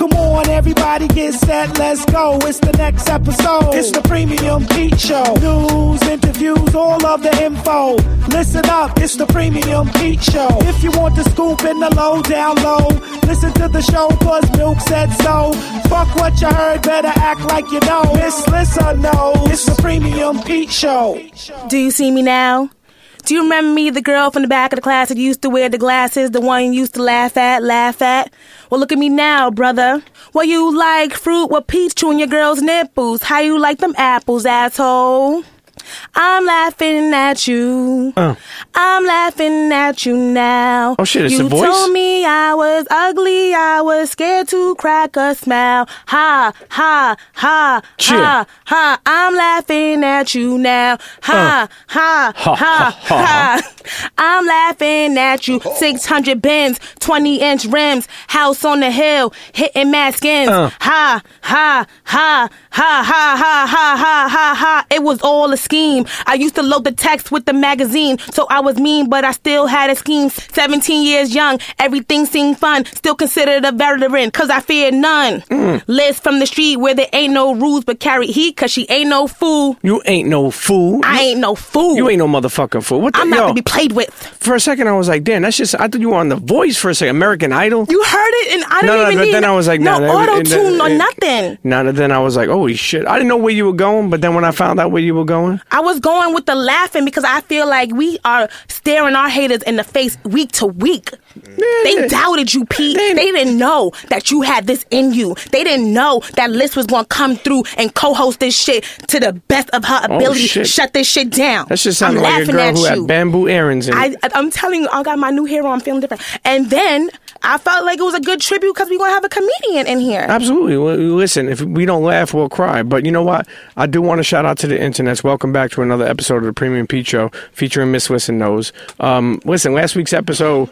on, everybody get set, let's go. It's the next episode. It's the Premium Pete Show. News, interviews, all of the info. Listen up, it's the Premium Pete Show. If you want the scoop in the low, down low, listen to the show, cause Milk said so. Fuck what you heard, better act like you know. Miss Lissa knows. It's the Premium Pete Show. Do you see me now? Do you remember me, the girl from the back of the class that used to wear the glasses, the one you used to laugh at, laugh at? Well, look at me now, brother. What you like fruit with peach chewing your girl's nipples? How you like them apples, asshole? I'm laughing at you. I'm laughing at you now. Uh. Oh, shit, it's you a voice? told me I was ugly. I was scared to crack a smile. Ha, ha, ha, Cheer. ha, ha. I'm laughing at you now. Ha, ha, Ha, ha, ha, ha. Oh. ha. I'm laughing at you. 600 bins, 20 inch rims, house on the hill, hitting mad skins. Uh. Ha, ha, ha, ha, ha, ha, ha, ha, ha, ha. It was all a scheme. I used to load the text with the magazine, so I was mean, but I still had a scheme. 17 years young, everything seemed fun. Still considered a veteran, cause I fear none. Mm. Liz from the street where there ain't no rules, but carry heat, cause she ain't no fool. You ain't no fool. I ain't no fool. You ain't no motherfucking fool. What the, I'm not yo, gonna be played with. For a second, I was like, damn, that's just. I thought you were on The Voice for a second, American Idol. You heard it, and I no, didn't no, even but need then I was like, no, no, that- auto it- tune or it- nothing. No, then I was like, holy shit. I didn't know where you were going, but then when I found out where you were going, I was going with the laughing because I feel like we are staring our haters in the face week to week. They doubted you, Pete. they- They, didn't know that you had this in you. They didn't know that Liz was gonna come through and co-host this shit to the best of her ability. Oh, shit. Shut this shit down. that just I'm sounded like a laughing girl at who you. had bamboo earrings in. I, I'm telling you, I got my new hair on. I'm feeling different. And then I felt like it was a good tribute because we're gonna have a comedian in here. Absolutely. Well, Listen, if we don't laugh, we'll cry. But you know what? I do want to shout out to the internets. Welcome back to another episode of the Premium Pete Show featuring Miss Listen Knows. Um, listen, last week's episode,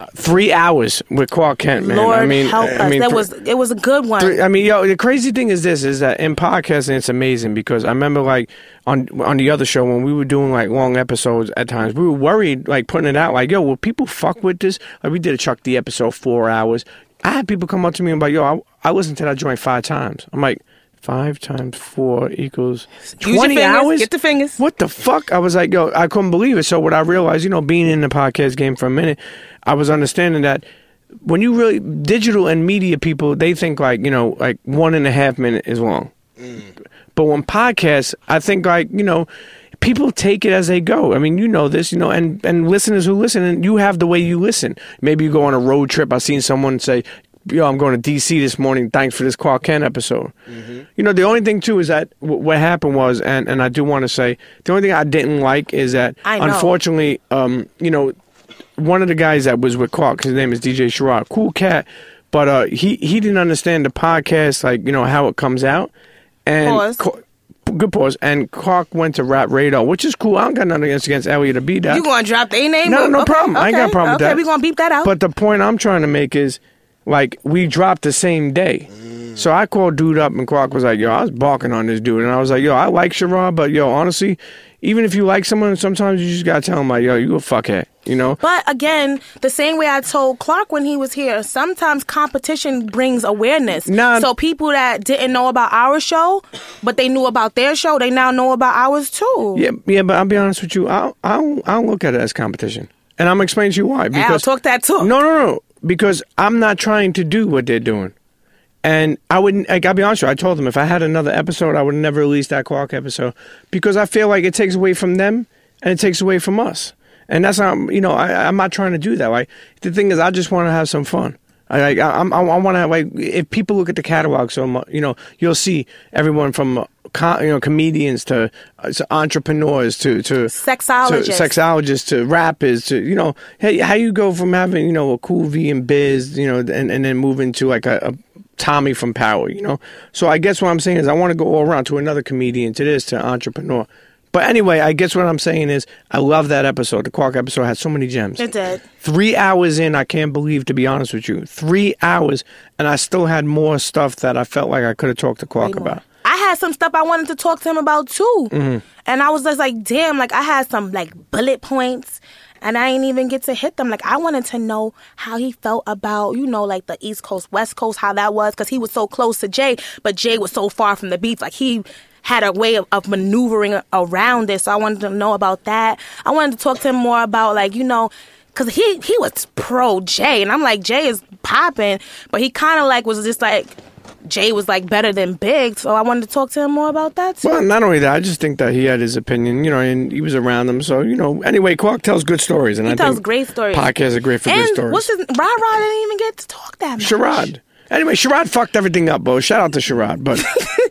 uh, three hours with Clark Kent, man. Lord I mean, help I us. mean, uh, that th- was it was a good one. I mean, yo, the crazy thing is this: is that in podcasting, it's amazing because I remember, like, on on the other show when we were doing like long episodes at times, we were worried, like, putting it out, like, yo, will people fuck with this? Like, we did a Chuck D episode four hours. I had people come up to me and be like, yo, I, I listened to that joint five times. I'm like. Five times four equals your twenty fingers, hours. get the fingers. What the fuck? I was like, yo, I couldn't believe it. So what I realized, you know, being in the podcast game for a minute, I was understanding that when you really digital and media people, they think like, you know, like one and a half minute is long. But when podcasts, I think like, you know, people take it as they go. I mean, you know this, you know, and and listeners who listen, and you have the way you listen. Maybe you go on a road trip. I've seen someone say, "Yo, I'm going to DC this morning. Thanks for this Clark Kent episode." Mm-hmm. You know, the only thing too is that w- what happened was, and and I do want to say, the only thing I didn't like is that, I know. unfortunately, um, you know, one of the guys that was with Clark, his name is DJ Sherrod, cool cat, but uh, he he didn't understand the podcast, like you know how it comes out, and Pause. Cla- good pause. And Clark went to Rap Radar, which is cool. I don't got nothing against against Elliot or B Dot. You gonna drop their name? No, Oh, no okay, problem. I ain't got a okay, problem with okay, that. we gonna beep that out. But the point I'm trying to make is, like, we dropped the same day. So I called dude up, and Clark was like, "Yo, I was barking on this dude," and I was like, "Yo, I like Sherrod, but yo, honestly, even if you like someone, sometimes you just gotta tell him like, yo, you a fuckhead, you know." But again, the same way I told Clark when he was here, sometimes competition brings awareness. Nah. So people that didn't know about our show, but they knew about their show, they now know about ours too. Yeah, yeah, but I'll be honest with you. I I don't, I don't look at it as competition, and I'm explaining to you why. Al, talk that talk. No, no, no. Because I'm not trying to do what they're doing, and I wouldn't. Like, I'll be honest with you. I told them if I had another episode, I would never release that Clark episode because I feel like it takes away from them and it takes away from us, and that's not. You know, I, I'm not trying to do that. Like the thing is, I just want to have some fun. I like, I, I'm- I, I want to like if people look at the catalog so much, you know, you'll see everyone from uh, co- you know comedians to, uh, to entrepreneurs to to Sexologists. to sexologists to rappers to you know hey, how you go from having you know a cool V and Biz you know and and then move into like a. a Tommy from Power, you know. So I guess what I'm saying is I want to go all around to another comedian, to this, to entrepreneur. But anyway, I guess what I'm saying is I love that episode. The Quark episode had so many gems. It did. Three hours in, I can't believe, to be honest with you. Three hours, and I still had more stuff that I felt like I could have talked to Clark about. I had some stuff I wanted to talk to him about too. And I was just like, damn, like I had some like bullet points and I ain't even get to hit them. Like I wanted to know how he felt about you know like the East Coast West Coast how that was because he was so close to Jay, but Jay was so far from the beats. Like he had a way of, of maneuvering around it. So I wanted to know about that. I wanted to talk to him more about like you know. Cause he he was pro Jay, and I'm like Jay is popping, but he kind of like was just like Jay was like better than Big, so I wanted to talk to him more about that. Too. Well, not only that, I just think that he had his opinion, you know, and he was around them. So, you know, anyway, Quark tells good stories. And He I tells think great stories. Podcasts are great for and good stories. what's his Rod Rod didn't even get to talk that much. Sherrod. Anyway, Sherrod fucked everything up, Bo. Shout out to Sherrod. But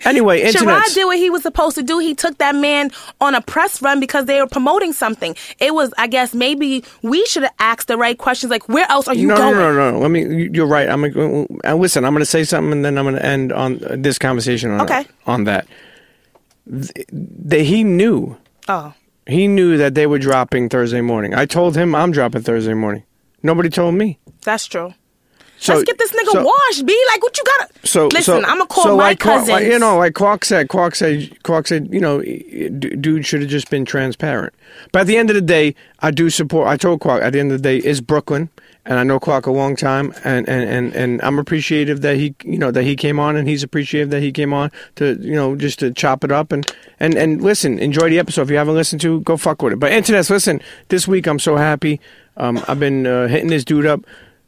anyway, internet. Sherrod did what he was supposed to do. He took that man on a press run because they were promoting something. It was, I guess, maybe we should have asked the right questions. Like, where else are you no, going? no, no, no. I mean, you- you're right. I'm gonna uh, listen. I'm gonna say something, and then I'm gonna end on uh, this conversation. On, Okay. On that, Th- that he knew, Oh, he knew that they were dropping Thursday morning. I told him I'm dropping Thursday morning. Nobody told me. that's true. So, Let's get this nigga so- washed, B. Like, what you gotta? So listen, so, I'm gonna call so my like Quark- cousins. like, you know, like Quark said, Quark said, Quark said, you know, d- dude should have just been transparent. But at the end of the day, I do support. I told Quark at the end of the day it's Brooklyn, and I know Quark a long time, and and and and I'm appreciative that he, you know, that he came on, and he's appreciative that he came on to, you know, just to chop it up and and and listen, enjoy the episode. If you haven't listened to, go fuck with it. But internets, listen, this week I'm so happy. Um, I've been uh, hitting this dude up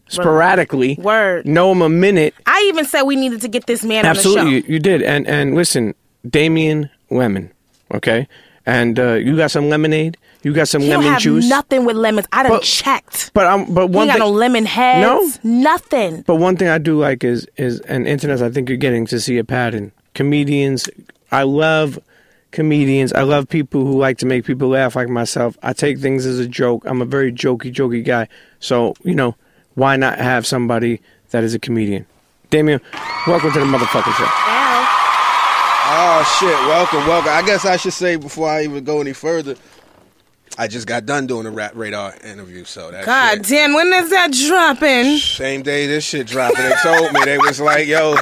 sporadically. Word. Know him a minute. I even said we needed to get this man on Absolutely, the you, show. you did. And and listen, Damien Lemon, okay, and uh, you got some lemonade. You got some He don't lemon have juice. nothing with lemons. I done But- checked. but um, but He one ain't got thing. no lemon heads. No? nothing. but one thing I do like is is and internet. I think you're getting to see a pattern. Comedians, I love comedians. I love people who like to make people laugh, like myself. I take things as a joke. I'm a very jokey, jokey guy. So you know, why not have somebody that is a comedian? Damien, welcome to the motherfucking show. Ow. Oh shit! Welcome, welcome. I guess I should say before I even go any further, I just got done doing a Rap Radar interview, so that God shit- damn, when is that dropping? Same day this shit dropped, they told me they was like, "Yo,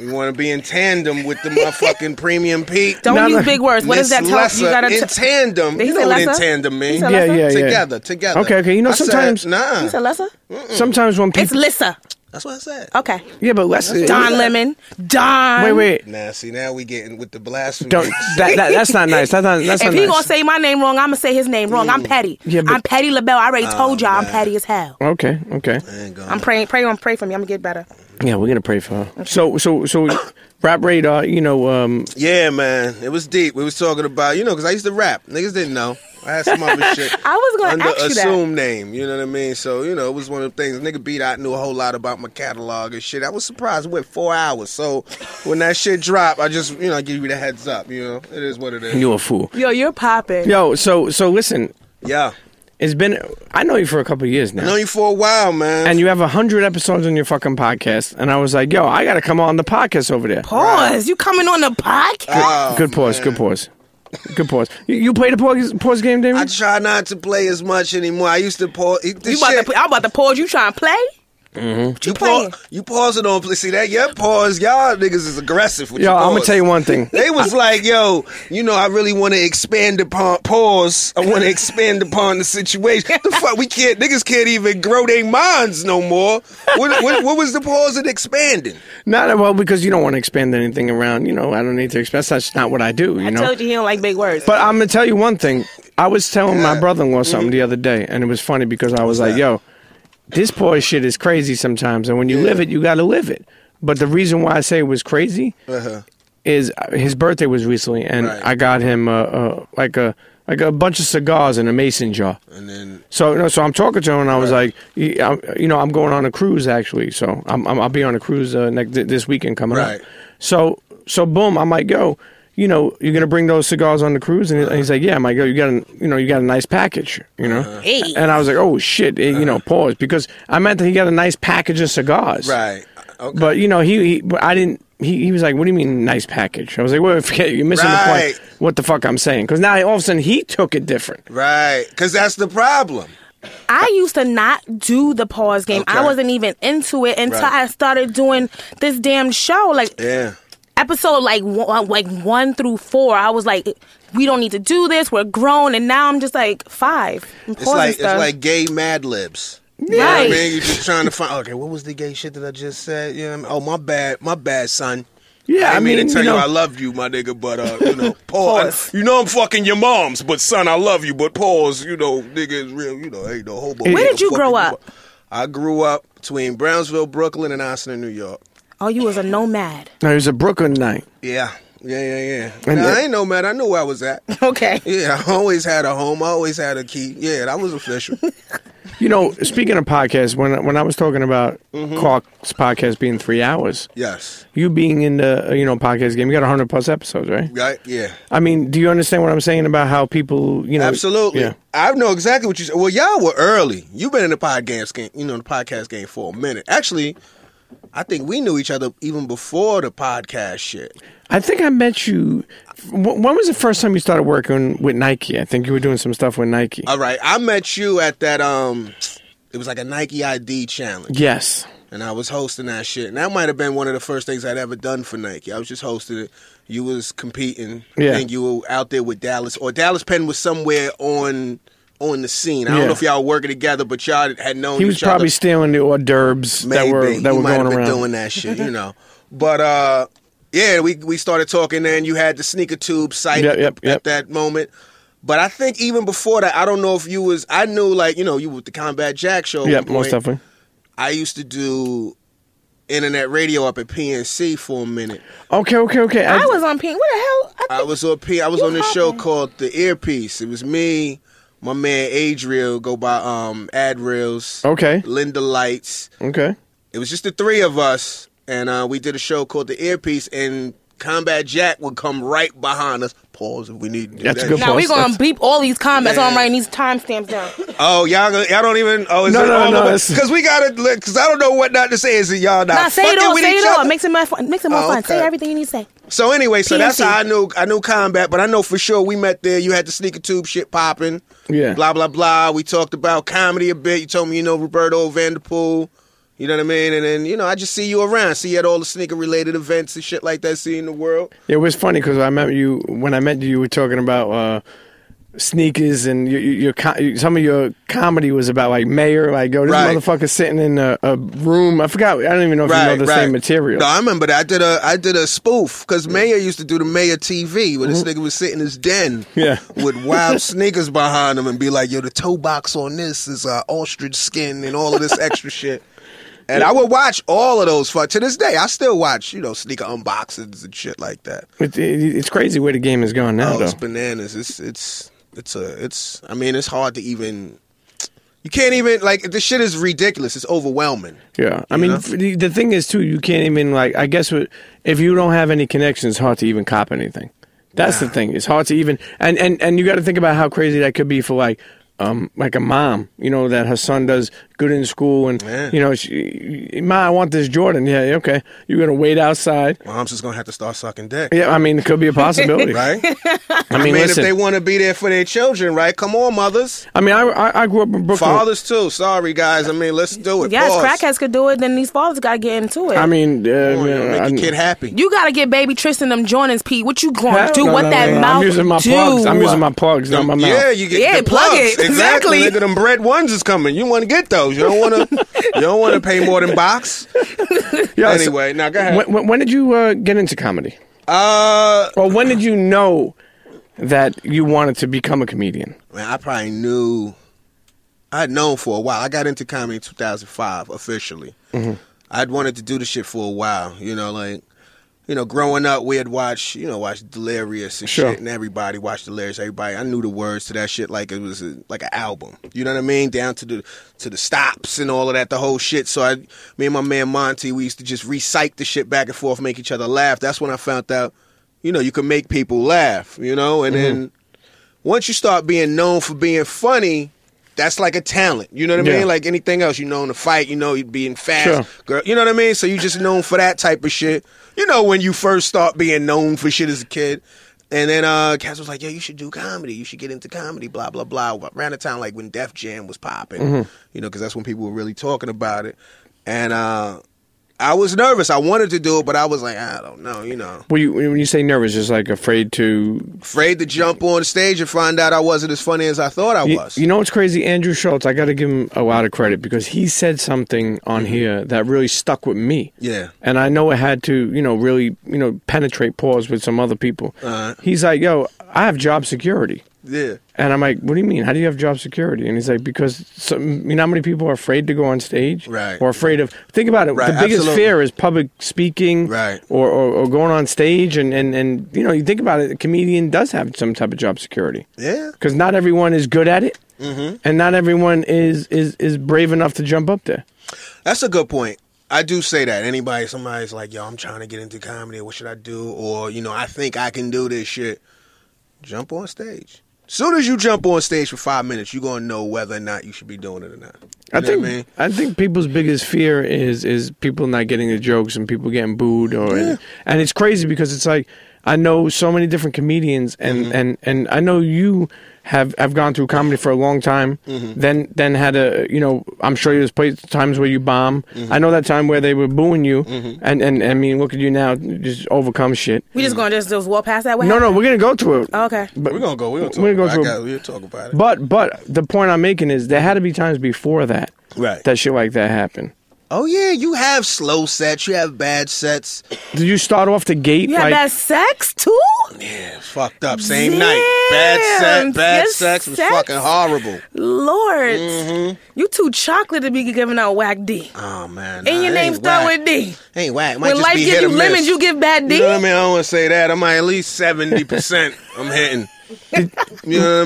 we want to be in tandem with the motherfucking Premium Peak." Don't No, use no. big words. What does that Miss tell Lesser, you? Gotta in t- tandem. Did he You say know what in lesser? tandem He mean? said Yeah, lesser? yeah, yeah. Together, together. Okay, okay. You know, I said, sometimes- You said nah. lesser? Hmm? Sometimes when people It's Lissa. That's what I said. Okay. Yeah, but let's Don Lemon. Don. Wait, wait. Now, see, now we getting with the blasphemy. Don't that, that that's not nice. That's not that's If not he nice. gonna say my name wrong, I'm gonna say his name wrong. I'm petty. Yeah, but- Oh, I'm petty LaBelle. I already told y'all I'm petty as hell. okay, okay. Ain't gonna- I'm praying. Pray on. Pray for me. I'm gonna get better. Yeah, we're gonna pray for her. So so so, rap radar. You know, um, Yeah, man, it was deep. We was talking about you know because I used to rap. Niggas didn't know. I had some other shit. I was gonna under ask you that. assumed name. You know what I mean? So you know it was one of the things. Nigga beat out knew a whole lot about my catalog and shit. I was surprised. It went four hours. So when that shit dropped, I just you know I give you the heads up. You know it is what it is. you a fool. Yo, you're popping. Yo, so so listen. Yeah, It's been I know you for a couple of years now, I know you for a while, man. and you have hundred episodes on your fucking podcast. And I was like, yo, I gotta come on the podcast over there. Pause. You coming on the podcast? Oh, good pause. Good pause. Good pause. You, you play the pause, pause game, I Damien? try not to play as much anymore. I used to pause. you This about to? shit, pl- I'm about to pause. You trying to play? you playing? pause. You pause it on. play. See that? Yeah, pause. Y'all niggas is aggressive with Yo, your I'm gonna pause. tell you one thing. They was like, yo, you know, I really want to expand upon pause. I want to expand upon the situation. The fuck, we can't, niggas can't even grow their minds no more. What, what, what was the pause and expanding? Not well because you don't want to expand anything around. You know, I don't need to expand. That's not what I do. You I know. told you he don't like big words. But I'm gonna tell you one thing. I was telling my brother-in-law something the other day, and it was funny because I was like, "Yo, this boy shit is crazy sometimes, and when you live it, you gotta live it." But the reason why I say it was crazy is uh, his birthday was recently, and Uh-huh. Right. I got him uh, uh, like a like a bunch of cigars in a mason jar. And then, So no, so I'm talking to him, and I was like, y- I'm- you know, I'm going on a cruise actually. So I'm, I'm I'll be on a cruise uh, next th- this weekend coming Right. up. So so boom, I'm like, yo, you know, you're gonna bring those cigars on the cruise, and, he- and he's like, yeah, I'm like, yo, you got a, you know, you got a nice package, you know. Uh-huh. Hey. And I was like, oh shit, eh, you know, pause because I meant that he got a nice package of cigars, right. Okay. But you know, he, he but I didn't. He, he was like, "What do you mean, nice package?" I was like, "Well, forget it. you're missing Right. the point. What the fuck I'm saying?" Because now all of a sudden he took it different. Right. Because that's the problem. I used to not do the pause game. I Okay. wasn't even into it until Right. I started doing this damn show. Like Yeah. episode like one, uh, like one through four, I was like, we don't need to do this. We're grown, and now I'm just like five. I'm It's like it's stuff. like gay Mad Libs. You know what I Right. mean? You're just trying to find. Okay, what was the gay shit that I just said? You know what I mean? Oh, my bad, my bad, son. Yeah, I, I didn't mean, mean, to tell you you, know- I love you, my nigga, but uh, you know, pause. you know, I'm fucking your mom's, but son, I love you, but pause. You know, nigga is real. You know, ain't no hobo. Where Nigga did you fucking grow your up? mo- I grew up between Brownsville, Brooklyn, and Austin, New York. oh, you was a nomad. No, it was a Brooklyn night. Yeah, yeah, yeah, yeah. And Nah, it- I ain't no man. I knew where I was at. Okay. Yeah, I always had a home. I always had a key. Yeah, that was official. You know, speaking of podcasts, when when I was talking about Mm-hmm. Clark's podcast being three hours, yes. you being in the uh, you know podcast game, you got hundred plus episodes, right? Right. Yeah. I mean, do you understand what I'm saying about how people, you know, Absolutely. Oh, yeah. I know exactly what you said. Well, y'all were early. You've been in the podcast game, you know, the podcast game for a minute. Actually, I think we knew each other even before the podcast shit. I think I met you. wh- When was the first time you started working with Nike? I think you were doing some stuff with Nike. All right, I met you at that um it was like a Nike ID challenge yes. and I was hosting that shit. And that might have been one of the first things I'd ever done for Nike. I was just hosting it. You was competing. Yeah. I think you were out there with Dallas or Dallas Penn was somewhere on on the scene. I don't Yeah. know if y'all were working together, but y'all had known He was each other probably stealing the hors d'oeuvres Maybe. that were that he were might going have been around. doing that shit, you know. But uh, yeah, we we started talking, and you had the sneaker tube site Yep, at, the- yep, at yep. that moment. But I think even before that, I don't know if you was. I knew like you know you with the Combat Jack show. at yeah, one most point. definitely. I used to do internet radio up at PNC for a minute. Okay, okay, okay. I was on Pink. What the hell? I, I was on P. I was You on this hot, show man. called The Earpiece. It was me, my man Adriel, go by um Adriels, okay, Linda Lights. okay. it was just the three of us, and uh, we did a show called The Earpiece, and Combat Jack would come right behind us. Pause if we need to do That's that. a good now we Plus, gonna that's- beep all these comments. Yeah. I'm writing these timestamps down. Oh, y'all, go- y'all don't even. Oh, is No, it no, all no, it's- Because we gotta. Because I don't know what not to say. Is it y'all not Nah, say it fucking all. with Say each it all. other? Makes it more fun. Makes it more Oh, fun. Say okay. everything you need to say. so anyway, so that's PNC. how I knew. I knew Combat, but I know for sure we met there. You had the sneaker tube shit popping. Yeah. Blah blah blah. We talked about comedy a bit. You told me you know Roberto Vanderpool. You know what I mean? And then you know I just see you around. See you at all the sneaker related events and shit like that. Seeing the world. It was funny because I met you when I met you. You were talking about uh, sneakers and your, your, your co- some of your comedy was about like mayor. Like, yo, this Right. motherfucker sitting in a, a room. I forgot. I don't even know if you know the same material. No, I remember that. I did a I did a spoof because Mayor used to do the Mayor TV where this nigga would sit in his den, Mm-hmm. Yeah. with wild sneakers behind him and be like, "Yo, the toe box on this is uh, ostrich skin and all of this extra shit." And I would watch all of those. For to this day, I still watch you know sneaker unboxings and shit like that. It, it, it's crazy where the game has gone now, Oh, though. it's bananas. It's it's it's a it's. I mean, it's hard to even. You can't even like the shit is ridiculous. It's overwhelming. yeah, I mean, know? f- the, the thing is too, you can't even like. I guess what, if you don't have any connections, it's hard to even cop anything. That's the thing. It's hard to even and and and you got to think about how crazy that could be for like. Um, like a mom, you know that her son does good in school, and Yeah. you know, she, ma, I want this Jordan. Yeah, okay. You're gonna wait outside. Mom's just gonna have to start sucking dick. Yeah, I mean, it could be a possibility. Right? I mean, I mean, listen. if they want to be there for their children, right? Come on, mothers, I mean, I, I I grew up in Brooklyn. fathers too. Sorry, guys. I mean, let's do it. Yes, Pause. crackheads could do it. Then these fathers gotta get into it. I mean, uh, Come on, yo, I- make your kid happy. You gotta get baby Tristan them Jordans, Pete. What you gonna Hell do? no, what no, that no, no. mouth I'm using my do? plugs. I'm using my plugs, not my mouth. Yeah, you get Yeah, the plug plugs. it. Exactly. Exactly. Nigga, them bread ones is coming. You want to get those. You don't want to. you don't want to pay more than box. Yeah, so- anyway, now go ahead. When, when, when did you uh, get into comedy? uh, Or when did you know that you wanted to become a comedian? man, I probably knew. I'd known for a while. I got into comedy in 2005 officially. I'd wanted to do the shit for a while. You know, like you know, growing up, we had watched you know watched Delirious and Sure. shit, and everybody watched Delirious. Everybody, I knew the words to that shit like it was a, like an album. You know what I mean? Down to the to the stops and all of that, the whole shit. So I, me and my man Monty, we used to just recite the shit back and forth, make each other laugh. That's when I found out, you know, you can make people laugh. You know, and then once you start being known for being funny, that's like a talent. You know what I Yeah. mean? Like anything else, you know, in to fight, you know, you being fast, Sure. girl. You know what I mean? So you just known for that type of shit. You know, when you first start being known for shit as a kid. And then uh Cass was like, "Yo, you should do comedy. You should get into comedy." Blah blah blah. Around the time like when Mm-hmm. Def Jam was popping, you know, because that's when people were really talking about it. And uh I was nervous. I wanted to do it, but I was like, I don't know, you know, When you, when you say nervous, just like afraid to. afraid to jump on stage and find out I wasn't as funny as I thought I You, was. you know what's crazy? Andrew Schultz, I got to give him a lot of credit because he said something on here that really stuck with me. Mm-hmm. Yeah. And I know it had to, you know, really, you know, penetrate pause with some other people. Uh-huh. He's like, yo, I have job security. yeah, And I'm like, what do you mean? How do you have job security? And he's like, because some, you know how many people are afraid to go on stage, Right. Or afraid of think about it. Right, the biggest absolutely. fear is public speaking, Right. Or, or or going on stage, and and and you know, you think about it. A comedian does have some type of job security, yeah. because not everyone is good at it, mm-hmm. and not everyone is is is brave enough to jump up there. That's a good point. I do say that. Anybody, somebody's like, yo, I'm trying to get into comedy. What should I do? Or, you know, I think I can do this shit. Jump on stage. Soon as you jump on stage for five minutes, you're going to know whether or not you should be doing it or not. You I know think what I mean? I think people's biggest fear is is people not getting the jokes and people getting booed or and, it's crazy because it's like I know so many different comedians and Mm-hmm. and and I know you have have gone through comedy for a long time Mm-hmm. then then had a you know I'm sure there's pla times where you bomb Mm-hmm. I know that time where they were booing you and and I mean look at you now just overcome shit We just gonna just, just walk past that. What no no happened? we're gonna go to it Okay. but We're going to go. We're going to talk We're gonna go about it. I to- got- We'll talk about it. but but the point I'm making is there had to be times before that Right. that shit like that happened. oh, yeah. You have slow sets. You have bad sets. Did you start off the gate You had like bad sex too. Yeah, it's fucked up. Same night. Bad Damn, set. Bad your sex was sex- fucking horrible. Lord, Mm-hmm. you too chocolate to be giving out whack D. Oh, man. And nah, your it name ain't start whack. with D. Ain't whack. Might When just life be gives hit you or miss. lemons, you give bad D. You know what I mean? I don't want to say that. I'm at least seventy percent. I'm hitting. You know what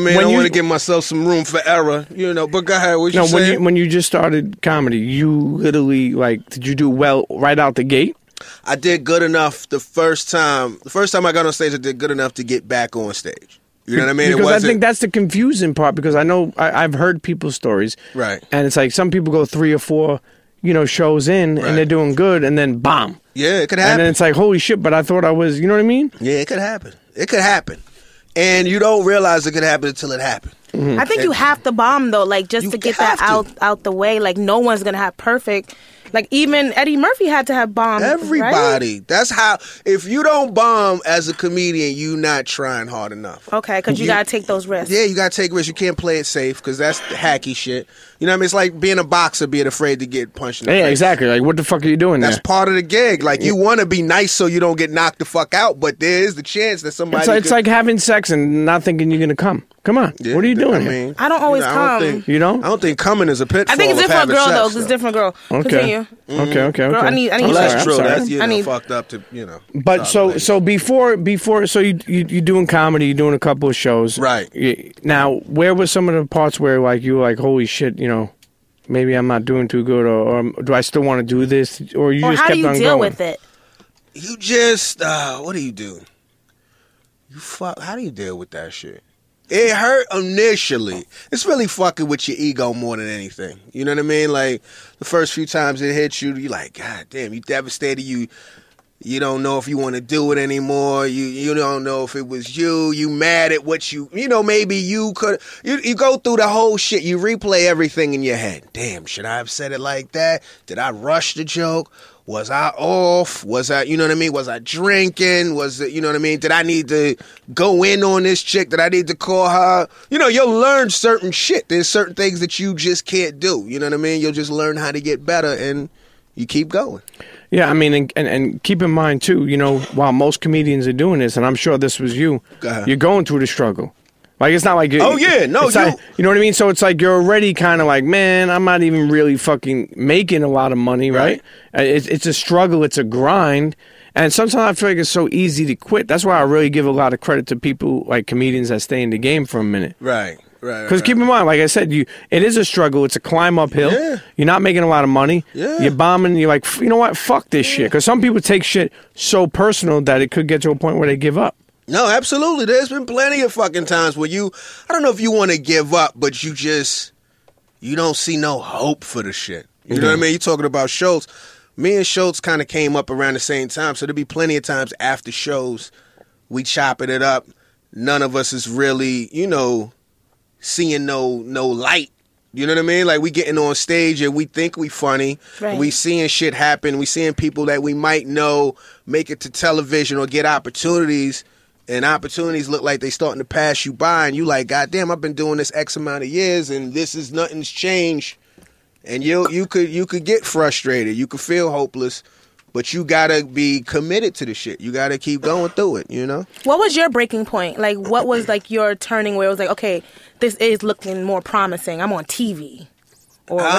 I mean? When I you- want to give myself some room for error. You know, but go ahead. What you no when saying? you when you just started comedy you literally like did you do well right out the gate I did good enough the first time. The first time I got on stage, I did good enough to get back on stage. You know what I mean? because I think that's the confusing part because I know I, I've heard people's stories Right. and it's like some people go three or four you know shows in Right. and they're doing good and then bomb yeah, it could and happen. then it's like holy shit but I thought I was you know what I mean yeah, it could happen. It could happen, and you don't realize it could happen until it happened. I think you have to bomb though, like just You to get have that to. out out the way. Like no one's gonna have perfect. Like even Eddie Murphy had to have bombed. right? Everybody. That's how. If you don't bomb as a comedian, you not trying hard enough. Okay, because you, You- gotta take those risks. Yeah, you gotta take risks. You can't play it safe because that's the hacky shit. You know what I mean? It's like being a boxer, being afraid to get punched. In the yeah face. exactly like what the fuck are you doing That's there part of the gig. Like you want to be nice so you don't get knocked the fuck out, but there is the chance that somebody. it's, like, it's could- like having sex and not thinking you're gonna come come on Yeah, what are you doing I here? mean, I don't always you know, I come. don't think, You don't? I don't think coming is a pitfall. I think it's of different for a girl having though. sex, 'cause It's different girl. okay. Continue. okay okay okay Girl, I need- I need I'm you to- sorry, That's I'm true. sorry. That's you I know, need- fucked up to you know. But sorry, so ladies. so before before so you you you doing comedy, you're doing a couple of shows, Right. You- now, where were some of the parts where like you were like, holy shit, you know, maybe I'm not doing too good, or, or do I still want to do this, or you Or just how kept do you on deal going? with it? you just uh, what do you do? You fuck. How do you deal with that shit? It hurt initially. It's really fucking with your ego more than anything. You know what I mean? Like the first few times it hits you, you like, God damn, you devastated. You you don't know if you want to do it anymore. You you don't know if it was you. You mad at what you you know maybe you could you you go through the whole shit. You replay everything in your head. Damn, should I have said it like that? Did I rush the joke? Was I off? Was I you know what I mean? Was I drinking? Was it you know what I mean? Did I need to go in on this chick? Did I need to call her? You know, you'll learn certain shit. There's certain things that you just can't do. You know what I mean? You'll just learn how to get better and you keep going. Yeah, I mean, and, and and keep in mind too, you know, while most comedians are doing this, and I'm sure this was you, Go ahead. you're going through the struggle. Like it's not like you Oh, yeah, no, it's not- you- you know what I mean. So it's like you're already kind of like, man, I'm not even really fucking making a lot of money, right? Uh, It's it's a struggle, it's a grind, and sometimes I feel like it's so easy to quit. That's why I really give a lot of credit to people like comedians that stay in the game for a minute. Right. Right. Because keep in mind, like I said, you it is a struggle. It's a climb uphill. Yeah. You're not making a lot of money. Yeah. You're bombing. You're like, "F- you know what? Fuck this shit. Because some people take shit so personal that it could get to a point where they give up. No, absolutely. There's been plenty of fucking times where you, I don't know if you want to give up, but you just, you don't see no hope for the shit. You know what I mean? You're talking about Schultz. Me and Schultz kind of came up around the same time, so there'd be plenty of times after shows we chopping it up. None of us is really, you know, seeing no no light You know what I mean? Like we getting on stage and we think we funny. Right. We seeing shit happen. We seeing people that we might know make it to television or get opportunities. And opportunities look like they starting to pass you by, and you like, God damn, I've been doing this X amount of years, and this is nothing's changed. And you you could you could get frustrated, you could feel hopeless, but you gotta be committed to the shit. You gotta keep going through it. You know? What was your breaking point? Like, what was like your turning where it was like, okay, this is looking more promising. I'm on TV or whatever it Uh,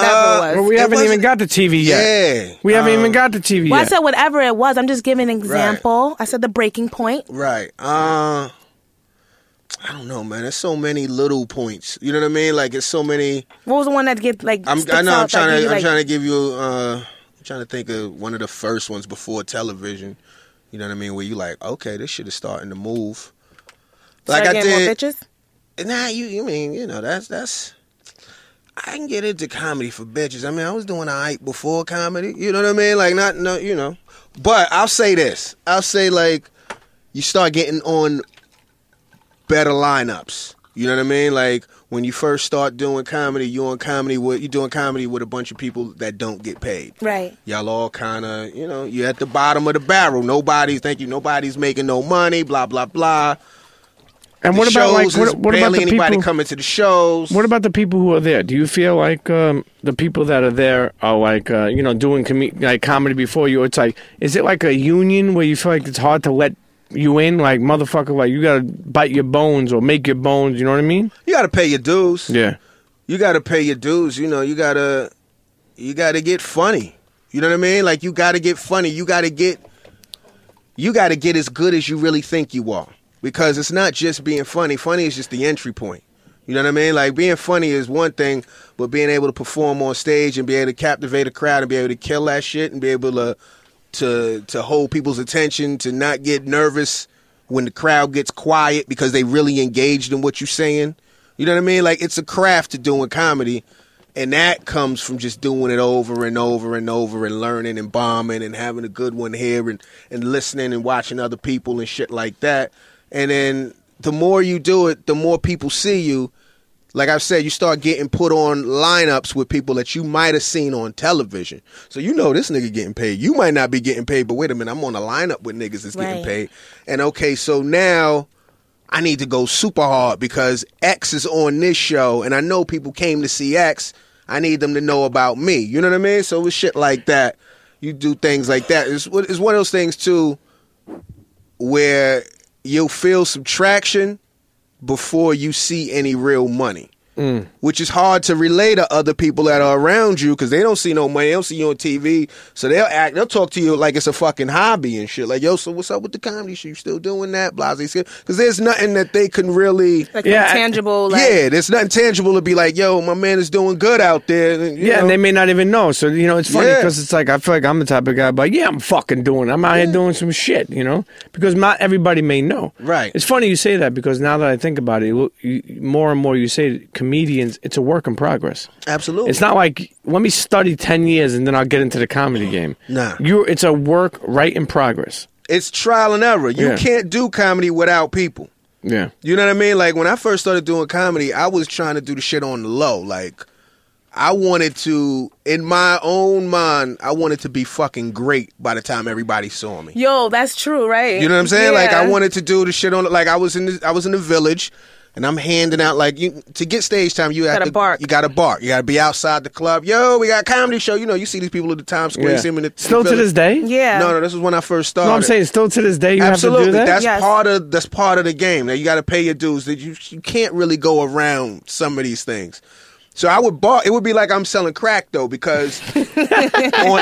Well, was. we It haven't even wasn't- got the TV yet. Yeah. We haven't Um, even got the TV well, I yet. said whatever it was. I'm just giving an example. I said the breaking point. Right. Uh I don't know, man. There's so many little points. You know what I mean? Like it's so many. What was the one that get like? I'm. I sticks know. I'm out, like, trying you, to. I'm like- trying to give you. Uh, I'm trying to think of one of the first ones before television. You know what I mean? Where you like, okay, this shit is starting to move. Like start I getting more did. bitches? Nah, you. You mean you know that's that's. I can get into comedy for bitches. I mean, I was doing alright before comedy. You know what I mean? Like not no. You know. But I'll say this. I'll say like, you start getting on better lineups. You know what I mean? Like when you first start doing comedy, you on comedy with you doing comedy with a bunch of people that don't get paid. Right. Y'all all kind of, you know, you're at the bottom of the barrel. Nobody's, thank you, nobody's making no money. Blah blah blah. and The what about like shows is what, what about barely the anybody people? coming to the shows? What about the people who are there? Do you feel like um, the people that are there are like uh, you know doing com- like comedy before you? It's like is it like a union where you feel like it's hard to let you in? Like motherfucker, like you gotta bite your bones or make your bones. You know what I mean? you got to pay your dues. Yeah. you got to pay your dues. You know, you gotta, you gotta get funny. You know what I mean? Like you gotta get funny. You gotta get, you gotta get as good as you really think you are. Because it's not just being funny. Funny is just the entry point. You know what I mean? Like being funny is one thing, but being able to perform on stage and be able to captivate a crowd and be able to kill that shit and be able to, to, to hold people's attention, to not get nervous when the crowd gets quiet because they really engaged in what you're saying. You know what I mean? Like it's a craft to doing comedy, and that comes from just doing it over and over and over and learning and bombing and having a good one here and and listening and watching other people and shit like that. And then the more you do it, the more people see you. Like I've said, you start getting put on lineups with people that you might have seen on television. So you know this nigga getting paid. You might not be getting paid, but wait a minute, I'm on a lineup with niggas that's Right. getting paid. And okay, so now I need to go super hard because X is on this show, and I know people came to see X. I need them to know about me. You know what I mean? So it's shit like that. You do things like that. It's, it's one of those things too, where you'll feel subtraction before you see any real money, Mm. which is hard to relay to other people that are around you because they don't see no money. They don't see you on TV, so they'll act. They'll talk to you like it's a fucking hobby and shit. Like, yo, so what's up with the comedy shit? You still doing that? Blase, because there's nothing that they can really. Like Yeah, I- tangible. Like, yeah, there's nothing tangible to be like, yo, my man is doing good out there. and, you Yeah, and know. they may not even know. So you know, it's funny Yeah. because it's like I feel like I'm the type of guy, but yeah, I'm fucking doing. It. I'm out here doing some shit, you know, because not everybody may know. Right. It's funny you say that because now that I think about it, you- you- more and more you say comedians, it's a work in progress. absolutely. It's not like let me study ten years and then I'll get into the comedy game. Nah. you. It's a work right in progress. It's trial and error. You Yeah. can't do comedy without people. Yeah. You know what I mean? Like when I first started doing comedy, I was trying to do the shit on the low. Like I wanted to, in my own mind, I wanted to be fucking great by the time everybody saw me. Yo, that's true, right? You know what I'm saying? Like I Yeah. wanted to do the shit on like I was in the, I was in the village and I'm handing out like you to get stage time you have Gotta to bark. you got to bark. You got to be outside the club. Yo, we got a comedy show. You know, you see these people at the Times Square, you yeah. see them in the Still to village. this day. Yeah. No, no, this was when I first started. No, I'm saying still to this day you have Absolutely, to do that. that's Yes. part of that's part of the game. That you got to pay your dues. That you you can't really go around some of these things. So I would bar. It would be like I'm selling crack though, because on,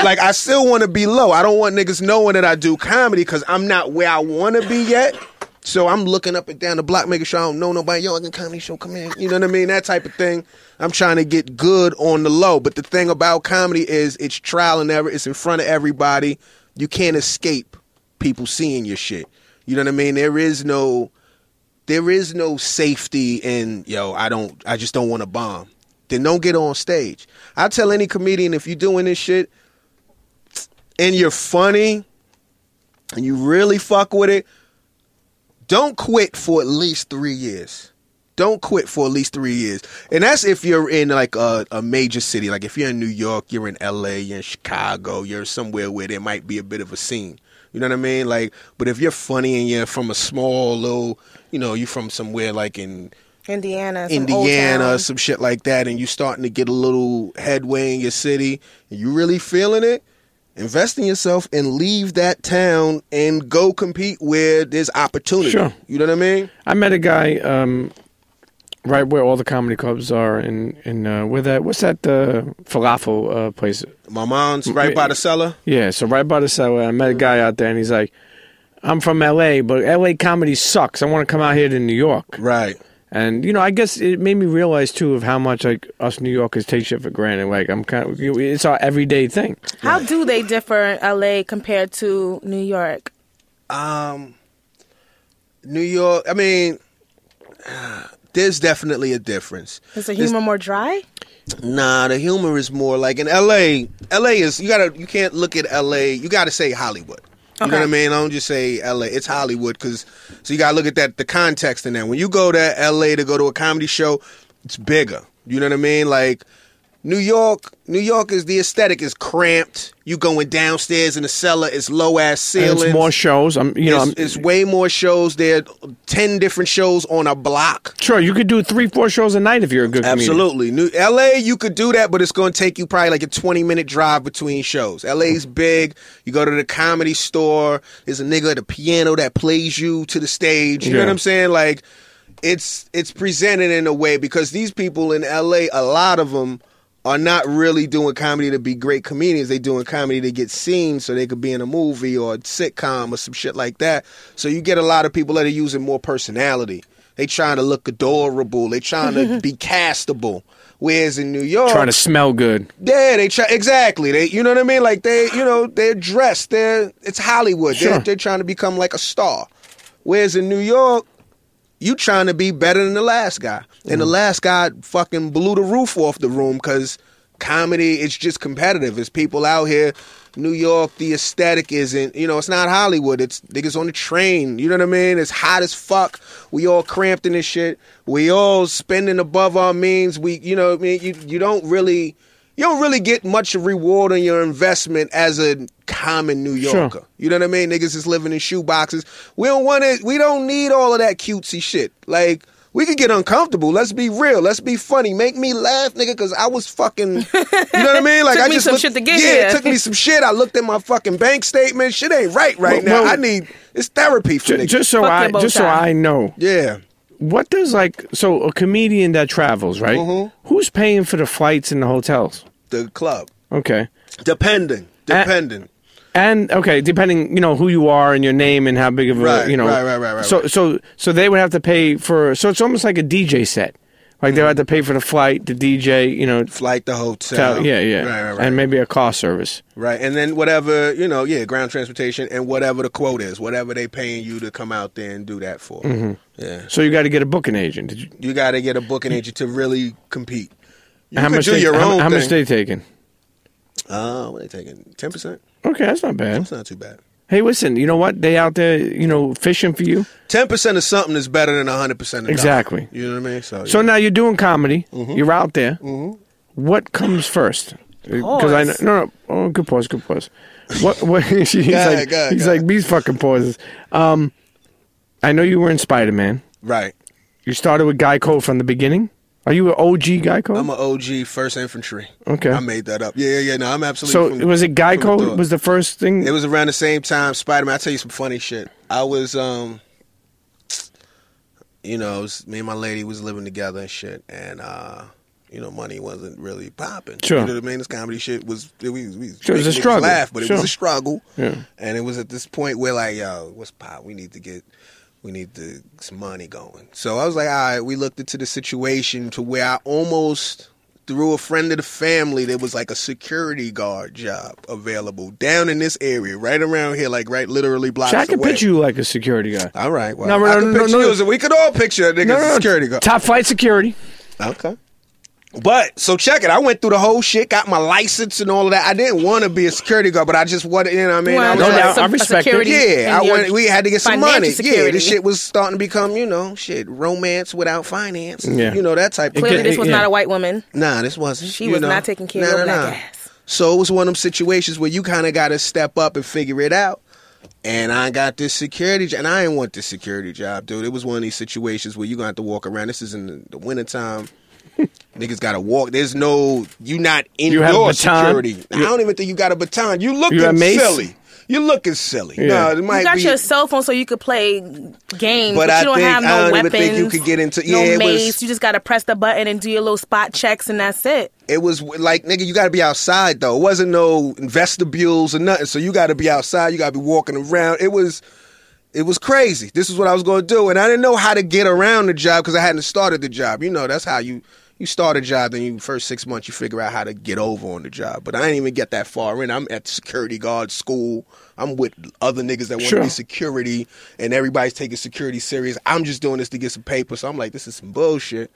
like I still want to be low. I don't want niggas knowing that I do comedy because I'm not where I want to be yet. So I'm looking up and down the block, making sure I don't know nobody. Yo, I can comedy show. Come in. You know what I mean? That type of thing. I'm trying to get good on the low. But the thing about comedy is it's trial and error. It's in front of everybody. You can't escape people seeing your shit. You know what I mean? There is no there is no safety in yo i don't i just don't want to bomb then don't get on stage i tell any comedian if you're doing this shit and you're funny and you really fuck with it don't quit for at least three years Don't quit for at least three years. And that's if you're in like a, a major city. Like if you're in New York, you're in LA, you're in Chicago, you're somewhere where there might be a bit of a scene. You know what I mean? Like, but if you're funny and you're from a small little, you know, you're from somewhere like in Indiana. some old Indiana, town. some shit like that, and you starting to get a little headway in your city, and you really feeling it, invest in yourself and leave that town and go compete where there's opportunity. Sure. You know what I mean? I met a guy um, right where all the comedy clubs are, and and uh, where that what's that uh, falafel uh, place? My mom's right by the cellar. Yeah, so right by the subway, I met a guy out there, and he's like, "I'm from L.A., but L.A. comedy sucks. I want to come out here to New York." Right. And you know, I guess it made me realize too of how much like us New Yorkers take shit for granted. Like I'm kind of, it's our everyday thing. How do they differ in LA compared to New York? Um, New York. I mean, there's definitely a difference. Is the humor more dry? Nah, the humor is more like in LA. LA is you gotta you can't look at LA. You gotta say Hollywood. You know Okay. what I mean? I don't just say LA. It's Hollywood because so you gotta look at that the context in that. When you go to LA to go to a comedy show, it's bigger. You know what I mean? Like New York, New York is the aesthetic is cramped. You going downstairs in the cellar, it's low ass And ceilings. it's more shows. I'm, you know, it's, I'm, it's way more shows. There, are ten different shows on a block. sure you could do three, four shows a night if you're a good comedian. Absolutely. New LA, you could do that, but it's going to take you probably like a 20 minute drive between shows. LA's big. You go to the comedy store, there's a nigga at a piano that plays you to the stage. You know Yeah. what I'm saying? Like it's it's presented in a way because these people in LA, a lot of them are not really doing comedy to be great comedians. They doing comedy to get seen so they could be in a movie or a sitcom or some shit like that. So you get a lot of people that are using more personality. They trying to look adorable. They trying to be castable. Whereas in New York, Trying to smell good. yeah, they try exactly. They, you know what I mean? Like they, you know, they're dressed. They're it's Hollywood. Sure. They're, they're trying to become like a star. Whereas in New York, you trying to be better than the last guy, and the last guy fucking blew the roof off the room because comedy it's just competitive. It's people out here. New York, the aesthetic isn't, you know, it's not Hollywood. It's niggas on the train. You know what I mean? It's hot as fuck. We all cramped in this shit. We all spending above our means. We, you know, what I mean, you you don't really you don't really get much reward on your investment as a common New Sure. Yorker. You know what I mean? Niggas is living in shoe boxes. We don't want it. We don't need all of that cutesy shit. Like we could get uncomfortable. Let's be real. Let's be funny. Make me laugh, nigga, because I was fucking. You know what I mean? Like Took I me just some looked- shit to get yeah, here. It took me some shit. I looked at my fucking bank statement. Shit ain't right right Well, now. well, I need it's therapy for Ju- niggas. Just so Fuck I, your bow just so tie. I know. yeah. What does like so a comedian that travels right? Who's paying for the flights and the hotels? The club. Okay, Depending. Uh, Depending. and okay, depending you know who you are and your name and how big of a Right, you know right, right, right, right, So so so they would have to pay for so it's almost like a DJ set. Like Hmm. they would have to pay for the flight, the DJ, you know, Flight the hotel. hotel, yeah, yeah, Right, right, right. and maybe a car service. Right, and then whatever you know, yeah, ground transportation and whatever the quote is, whatever they paying you to come out there and do that for. Mm-hmm. Yeah, So you got to get a booking agent. Did you, you got to get a booking agent to really compete. You how could much? do they, your how, own how thing. much they taking? Uh, what are they taking? Ten percent? Okay, that's not bad. That's not too bad. Hey, listen, you know what? They out there, you know, fishing for you. Ten percent of something is better than hundred percent. Exactly. You know what I mean? So, So yeah. now you're doing comedy. Mm-hmm. You're out there. What comes first? Because I know, Pause. no no oh good pause good pause. What what he's ahead, like go ahead, he's go like ahead. these fucking pauses. Um, I know you were in Spider Man. right, You started with Geico from the beginning. Are you an OG Geico? I'm an OG First Infantry. Okay. I made that up. Yeah, yeah, yeah. No, I'm so absolutely. from- was it from the Geico door. was the first thing? It was around the same time Spider Man. I tell you some funny shit. I was, um, you know, it was, me and my lady was living together and shit, and uh, you know, money wasn't really popping. Sure. You know what I mean? This comedy shit was we, we Sure, it was a making niggas struggle. laugh, but it was Sure. a struggle. Yeah. And it was at this point where like, yo, what's pop? We need to get. We need to, some money going. So I was like, all right, we looked into the situation to where I almost through a friend of the family, there was like a security guard job available down in this area, right around here, like right literally blocks See, I can away. picture you like a security guy. All right, well, No, no, I no, can no, picture no. you as a- we could all picture a nigga as a security guard. Top flight security. Okay. But so check it. I went through the whole shit, got my license and all of that. I didn't want to be a security guard, but I just wanted. You know what I mean? I No was doubt. like, I respect it. yeah, I went, we had to get some money. Yeah, the this shit was starting to become, you know, shit, romance without finance. Yeah. You know, that type of Clearly, Yeah, thing. this was yeah. not a white woman. Nah, this wasn't. She you was know. not taking care of Nah, nah, black nah. ass. So it was one of them situations where you kind of got to step up and figure it out. And I got this security job, and I didn't want this security job, dude. It was one of these situations where you're going to have to walk around. This is in the, the wintertime. Niggas got to walk. There's no, you not You have a indoor baton? security. I don't even think you got a baton. You looking a mace? silly. You looking silly. Yeah. No, it might you got be, your cell phone so you could play games, but, But you I don't think- have no I don't even weapons. think you could get into- yeah, no it was- mace. You just gotta press the button and do your little spot checks, and that's it. It was like, nigga, you gotta be outside though. It wasn't no vestibules or nothing. So you gotta be outside. You gotta be walking around. It was, it was crazy. This is what I was gonna do, and I didn't know how to get around the job because I hadn't started the job. You know, that's how you you start a job. Then you first six months you figure out how to get over on the job. But I didn't even get that far in. I'm at security guard school. I'm with other niggas that want Sure. to be security, and everybody's taking security serious. I'm just doing this to get some paper. So I'm like, this is some bullshit.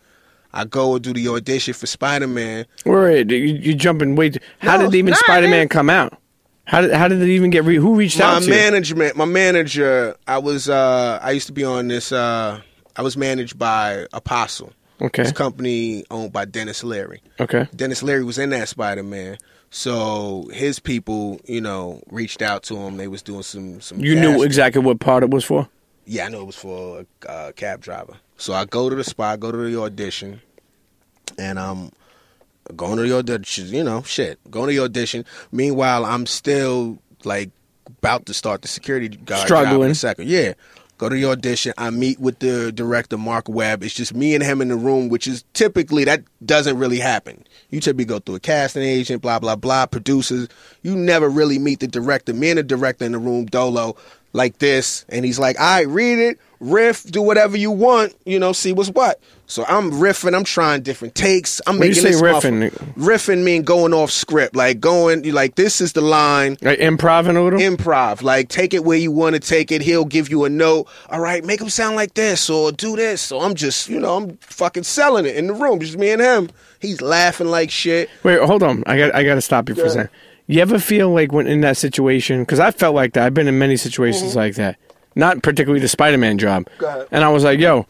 I go and do the audition for Spider Man. Wait, you, you jumping way. Too, how No, did even nah, I Spider Man didn't- come out? How did how did it even get? Re- who reached my out to you? management my manager i was uh i used to be on this uh i was managed by apostle Okay. this company owned by dennis leary Okay. dennis leary was in that spider-man so his people you know reached out to him they was doing some some You knew casting. exactly what part it was for. Yeah, I know it was for a uh, cab driver. So I go to the spot, go to the audition, and um, I'm going to the audition. You know, shit, going to the audition. Meanwhile, I'm still like about to start the security guard job in Struggling. a second. Yeah. Go to the audition. I meet with the director, Mark Webb. It's just me and him in the room, which is typically that doesn't really happen. You typically go through a casting agent, blah blah blah, producers. You never really meet the director. Me and the director in the room, Dolo, like this, and he's like, "All right, read it, riff, do whatever you want, you know, see what's what." So I'm riffing. I'm trying different takes. I'm When you making say this riffing, motherfucker- riffing mean going off script, like going like this is the line Like Uh, improv and all them? improv. Like take it where you want to take it. He'll give you a note. All right, make him sound like this or do this. So I'm just, you know, I'm fucking selling it in the room, just me and him. He's laughing like shit. Wait, hold on. I got I got to stop you for a second. You ever feel like when in that situation? Because I felt like that. I've been in many situations like that. Not particularly the Spider Man job. Mm-hmm. Go ahead. And I was like, yo.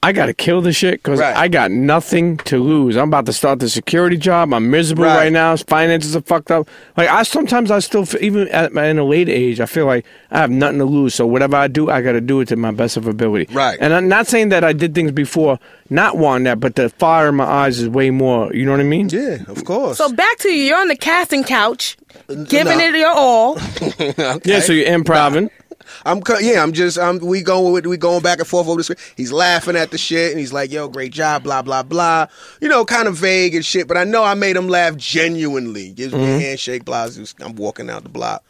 I gotta kill this shit because Right. I got nothing to lose. I'm about to start the security job. I'm miserable right, Right. now. Finances are fucked up. Like I sometimes I still f- even at my, in a late age I feel like I have nothing to lose. So whatever I do, I gotta do it to my best of ability. Right. And I'm not saying that I did things before not wanting that, but the fire in my eyes is way more. You know what I mean? Yeah, of course. So back to you. You're on the casting couch, giving Uh, no. it your all. Yeah, so you're improving. I'm, co- yeah, I'm just, I'm, we going, with- we going back and forth over the screen. He's laughing at the shit and he's like, "Yo, great job," blah blah blah. You know, kind of vague and shit, but I know I made him laugh genuinely. Gives me a handshake, blah. I'm walking out the block.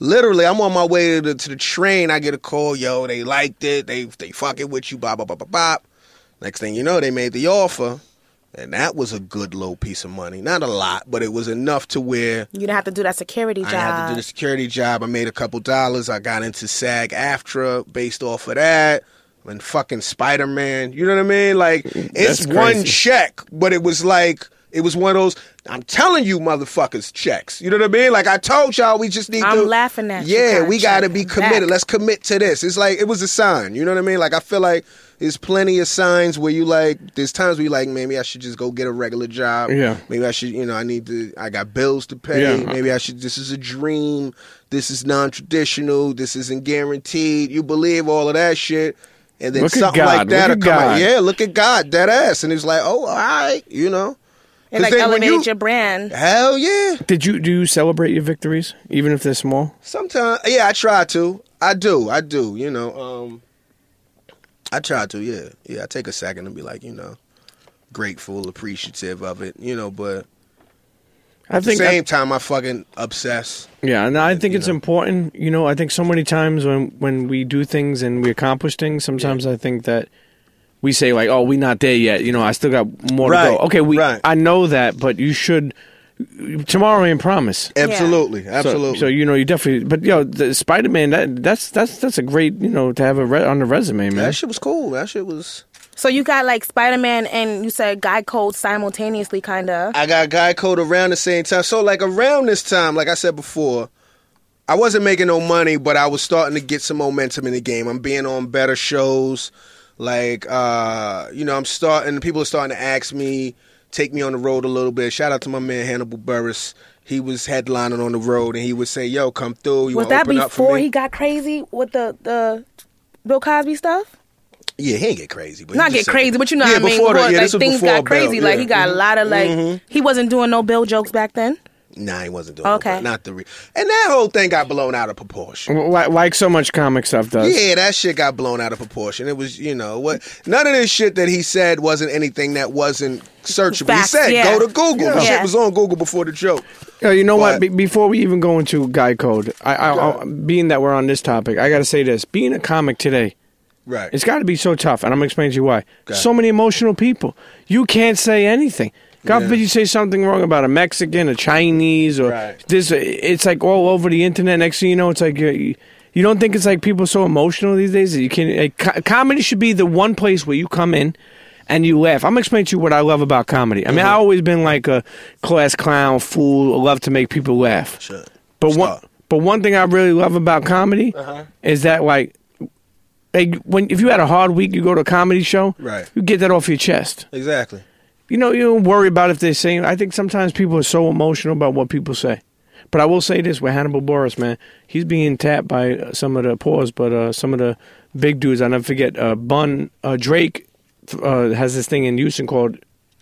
Literally, I'm on my way to the, to the train. I get a call, yo, they liked it. They they fucking with you, blah, blah, blah, blah, blah. Next thing you know, they made the offer. And that was a good little piece of money. Not a lot, but it was enough to where You don't have to do that security I job. had to do the security job. I made a couple dollars. I got into SAG AFTRA based off of that. And fucking Spider Man. You know what I mean? Like, That's it's one crazy. check, but it was like, it was one of those, I'm telling you, motherfuckers, checks. You know what I mean? Like, I told y'all, we just need I'm to. laughing at you, Yeah, God, we got to be check. committed. Back. Let's commit to this. It's like, it was a sign. You know what I mean? Like, I feel like there's plenty of signs where you like, there's times where you like, maybe I should just go get a regular job. Yeah. Maybe I should, you know, I need to, I got bills to pay. Yeah. Maybe I should, this is a dream. This is non traditional. This isn't guaranteed. You believe all of that shit. And then Look at something God. like that Look will at come out. God. Yeah, look at God, dead ass. And it's like, oh, all right, you know. It 'Cause like then when elevated you- your brand. Hell yeah. Did you do you celebrate your victories, even if they're small? Sometimes, yeah, I try to. I do. I do. You know, um, I try to. Yeah, yeah. I take a second and be like, you know, grateful, appreciative of it. You know, but I at the think same time, I fucking obsess. yeah, and I think you it's know. important. You know, I think so many times when when we do things and we accomplish things, sometimes I think that we say like, "Oh, we not there yet." You know, I still got more to Right, go. Okay, we right. I know that, but you should tomorrow ain't promise. Absolutely, So- absolutely. So, you know you definitely, but yo, the Mm-hmm. Spider Man that that's that's that's a great you know to have a re- on the resume, man. that shit was cool. That shit was. So you got like Spider Man and you said Guy Code simultaneously, kind of. I got guy code around the same time. So like around this time, like I said before, I wasn't making no money, but I was starting to get some momentum in the game. I'm being on better shows. Like uh, you know, I'm starting people are starting to ask me, take me on the road a little bit. Shout out to my man Hannibal Burris. He was headlining on the road and he would say, Yo, come through. You Was want that open up for before me? he got crazy with the the Bill Cosby stuff? Yeah, he ain't get crazy, but he Not just get said- crazy, but you know yeah, what I mean. Before Before, that, yeah, like this was things before got crazy. Bill, Like yeah. Mm-hmm. he got a lot of like he wasn't doing no Bill jokes back then. Nah, he wasn't doing Okay. okay. Not the re- and that whole thing got blown out of proportion. Like, like so much comic stuff does. Yeah, that shit got blown out of proportion. It was, you know, what none of this shit that he said wasn't anything that wasn't searchable. Facts, he said, yeah. go to Google. The Yeah. shit was on Google before the joke. Uh, you know what? But- Be- before we even go into guy code, I, I, I, being that we're on this topic, I got to say this: being a comic today, Right. it's got to be so tough, and I'm gonna explain to you why. So many emotional people. You can't say anything. God forbid you say something wrong about a Mexican, a Chinese, or Right. this. It's like all over the internet. Next thing you know, it's like you, you don't think it's like people so emotional these days that you can. Like, co- comedy should be the one place where you come in. And you laugh. I'm gonna explain to you what I love about comedy. I mean, I've always been like a class clown, fool. Love to make people laugh. Shit. But one, Stop. Uh-huh. but one thing I really love about comedy is that like, like when if you had a hard week, you go to a comedy show, Right. You get that off your chest. Exactly. You know, you don't worry about if they're saying. I think sometimes people are so emotional about what people say. But I will say this with Hannibal Boris, man, he's being tapped by uh, some of the pores, but uh, some of the big dudes. I never forget. Uh, Bun uh, Drake uh, has this thing in Houston called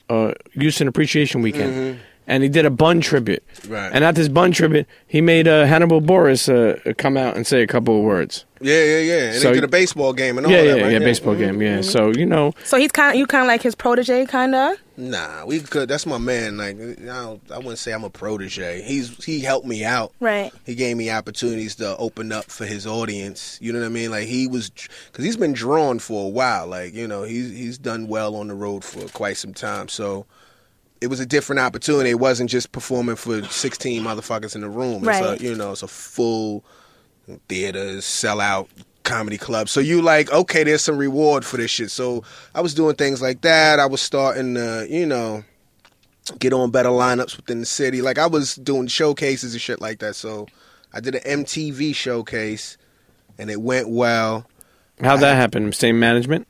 uh, Houston Appreciation Weekend, and he did a Bun tribute. Mm-hmm. Right. And at this Bun tribute, he made uh, Hannibal Boris uh, come out and say a couple of words. Yeah, yeah, yeah. And So- they did a baseball game and all yeah, Oh, that. yeah, right? Mm-hmm. yeah, baseball game. Yeah. So you know, So he's kind you kind of like his protege, kind of. Nah, we could. That's my man. Like, I, don't, I wouldn't say I'm a protege. He's he helped me out. Right. He gave me opportunities to open up for his audience. You know what I mean? Like he was, because he's been drawn for a while. Like you know, he's he's done well on the road for quite some time. So it was a different opportunity. It wasn't just performing for 16 motherfuckers in the room. Right. It's a, you know, it's a full theater, sellout comedy club. So you like, okay, there's some reward for this shit. So I was doing things like that. I was starting to, you know, get on better lineups within the city. Like I was doing showcases and shit like that. So I did an MTV showcase and it went well. how that happened. Same management.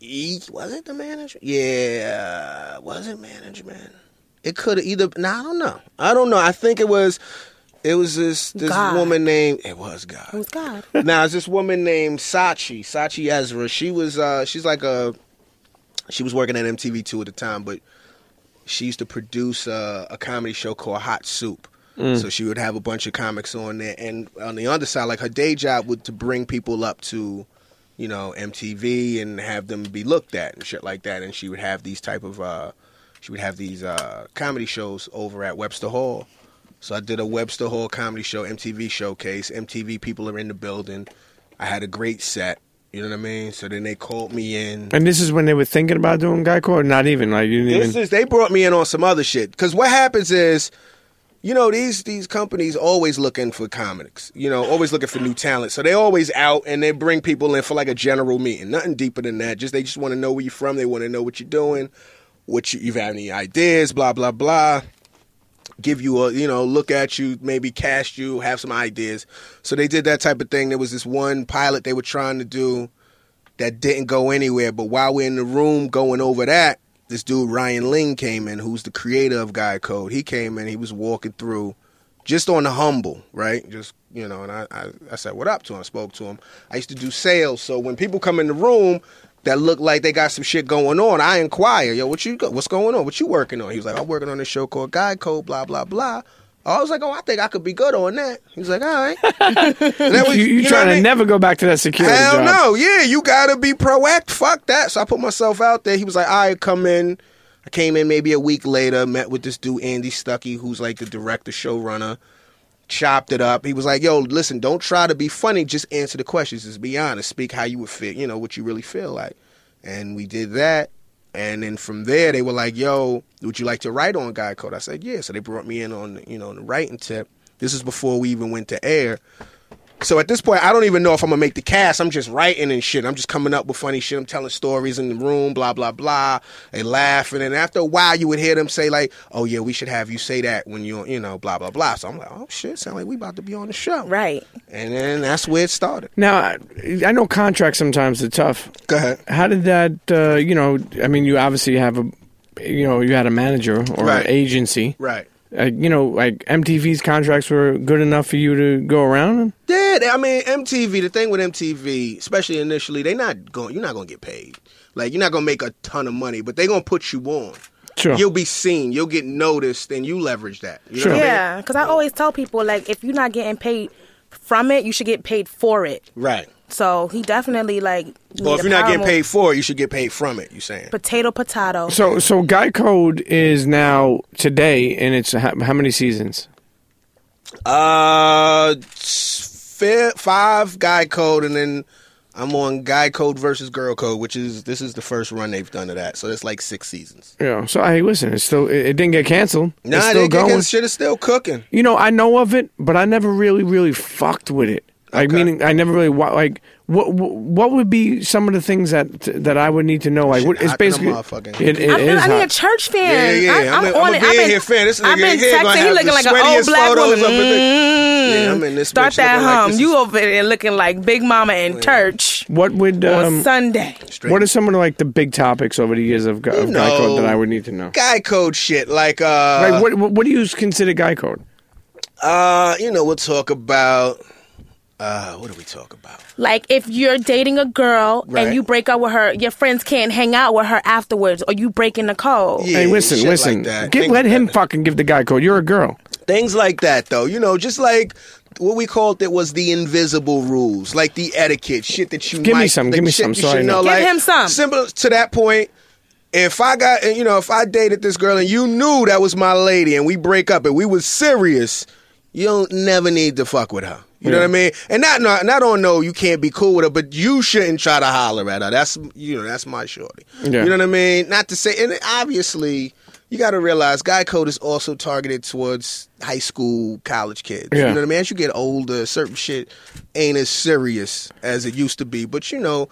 E- was it the manager? Yeah, was it management? It could have either. No, I don't know. I don't know. I think it was. It was this this God. woman named. It was God. It was God. now it's this woman named Sachi, Sachi Ezra. She was uh she's like a she was working at MTV two at the time, but she used to produce uh, a comedy show called Hot Soup. So she would have a bunch of comics on there, and on the other side, like her day job would to bring people up to, you know, MTV and have them be looked at and shit like that. And she would have these type of uh, she would have these uh, comedy shows over at Webster Hall. So I did a Webster Hall comedy show, MTV showcase. MTV people are in the building. I had a great set. You know what I mean? So then they called me in. And this is when they were thinking about doing Geico, or not even like you didn't This even. is they brought me in on some other shit. Because what happens is, you know, these these companies always looking for comics. You know, always looking for new talent. So they always out and they bring people in for like a general meeting. Nothing deeper than that. Just they just want to know where you're from. They want to know what you're doing, what you if you have any ideas, blah blah blah. Give you a you know look at you, maybe cast you, have some ideas. So they did that type of thing. There was this one pilot they were trying to do that didn't go anywhere. But while we're in the room going over that, this dude Ryan Ling came in, who's the creator of Guy Code. He came in, he was walking through, just on the humble, right? Just you know, and I, I, I said what up to him, spoke to him. I used to do sales, so when people come in the room that look like they got some shit going on, I inquire, yo, what you go, what's going on? What you working on? He was like, I'm working on this show called Guy Code, blah blah blah. I was like, oh, I think I could be good on that. He was like, all right. And that was- You, you, know trying what I to mean? never go back to that security Hell job? no, yeah, you gotta be proactive. Fuck that. So I put myself out there. He was like, "All right, come in." I came in maybe a week later. Met with this dude Andy Stuckey, who's like the director, showrunner. Chopped it up. He was like, "Yo, listen, don't try to be funny. Just answer the questions. Just be honest. Speak how you would feel. You know what you really feel like." And we did that. And then from there, they were like, "Yo, would you like to write on Guy Code?" I said, "Yeah." So they brought me in on you know on the writing tip. This is before we even went to air So at this point, I don't even know if I'm gonna make the cast. I'm just writing and shit. I'm just coming up with funny shit. I'm telling stories in the room, blah blah blah. They laugh, and then after a while, you would hear them say like, "Oh yeah, we should have you say that when you're, you know, blah blah blah." So I'm like, "Oh shit, sound like we about to be on the show." Right. And then that's where it started. Now, I, I know contracts sometimes are tough. Go ahead. How did that? Uh, you know, I mean, you obviously have a, you know, you had a manager or an Right. agency, Right. Uh, you know, like MTV's contracts were good enough for you to go around. Yeah, they- I mean MTV. The thing with MTV, especially initially, they not going. You're not gonna get paid. Like you're not gonna make a ton of money, but they gonna put you on. Sure. You'll be seen. You'll get noticed, and you leverage that. You know Sure. what I mean? Yeah, because I always tell people like if you're not getting paid from it, you should get paid for it. Right. So he definitely like. made Well, if a you're not getting problem. paid for it, you should get paid from it. You saying? potato potato. So, so Guy Code is now today, and it's how, how many seasons? Uh, s- fi- five guy code, and then I'm on guy code versus girl code, which is this is the first run they've done of that. So it's like six seasons. You know, so hey, listen, it's still it, it didn't get canceled. Nah, it's still they, going. they, shit is still cooking. You know, I know of it, but I never really, really fucked with it. Like, Okay. meaning, I never really wa- like. What what- what would be some of the things that that I would need to know? Like, Shit what, it's hot than a basically motherfucker. it, it I, feel, is I need a hot. church Yeah, fan. yeah, I, I'm, I'm a- on I'm a it. I've big been, head fan. This nigga I've been here gonna texting. He have looking the like an old sweatiest black photos woman. up in the- Mm. Yeah, I'm in this Start bitch that looking like hum. this you is- over there looking like Big Mama in church What would on um, Sunday. Straight. what are some of the, like the big topics over the years of, Gu- of You Guy Code that know, I would need to know? guy code shit? Like uh, Like, what what what do you consider Guy Code? uh, you know, we'll talk about uh, what do we talk about? Like if you're dating a girl Right. and you break up with her, your friends can't hang out with her afterwards, or you breaking the code. Yeah, hey, listen, shit like listen. that. Get, Things let like him that. fucking give the Guy Code. You're a girl. things like that though you know just like what we called it was the invisible rules like the etiquette shit that you Give me might, some, like, give me shit some, you so I should know. know Give like, him some. similar to that point if I got and, you know if I dated this girl and you knew that was my lady and we break up and we was serious you don't never need to fuck with her you know what I mean and not not not on no you can't be cool with her but you shouldn't try to holler at her that's you know that's my shorty Yeah. you know what I mean not to say and obviously you got to realize guy code is also targeted towards high school college kids Yeah. you know what I mean as you get older certain shit ain't as serious as it used to be but you know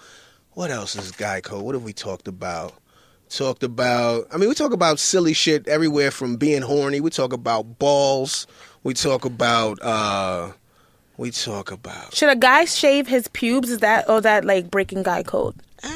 what else is guy code what have we talked about talked about i mean we talk about silly shit everywhere from being horny we talk about balls we talk about uh we talk about Should a guy shave his pubes? Is that or that like breaking guy code?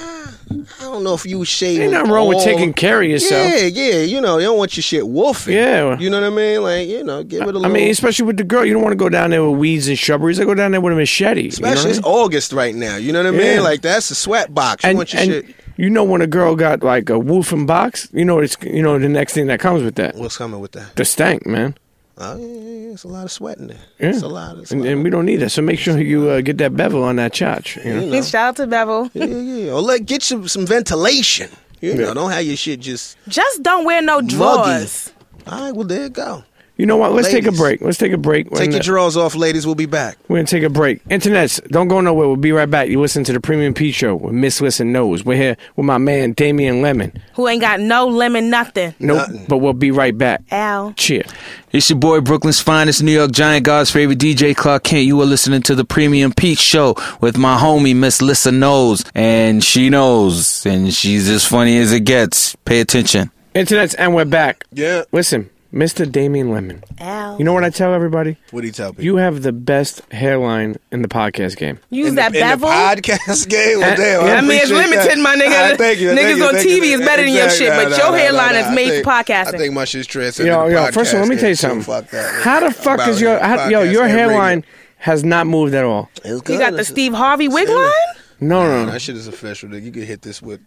i don't know if you shave Ain't nothing wrong with all- taking care of yourself. yeah yeah you know they don't want your shit wolfing Yeah. you know what i mean like you know give it a little I mean, especially with the girl, you don't want to go down there with weeds and shrubberies. I go down there with a machete. you know what I especially mean? it's august right now you know what i mean Yeah. like that's a sweat box you want your shit you know when a girl got like a woofing box, you know it's you know the next thing that comes with that what's coming with that the stank, man. oh yeah, yeah, yeah it's a lot of sweat in there Yeah, it's a lot it's a and, lot and we don't need that. So make sure you uh, get that bevel on that chotch. You know? Shout out to Bevel. yeah yeah yeah. or let get some some ventilation you know Yeah. don't have your shit just Just don't wear no drawers. All right, well, there you go. You know what? Let's take a Ladies. break. Let's take a break. We're Take in your the- drawers off, ladies. We'll be back. We're gonna take a break. Internets, don't go nowhere. We'll be right back. You listen to the Premium P Show with Miss Listen Knows. We're here with my man Damian Lemon. Who ain't got no lemon nothing? Nope, but we'll be right back. Ow. Cheer. It's your boy Brooklyn's finest New York Giant God's favorite DJ Clark Kent. You are listening to the Premium Pete Show with my homie Miss Lissa Knows, and she knows, and she's as funny as it gets. Pay attention. Internets, and we're back. Yeah. Listen, Mr. Damian Lemon. Ow. You know what I tell everybody? What do you tell people? You have the best hairline in the podcast game. Use in that the, bevel. In the podcast game? Well, Uh, damn, yeah, I I mean, it's appreciate limited, that. my nigga. All right, thank you, Niggas thank you, on thank TV you. is better than your Exactly. shit, Nah, but nah, your nah, hairline nah, is nah. made I for think- podcasting. I think my shit's transcended Yo, the yo, podcast first of all, let me game, tell you too. something. Fuck that. How the It's fuck about is your it. how, yo Podcast your and radio. hairline has not moved at all? It's good. You got the It's- Steve Harvey wig it's in line? it. Mm. No, no, no. That shit is official. nigga. You can hit this with,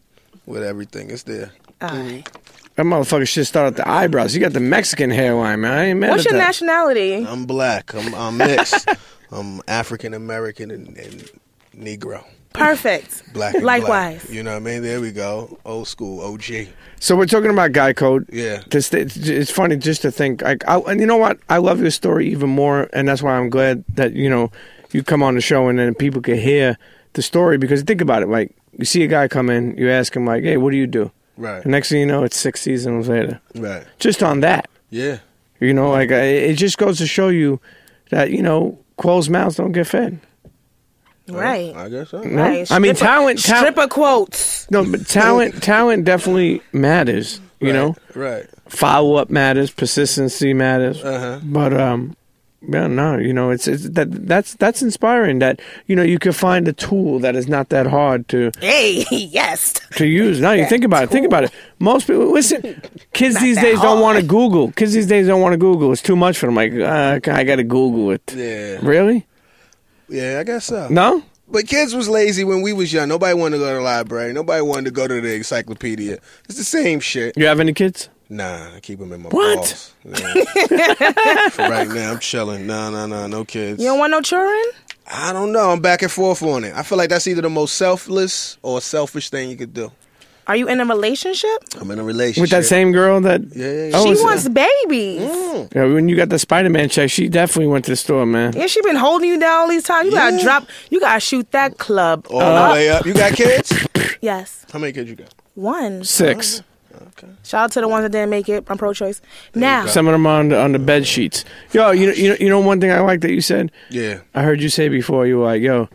with everything. It's there. Alright. That motherfucker should start at the eyebrows. You got the Mexican hairline, man. I ain't mad What's at your that. nationality? I'm black. I'm, I'm mixed. I'm African American and, and Negro. Perfect. Black. and black. Likewise. You know what I mean? There we go. Old school. OG. so we're talking about guy code. Yeah. Just- it's, it's funny just to think. Like, I, and you know what? I love your story even more, and that's why I'm glad that you know you come on the show and then people can hear the story. Because think about it, like you see a guy come in, you ask him like, "Hey, what do you do?" Right. The next thing you know, it's six seasons later. Right. Just on that. Yeah. You know, like I- it just goes to show you that you know closed mouths don't get fed. Right. Oh. I guess so. No? I mean, Stripper- talent- tal- stripper quotes. No, but talent, talent definitely matters. You know, Right. follow up matters, persistency matters. Uh-huh. But um, yeah, no, you know, it's, it's that that's that's inspiring. That you know, you can find a tool that is not that hard to Hey, yes. to use. Now you think about it. Think about it. Most people listen. Kids these that days don't hard. want to Google. Kids these days don't want to Google. It's too much for them. Like uh, I got to Google it. Yeah. Really? Yeah, I guess so. No. But kids was lazy when we was young. Nobody wanted to go to the library. Nobody wanted to go to the encyclopedia. It's the same shit. You have any kids? Nah, I keep them in my What? balls. Yeah. For right now, I'm chilling. Nah, nah, nah, no kids. You don't want no children? I don't know. I'm back and forth on it. I feel like that's either the most selfless or selfish thing you could do. Are you in a relationship? I'm in a relationship With that same girl that Yeah, yeah, yeah. Oh, She it's- wants babies. Mm. Yeah, when you got the Spider Man check, she definitely went to the store, man. Yeah, she been holding you down all these times. You gotta Yeah. drop. You gotta shoot that club. all the way up. You got kids? Yes, How many kids you got? one. Six. Shout out to the ones that didn't make it. I'm pro-choice. Now, Some of them on the, on the bed sheets. Yo, you know, you know, you know one thing I like that you said. Yeah. I heard you say before. You were like, yo,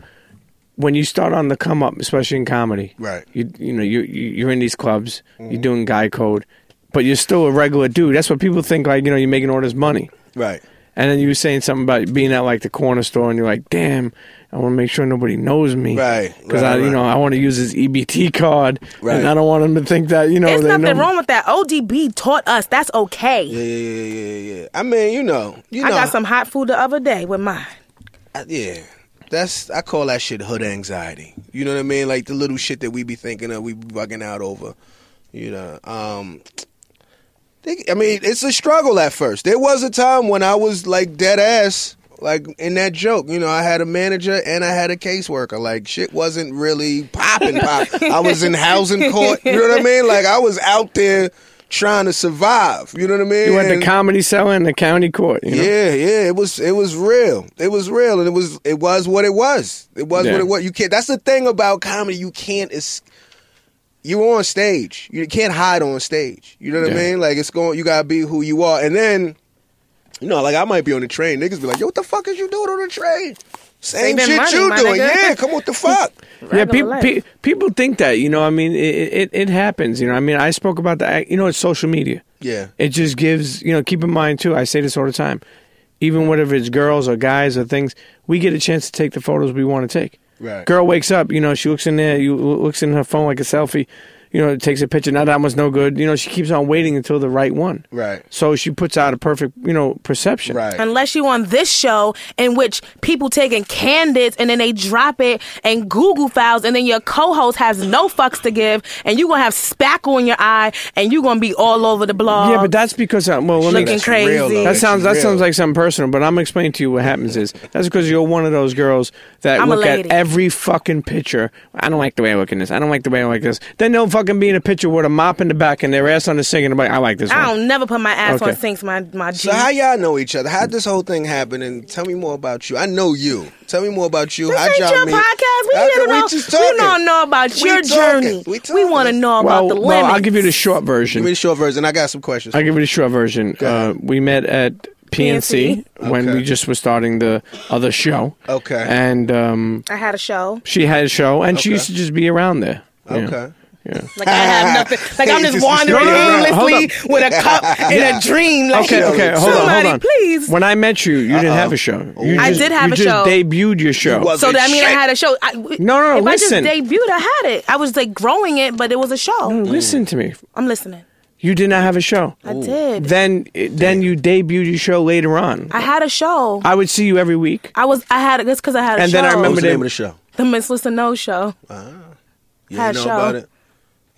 when you start on the come up, especially in comedy, Right. Mm-hmm. You you know you you- you're in these clubs, you're doing guy code, but you're still a regular dude. That's what people think. Like you know, you're making all this money. Right. And then you were saying something about being at like the corner store, and you're like, "Damn, I want to make sure nobody knows me, Right, Because right, I, you right. know, I want to use his EBT card, Right. and I don't want him to think that, you know, there's they nothing know me. wrong with that. ODB taught us that's okay. Yeah, yeah, yeah, yeah, yeah. I mean, you know, you know, I got some hot food the other day with mine. I- yeah. That's I call that shit hood anxiety. You know what I mean? Like the little shit that we be thinking of, we be bugging out over. You know, um, they, I mean, it's a struggle at first. There was a time when I was like dead ass, like in that joke. You know, I had a manager and I had a caseworker. Like shit wasn't really popping. Pop. I was in housing court. You know what I mean? Like I was out there trying to survive. You know what I mean? You went And- to comedy cellar in the county court. You know? Yeah, yeah, it was it was real. It was real, and it was it was what it was. It was Yeah. what it was. You can't. That's the thing about comedy. You can't. Es- you're on stage. You can't hide on stage. You know what I Yeah. mean? Like it's going. You gotta be who you are, and then. You know, like I might be on the train. Niggas be like, "Yo, what the fuck is you doing on the train?" Same Saving shit money, you my doing. nigga. Yeah, come on, what the fuck? yeah. Regular People, life. pe- people think that, you know. I mean, it, it it happens. You know, I mean, I spoke about that. You know, it's social media. yeah, It just gives, you know, keep in mind too, I say this all the time. Even whether it's girls or guys or things, we get a chance to take the photos we want to take. Right. Girl wakes up, you know, she looks in there, you looks in her phone like a selfie, you know, takes a picture, now that one's no good. You know, she keeps on waiting until the right one. Right. So she puts out a perfect, you know, perception. right. Unless you on this show in which people taking candids and then they drop it and Google files and then your co-host has no fucks to give and you gonna have spackle in your eye and you gonna be all over the blog. Yeah, but that's because uh, well, let me Looking That's crazy. real, though. That That That's sounds that real. sounds like something personal, but I'm explaining to you what happens is that's because you're one of those girls that I'm a look at lady. every fucking picture. I don't like the way I look in this. I don't like the way I like this. Then they'll fucking be in a picture with a mop in the back and their ass on the sink and they're like, I like this I one. don't never put my ass Okay. on sinks, my my G. So how y'all know each other? How'd this whole thing happen? And tell me more about you. I know you. Tell me more about you. this How'd ain't y'all your meet? podcast. We How- here to know. just We talking. don't know about We your talking. journey. We We, talking. want to know Well, about the well, limits. I'll give you the short Give me version. the short version. I got some questions. I'll give you the short version. Uh, we met at PNC, when Okay. we just were starting the other show. Okay. And um, I had a show. she had a show and she Okay. used to just be around there. Yeah. Okay. Yeah. Like I have nothing. Like I'm just Just wandering strolling around. aimlessly with a cup and Yeah. a dream. Like, Okay, okay, hold on, hold somebody, on. please. When I met you, you didn't have a show. You I just, did have you a just show. debuted your show. was- So that I mean, I Shit. had a show. I, no, no, no, If listen. Mm. I just debuted, I had it. I was like growing it, but it was a show. Listen to me. I'm listening. You did not have a show. Mm. I did. Then, then you debuted your show later on. I had a show. I, I would see you every week. was. I had it just because I had a And show. then I What remember was the they- name of the show? the Miss Listen No show. You Had didn't know show. about it.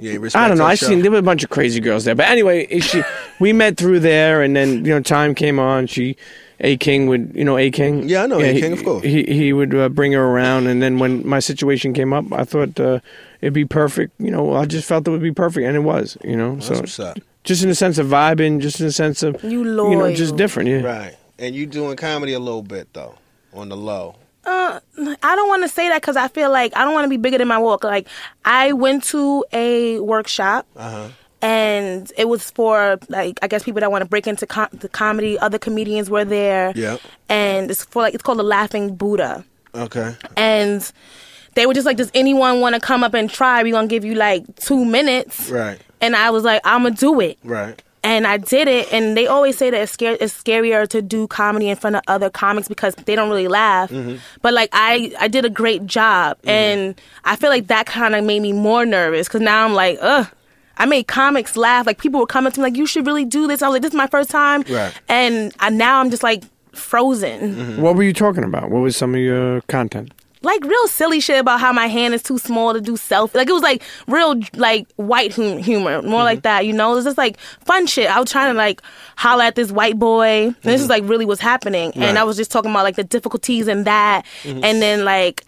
Yeah, respect I don't know. that I show. seen there were a bunch of crazy girls there, but anyway, it- she we met through there, and then you know time came on. She, A King would you know A King. Yeah, I know A. he- King, of course. He he would uh, bring her around, and then when my situation came up, I thought uh, it'd be perfect. You know, I just felt it would be perfect, and it was. You know, so what's up. just in the sense of vibing, just in the sense of You know, loyal. just different. Yeah, Right. And you doing comedy a little bit though, on the low. I don't want to say that because I feel like I don't want to be bigger than my walk. Like I went to a workshop. And it was for like I guess people that want to break into com- the comedy. Other comedians were there. Yeah. And it's for like it's called the Laughing Buddha. Okay. and they were just like, "Does anyone want to come up and try? We gonna give you like two minutes." Right. And I was like, "I'm gonna do it." Right. And I did it. And they always say that it's, scare- it's scarier to do comedy in front of other comics because they don't really laugh. But like I, I did a great job, and I feel like that kind of made me more nervous because now I'm like, ugh. I made comics laugh. Like people were coming to me like, "You should really do this." I was like, "This is my first time," Right. and I, now I'm just like frozen. What were you talking about? What was some of your content? like real silly shit about how my hand is too small to do self. Like it was like real like white hum- humor, Mm-hmm. more like that. You know, it was just like fun shit. I was trying to like holler at this white boy, and Mm-hmm. this is like really what's happening. And I was just talking about like the difficulties and that, Mm-hmm. and then like.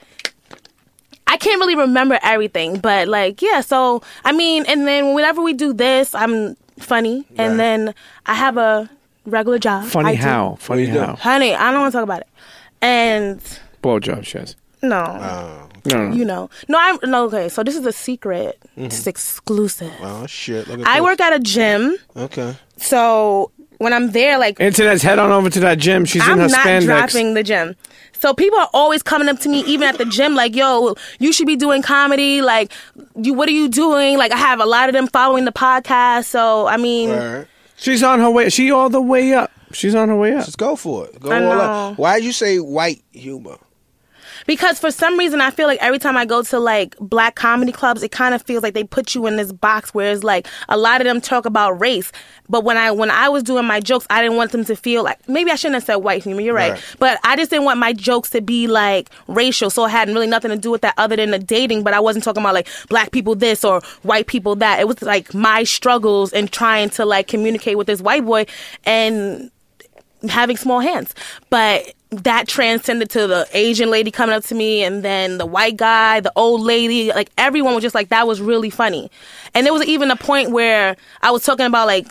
I can't really remember everything, but like, yeah, so I mean, and then whenever we do this, I'm funny, and then I have a regular job. Funny I do- how? Funny What you how? Honey, I don't want to talk about it. And Blowjob, Shaz. no Oh, No, no. you know. No, I'm no okay. So this is a secret. It's exclusive. Oh shit. Mm-hmm. Look at I this. work at a gym, Okay. so when I'm there, like Internet's head on over to that gym. She's I'm in her not spandex. dropping the gym. So people are always coming up to me, even at the gym, like, "Yo, you should be doing comedy. Like, you, what are you doing?" Like, I have a lot of them following the podcast. So I mean, All right. She's on her way. She all the way up. She's on her way up. Just go for it. Go I all know. out. Why'd you say white humor? because for some reason I feel like every time I go to like black comedy clubs, it kind of feels like they put you in this box where it's like a lot of them talk about race. But when I when I was doing my jokes, I didn't want them to feel like maybe I shouldn't have said white humor. You're right, Right. but I just didn't want my jokes to be like racial, so it had really nothing to do with that other than the dating. But I wasn't talking about like black people this or white people that. It was like my struggles and trying to like communicate with this white boy and having small hands. But that transcended to the Asian lady coming up to me and then the white guy, the old lady, like everyone was just like that was really funny. And there was even a point where I was talking about like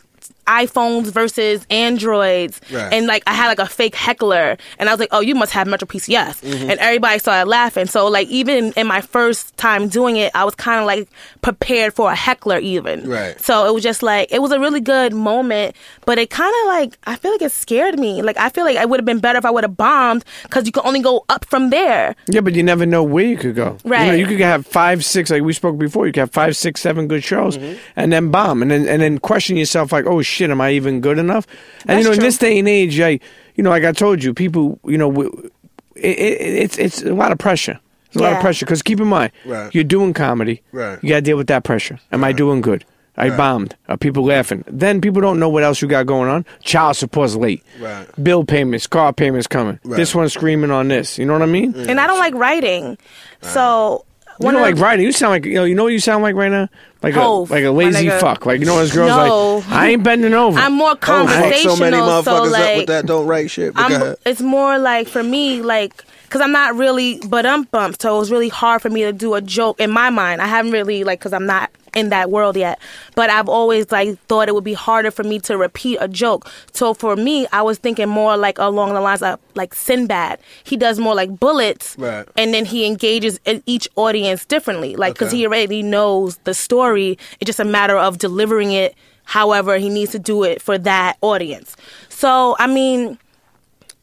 iPhones versus Androids Right. and like I had like a fake heckler and I was like, Oh, you must have Metro PCS Mm-hmm. and everybody started laughing. So like even in my first time doing it, I was kinda like prepared for a heckler even. Right. So it was just like it was a really good moment, but it kind of like I feel like it scared me. Like I feel like it would have been better if I would have bombed because you can only go up from there. Yeah, but you never know where you could go. You, know, Right. you could have five, six, like we spoke before. You could have five, six, seven good shows, Mm-hmm. and then bomb, and then and then question yourself like, oh shit, am I even good enough? And That's you know, in true. this day and age, I, you know, like I told you, people, you know, w- it, it, it's it's a lot of pressure. It's a lot of Yeah. pressure because keep in mind, Right. you're doing comedy. Right. You got to deal with that pressure. Am I doing good? I bombed. Are people laughing? Then people don't know what else you got going on. Child support's late. Right. Bill payments, car payments coming. This one's screaming on this. You know what I mean? And I don't like writing, so You one know, of like the- writing. You sound like you know. You know what you sound like right now? Like Hove, a like my a lazy nigga. fuck. Like you know, those girls No. like I ain't bending over. I'm more Fuck conversational. Oh, so many motherfuckers so, up with like, that don't write shit. But go I'm, ahead. it's more like for me, like, because I'm not really but um bump, so it was really hard for me to do a joke in my mind. I haven't really like because I'm not in that world yet, but I've always like thought it would be harder for me to repeat a joke. So for me, I was thinking more like along the lines of like Sinbad. He does more like bullets, Right. and then he engages in each audience differently, like because Okay. he already knows the story. It's just a matter of delivering it. However, he needs to do it for that audience. So, I mean,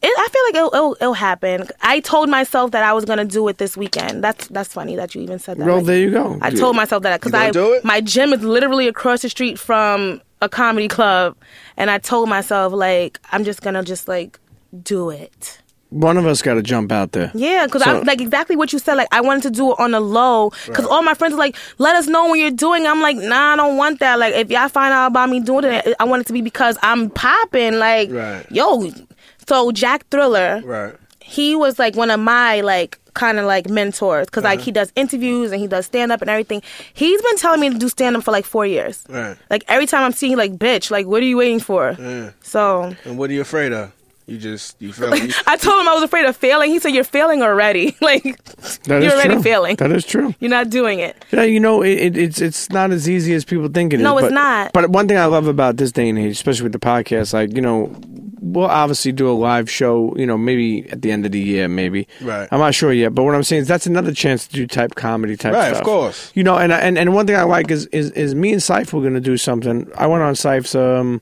it, I feel like it'll, it'll, it'll happen. I told myself that I was gonna do it this weekend. That's that's funny that you even said that. Well, Like, there you go. I told myself that because gonna I do it? my gym is literally across the street from a comedy club, and I told myself like I'm just gonna just like do it. One of us got to jump out there. Yeah, because So- I'm like exactly what you said. Like I wanted to do it on a low because all my friends are like, "Let us know when you're doing." it." I'm like, "Nah, I don't want that." Like if y'all find out about me doing it, I want it to be because I'm popping. Like Right. yo, so Jack Thriller, Right. he was like one of my like kind of like mentors because like Uh-huh. he does interviews and he does stand up and everything. He's been telling me to do stand up for like four years. Right. Like every time I'm seeing like bitch, like what are you waiting for? Mm. So And what are you afraid of? You just you feel you, I told him I was afraid of failing. He said you're failing already. like That you're is already true. failing. That is true. You're not doing it. Yeah, you know, it, it, it's it's not as easy as people think it is. No, it's but- not. But one thing I love about this day and age, especially with the podcast, like you know, we'll obviously do a live show. You know, maybe at the end of the year, maybe. Right. I'm not sure yet, but what I'm saying is that's another chance to do type comedy type Right, of stuff. course. You know, and I- and and one thing I like is is is me and Syph were going to do something. I went on Syph's um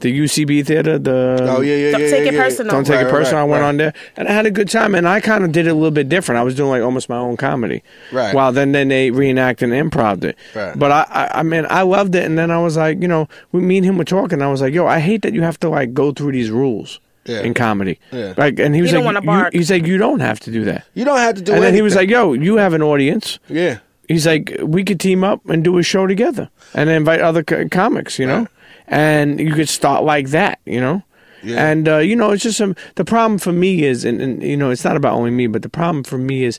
the UCB theater. The Oh yeah, yeah, Don't yeah, take yeah, it yeah. personal. Don't take Right, it personal. right, I went right. on there and I had a good time, and I kind of did it a little bit different. I was doing like almost my own comedy, Right. While then then they reenact and improv it, Right. But I, I I mean I loved it, and then I was like, you know, we me and him were talking. and I was like, yo, I hate that you have to like go through these rules Yeah. in comedy, Yeah. Like, and he was don't like, wanna you- bark. he's like, you don't have to do that. You don't have to do and then he was anything. like, yo, you have an audience. Yeah. He's like, we could team up and do a show together, and invite other co- comics, you know, Right. and you could start like that, you know, Yeah. and uh, you know, it's just some. The problem for me is, and, and you know, it's not about only me, but the problem for me is,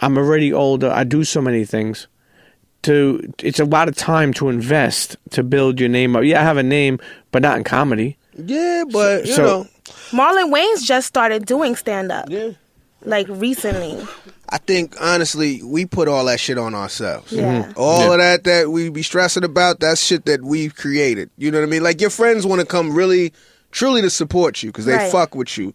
I'm already older. I do so many things. To it's a lot of time to invest to build your name up. Yeah, I have a name, but not in comedy. Yeah, but you so- know. Marlon Wayne's just started doing stand up. Yeah. Like recently. I think honestly, we put all that shit on ourselves. Yeah. Mhm. All of that that we be stressing about, that's shit that we've created. You know what I mean? Like your friends want to come really, truly to support you because they Right. fuck with you.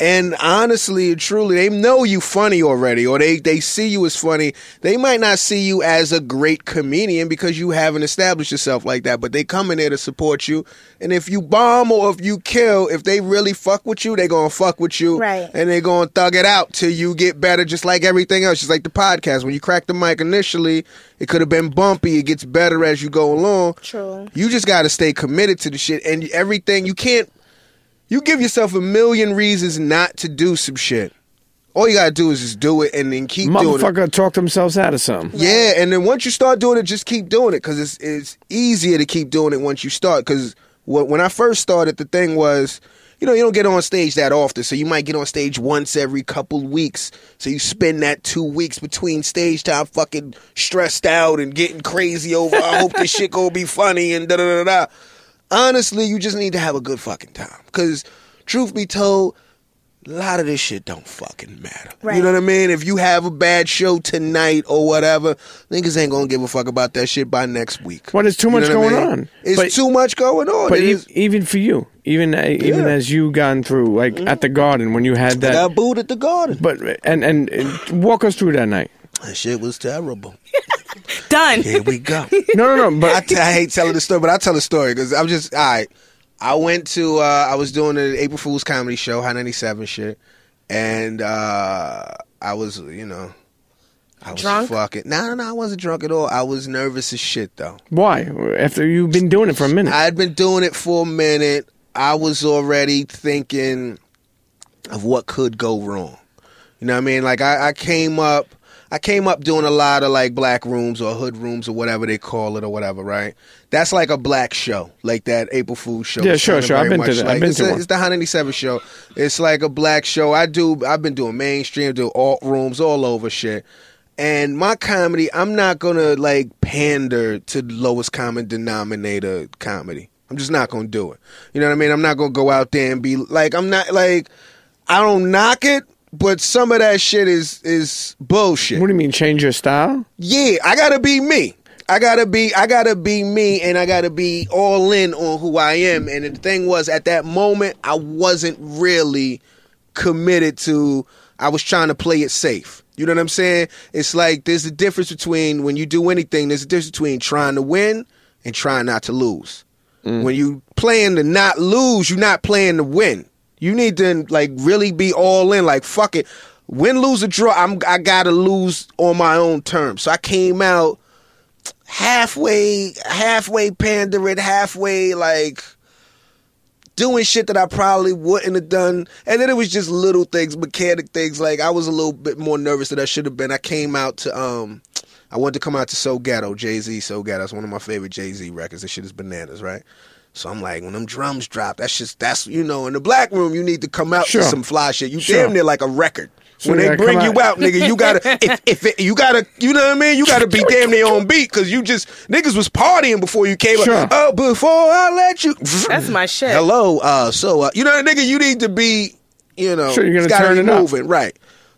And honestly, and truly, they know you funny already, or they they see you as funny. They might not see you as a great comedian because you haven't established yourself like that. But they come in there to support you. And if you bomb or if you kill, if they really fuck with you, they gonna fuck with you Right. and they're gonna thug it out till you get better, just like everything else. Just like the podcast, when you crack the mic initially, it could have been bumpy. It gets better as you go along. True. You just gotta stay committed to the shit and everything. You can't. You give yourself a million reasons not to do some shit. All you gotta do is just do it and then keep doing it. Motherfucker talked themselves out of something. Yeah, and then once you start doing it, just keep doing it because it's it's easier to keep doing it once you start. Because when I first started, the thing was, you know, you don't get on stage that often, so you might get on stage once every couple weeks. So you spend that two weeks between stage time, fucking stressed out and getting crazy over. I hope this shit gonna be funny and da da da da. Honestly, you just need to have a good fucking time. Because truth be told, a lot of this shit don't fucking matter. You Right. know what I mean? If you have a bad show tonight or whatever, niggas ain't gonna give a fuck about that shit by next week. Well, there's too much know what going I mean? on. It's But- too much going on. But It e- is- even for you, even uh, even Yeah. Mm-hmm. as you gone through, like at the garden when you had I that, got booed at the garden. But and and and walk us through that night. That shit was terrible. Done. Here we go. No, no, no. I, But t- I hate telling the story, but I tell the story because I'm just all right. I went to uh, I was doing an April Fool's comedy show, High 97 shit, and uh, I was you know I was Drunk? fucking no no no I wasn't drunk at all. I was nervous as shit though. why? After you've been doing it for a minute, I had been doing it for a minute. I was already thinking of what could go wrong. You know what I mean? Like I, I came up I came up doing a lot of like black rooms or hood rooms or whatever they call it or whatever, right? That's like a black show, like that April Fool's show. Yeah, It's sure, kinda sure. I've very been to much that. I've been it's, to a- one. it's the 187 show. It's like a black show. I do. I've been doing mainstream, do alt rooms, all over shit. And my comedy, I'm not gonna like pander to the lowest common denominator comedy. I'm just not gonna do it. You know what I mean? I'm not gonna go out there and be like, I'm not like, I don't knock it, but some of that shit is is bullshit. what do you mean change your style? Yeah, I gotta be me. I gotta be I gotta be me and I gotta be all in on who I am. And the thing was at that moment I wasn't really committed to I was trying to play it safe. You know what I'm saying? It's like there's a difference between when you do anything, there's a difference between trying to win and trying not to lose. When you playing to not lose, you're not playing to win. You need to like really be all in. Like fuck it, win, lose or draw. I'm I gotta lose on my own terms. So I came out halfway, halfway pandering, halfway like doing shit that I probably wouldn't have done. And then it was just little things, mechanic things. Like I was a little bit more nervous than I should have been. I came out to um I wanted to come out to So Ghetto, Jay Z So Ghetto. It's one of my favorite Jay Z records. That shit is bananas, right? So I'm like, when them drums drop, that's just that's you know, in the black room you need to come out Sure. with some fly shit. You Sure. damn near like a record. So when you they gotta bring come you out. out, nigga, you gotta if, if it, you gotta you know what I mean? You gotta be damn near on beat because you just niggas was partying before you came Sure. up. Oh, before I let you That's my shit. Hello, uh, so uh, you know, nigga, you need to be, you know, Sure, you're gonna it's gotta turn be it up. moving, right?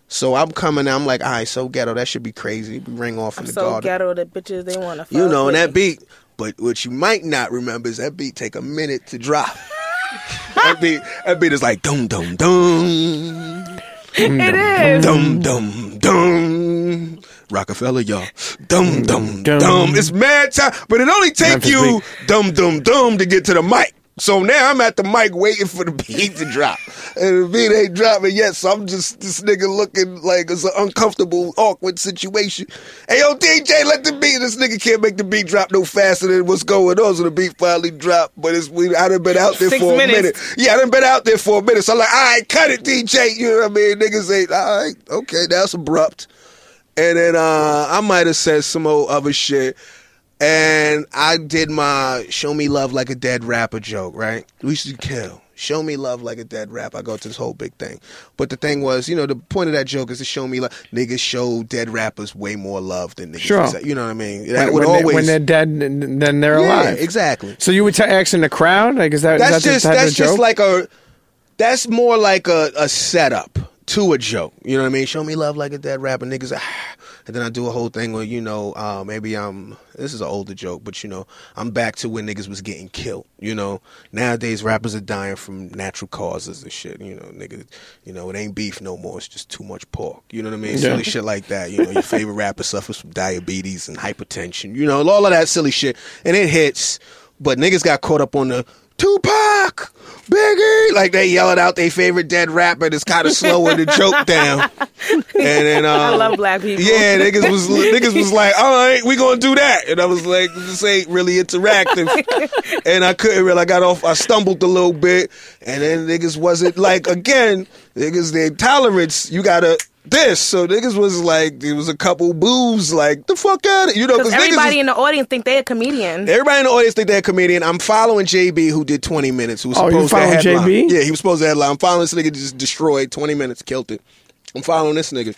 So I'm coming. I'm like, all right, so ghetto. That should be crazy. We ring off in I'm the so garden, ghetto the bitches they wanna fuck you know, with. and that beat. But what you might not remember is that beat take a minute to drop. that beat, that beat is like dum dum dum. It is. Dum dum dum. Rockefeller, y'all. Dum dum Dum. dum. It's mad time, but it only take Memphis you dum dum dum to get to the mic. So now I'm at the mic waiting for the beat to drop. And the beat ain't dropping yet, so I'm just this nigga looking like it's an uncomfortable, awkward situation. Hey, yo, DJ, let the beat. This nigga can't make the beat drop no faster than what's going on. So the beat finally dropped, but it's we I done been out there Six for minutes. a minute. Yeah, I done been out there for a minute. So I'm like, all right, cut it, DJ. You know what I mean? Niggas ain't, all right, okay, that's abrupt. And then uh, I might have said some old other shit. And I did my show me love like a dead rapper joke, right? We used to kill. Show me love like a dead rap. I go to this whole big thing. But the thing was, you know, the point of that joke is to show me love. Niggas show dead rappers way more love than niggas. Sure. deserve. You know what I mean? That would when, always. they, when they're dead, n- then they're yeah, alive. exactly. So you were t- asking the crowd, like, is that is That's that just the type that's of joke? just like a that's more like a, a setup to a joke. You know what I mean? Show me love like a dead rapper, niggas. ah. And then I do a whole thing where you know uh, maybe I'm this is an older joke, but you know I'm back to when niggas was getting killed. You know nowadays rappers are dying from natural causes and shit. You know niggas, you know it ain't beef no more. It's just too much pork. You know what I mean? Silly shit like that. You know your favorite rapper suffers from diabetes and hypertension. You know all of that silly shit, and it hits. But niggas got caught up on the Tupac, Biggie, like they yelling out their favorite dead rapper. It's kind of slowing the joke down. And then um, I love black people. Yeah, niggas was niggas was like, all right, we gonna do that, and I was like, this ain't really interactive. and I couldn't really. I got off. I stumbled a little bit, and then niggas wasn't like again. Niggas their tolerance. You gotta. This so niggas was like there was a couple boos like the fuck out of you know Because niggas is- everybody in the audience think they're a comedian. Everybody in the audience think they're a comedian. I'm following JB who did 20 minutes. Who was Oh, you supposed following to headline. JB? Yeah, he was supposed to headline. I'm following this nigga just destroyed 20 minutes, killed it. I'm following this nigga.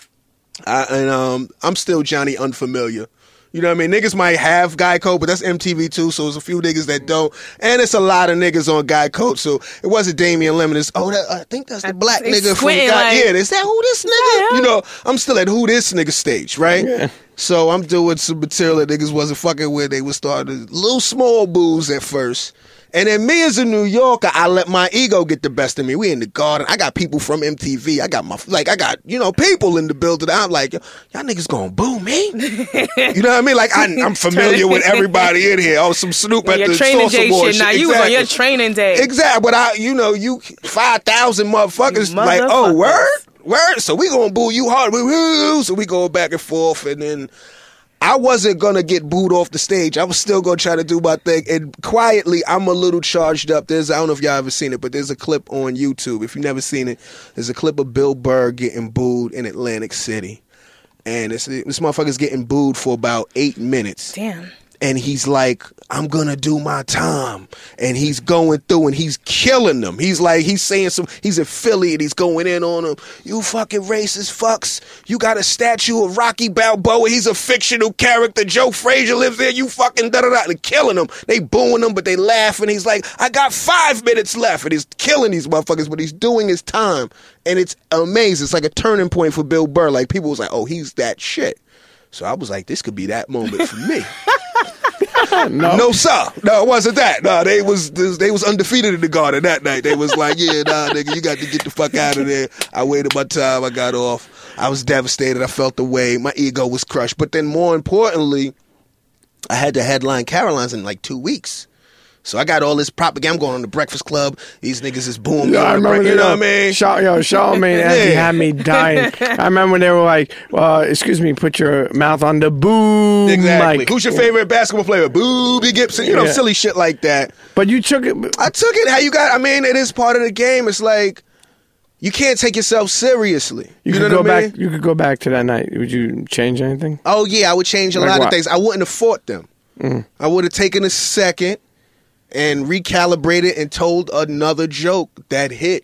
I, and um, I'm still Johnny Unfamiliar. You know what I mean? Niggas might have Geico, but that's MTV too, so it's a few niggas that don't. And it's a lot of niggas on Geico, so it wasn't Damian Lemon. It's, oh, that, I think that's the black He's nigga from squinting Geico. like- yeah, is that who this nigga? You know, I'm still at who this nigga stage, right? So I'm doing some material that niggas wasn't fucking with. They was starting to- little small boos at first. And then me as a New Yorker, I let my ego get the best of me. We in the garden. I got people from MTV. I got my like I got, you know, people in the building. I'm like, "Yo, y'all niggas gonna boo me. you know what I mean? Like I, I'm familiar with everybody in here. Oh, some Snoop at your the training Source day Award shit. Now you was on Exactly. your training day. Exactly. But I, you know, you five thousand motherfuckers. You Like, oh, motherfuckers. word, word. So we gonna boo you hard. Woo, woo. So we go back and forth, and then I wasn't gonna get booed off the stage. I was still gonna try to do my thing. And quietly, I'm a little charged up. There's, I don't know if y'all ever seen it, but there's a clip on YouTube. If you've never seen it, there's a clip of Bill Burr getting booed in Atlantic City. And this, this motherfucker's getting booed for about eight minutes Damn. and he's like, I'm gonna do my time. And he's going through and he's killing them. He's like, he's saying some, he's in Philly and he's going in on them. You fucking racist fucks. You got a statue of Rocky Balboa. He's a fictional character. Joe Frazier lives there. You fucking da da da. They're killing them. They booing them, but they laughing. He's like, I got five minutes left. And he's killing these motherfuckers, but he's doing his time. And it's amazing. It's like a turning point for Bill Burr. Like, people was like, oh, he's that shit. So I was like, this could be that moment for me. no, No, sir. No, it wasn't that. No, they was they was undefeated in the garden that night. They was like, yeah, nah, nigga, you got to get the fuck out of there. I waited my time. I got off. I was devastated. I felt the way. My ego was crushed. But then, more importantly, I had to headline Caroline's in like two weeks. So I got all this propaganda. I'm going on the Breakfast Club. These niggas is booming. Yeah, I remember. You the, know uh, what I mean? Shaw, yo, Charlemagne actually Yeah. had me dying. I remember when they were like, uh, "Excuse me, put your mouth on the boom." Exactly. mic. Who's your favorite basketball player? Booby Gibson. You know, Yeah. silly shit like that. But you took it. I took it how you got. I mean, it is part of the game. It's like you can't take yourself seriously. You, You, could know go what I mean? back. You could go back to that night. Would you change anything? Oh yeah, I would change a Like lot what? Mm. of things. I wouldn't have fought them. I would have taken a second and recalibrated and told another joke that hit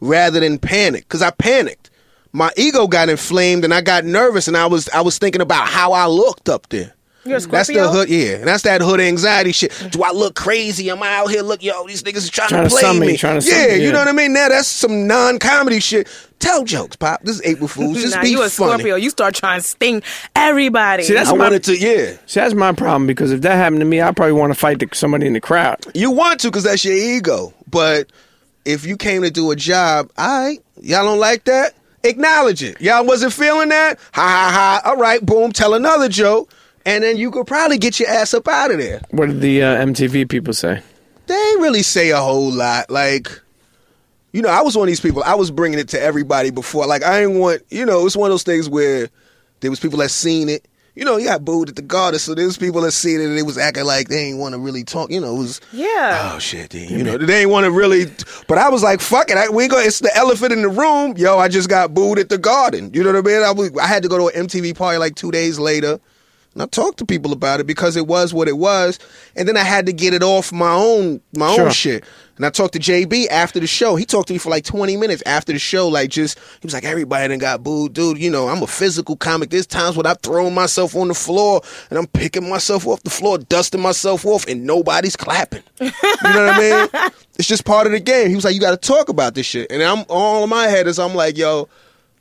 rather than panic because I panicked. My ego got inflamed and I got nervous and I was I was thinking about how I looked up there. You're a That's the Scorpio? hood, yeah. And that's that hood anxiety shit. Do I look crazy? Am I out here look? Yo, these niggas are trying, Trying to to play sum me, me. trying to sum yeah, me, yeah. you know what I mean. Now that's some non-comedy shit. Tell jokes, pop. This is April Fools. Just Nah, be you a funny. Scorpio. You start trying to sting everybody. See, that's I my. wanted to, yeah. see, that's my problem because if that happened to me, I probably want to fight the, somebody in the crowd. You want to because that's your ego. But if you came to do a job, all right, y'all don't like that? Acknowledge it. Y'all wasn't feeling that? Ha ha ha. All right, boom, tell another joke. And then you could probably get your ass up out of there. What did the uh, MTV people say? They they ain't really say a whole lot. Like, you know, I was one of these people. I was bringing it to everybody before. Like, I ain't want, you know, it's one of those things where there was people that seen it. You know, you got booed at the garden, so there's people that seen it and they was acting like they ain't want to really talk. You know, it was Yeah. oh shit, dude. you know they ain't want to really. But I was like, fuck it, I, we go. It's the elephant in the room, yo. I just got booed at the garden. You know what I mean? I, was, I had to go to an MTV party like two days later, and I talked to people about it because it was what it was, and then I had to get it off my own my Sure. own shit. And I talked to JB after the show. He talked to me for like 20 minutes after the show. Like, just, he was like, everybody done got booed, dude. You know, I'm a physical comic. There's times when I've thrown myself on the floor and I'm picking myself off the floor, dusting myself off, and nobody's clapping. You know what I mean? It's just part of the game. He was like, you got to talk about this shit. And I'm all in my head is I'm like, yo,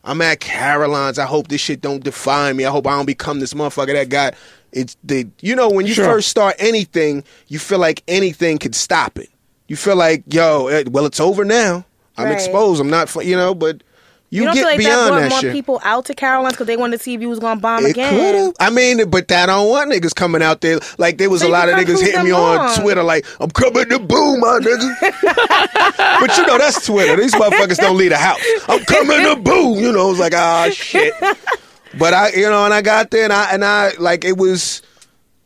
I'm at Caroline's. I hope this shit don't define me. I hope I don't become this motherfucker that got it's the you know when you Sure. first start anything, you feel like anything could stop it. You feel like yo, eh, well it's over now. I'm Right. exposed. I'm not fu- you know, but you, You don't get feel like that beyond brought that, more shit. people out to Caroline's because they wanted to see if you was gonna bomb It again. could have. I mean, but that I don't want niggas coming out there. Like there was So a you lot of can come niggas hitting prove me them on wrong. Twitter, like I'm coming to boo, my nigga. but you know that's Twitter. These motherfuckers don't leave the house. I'm coming to boo. You know, it's like ah shit. But I, you know, and I got there, and I, and I, like it was,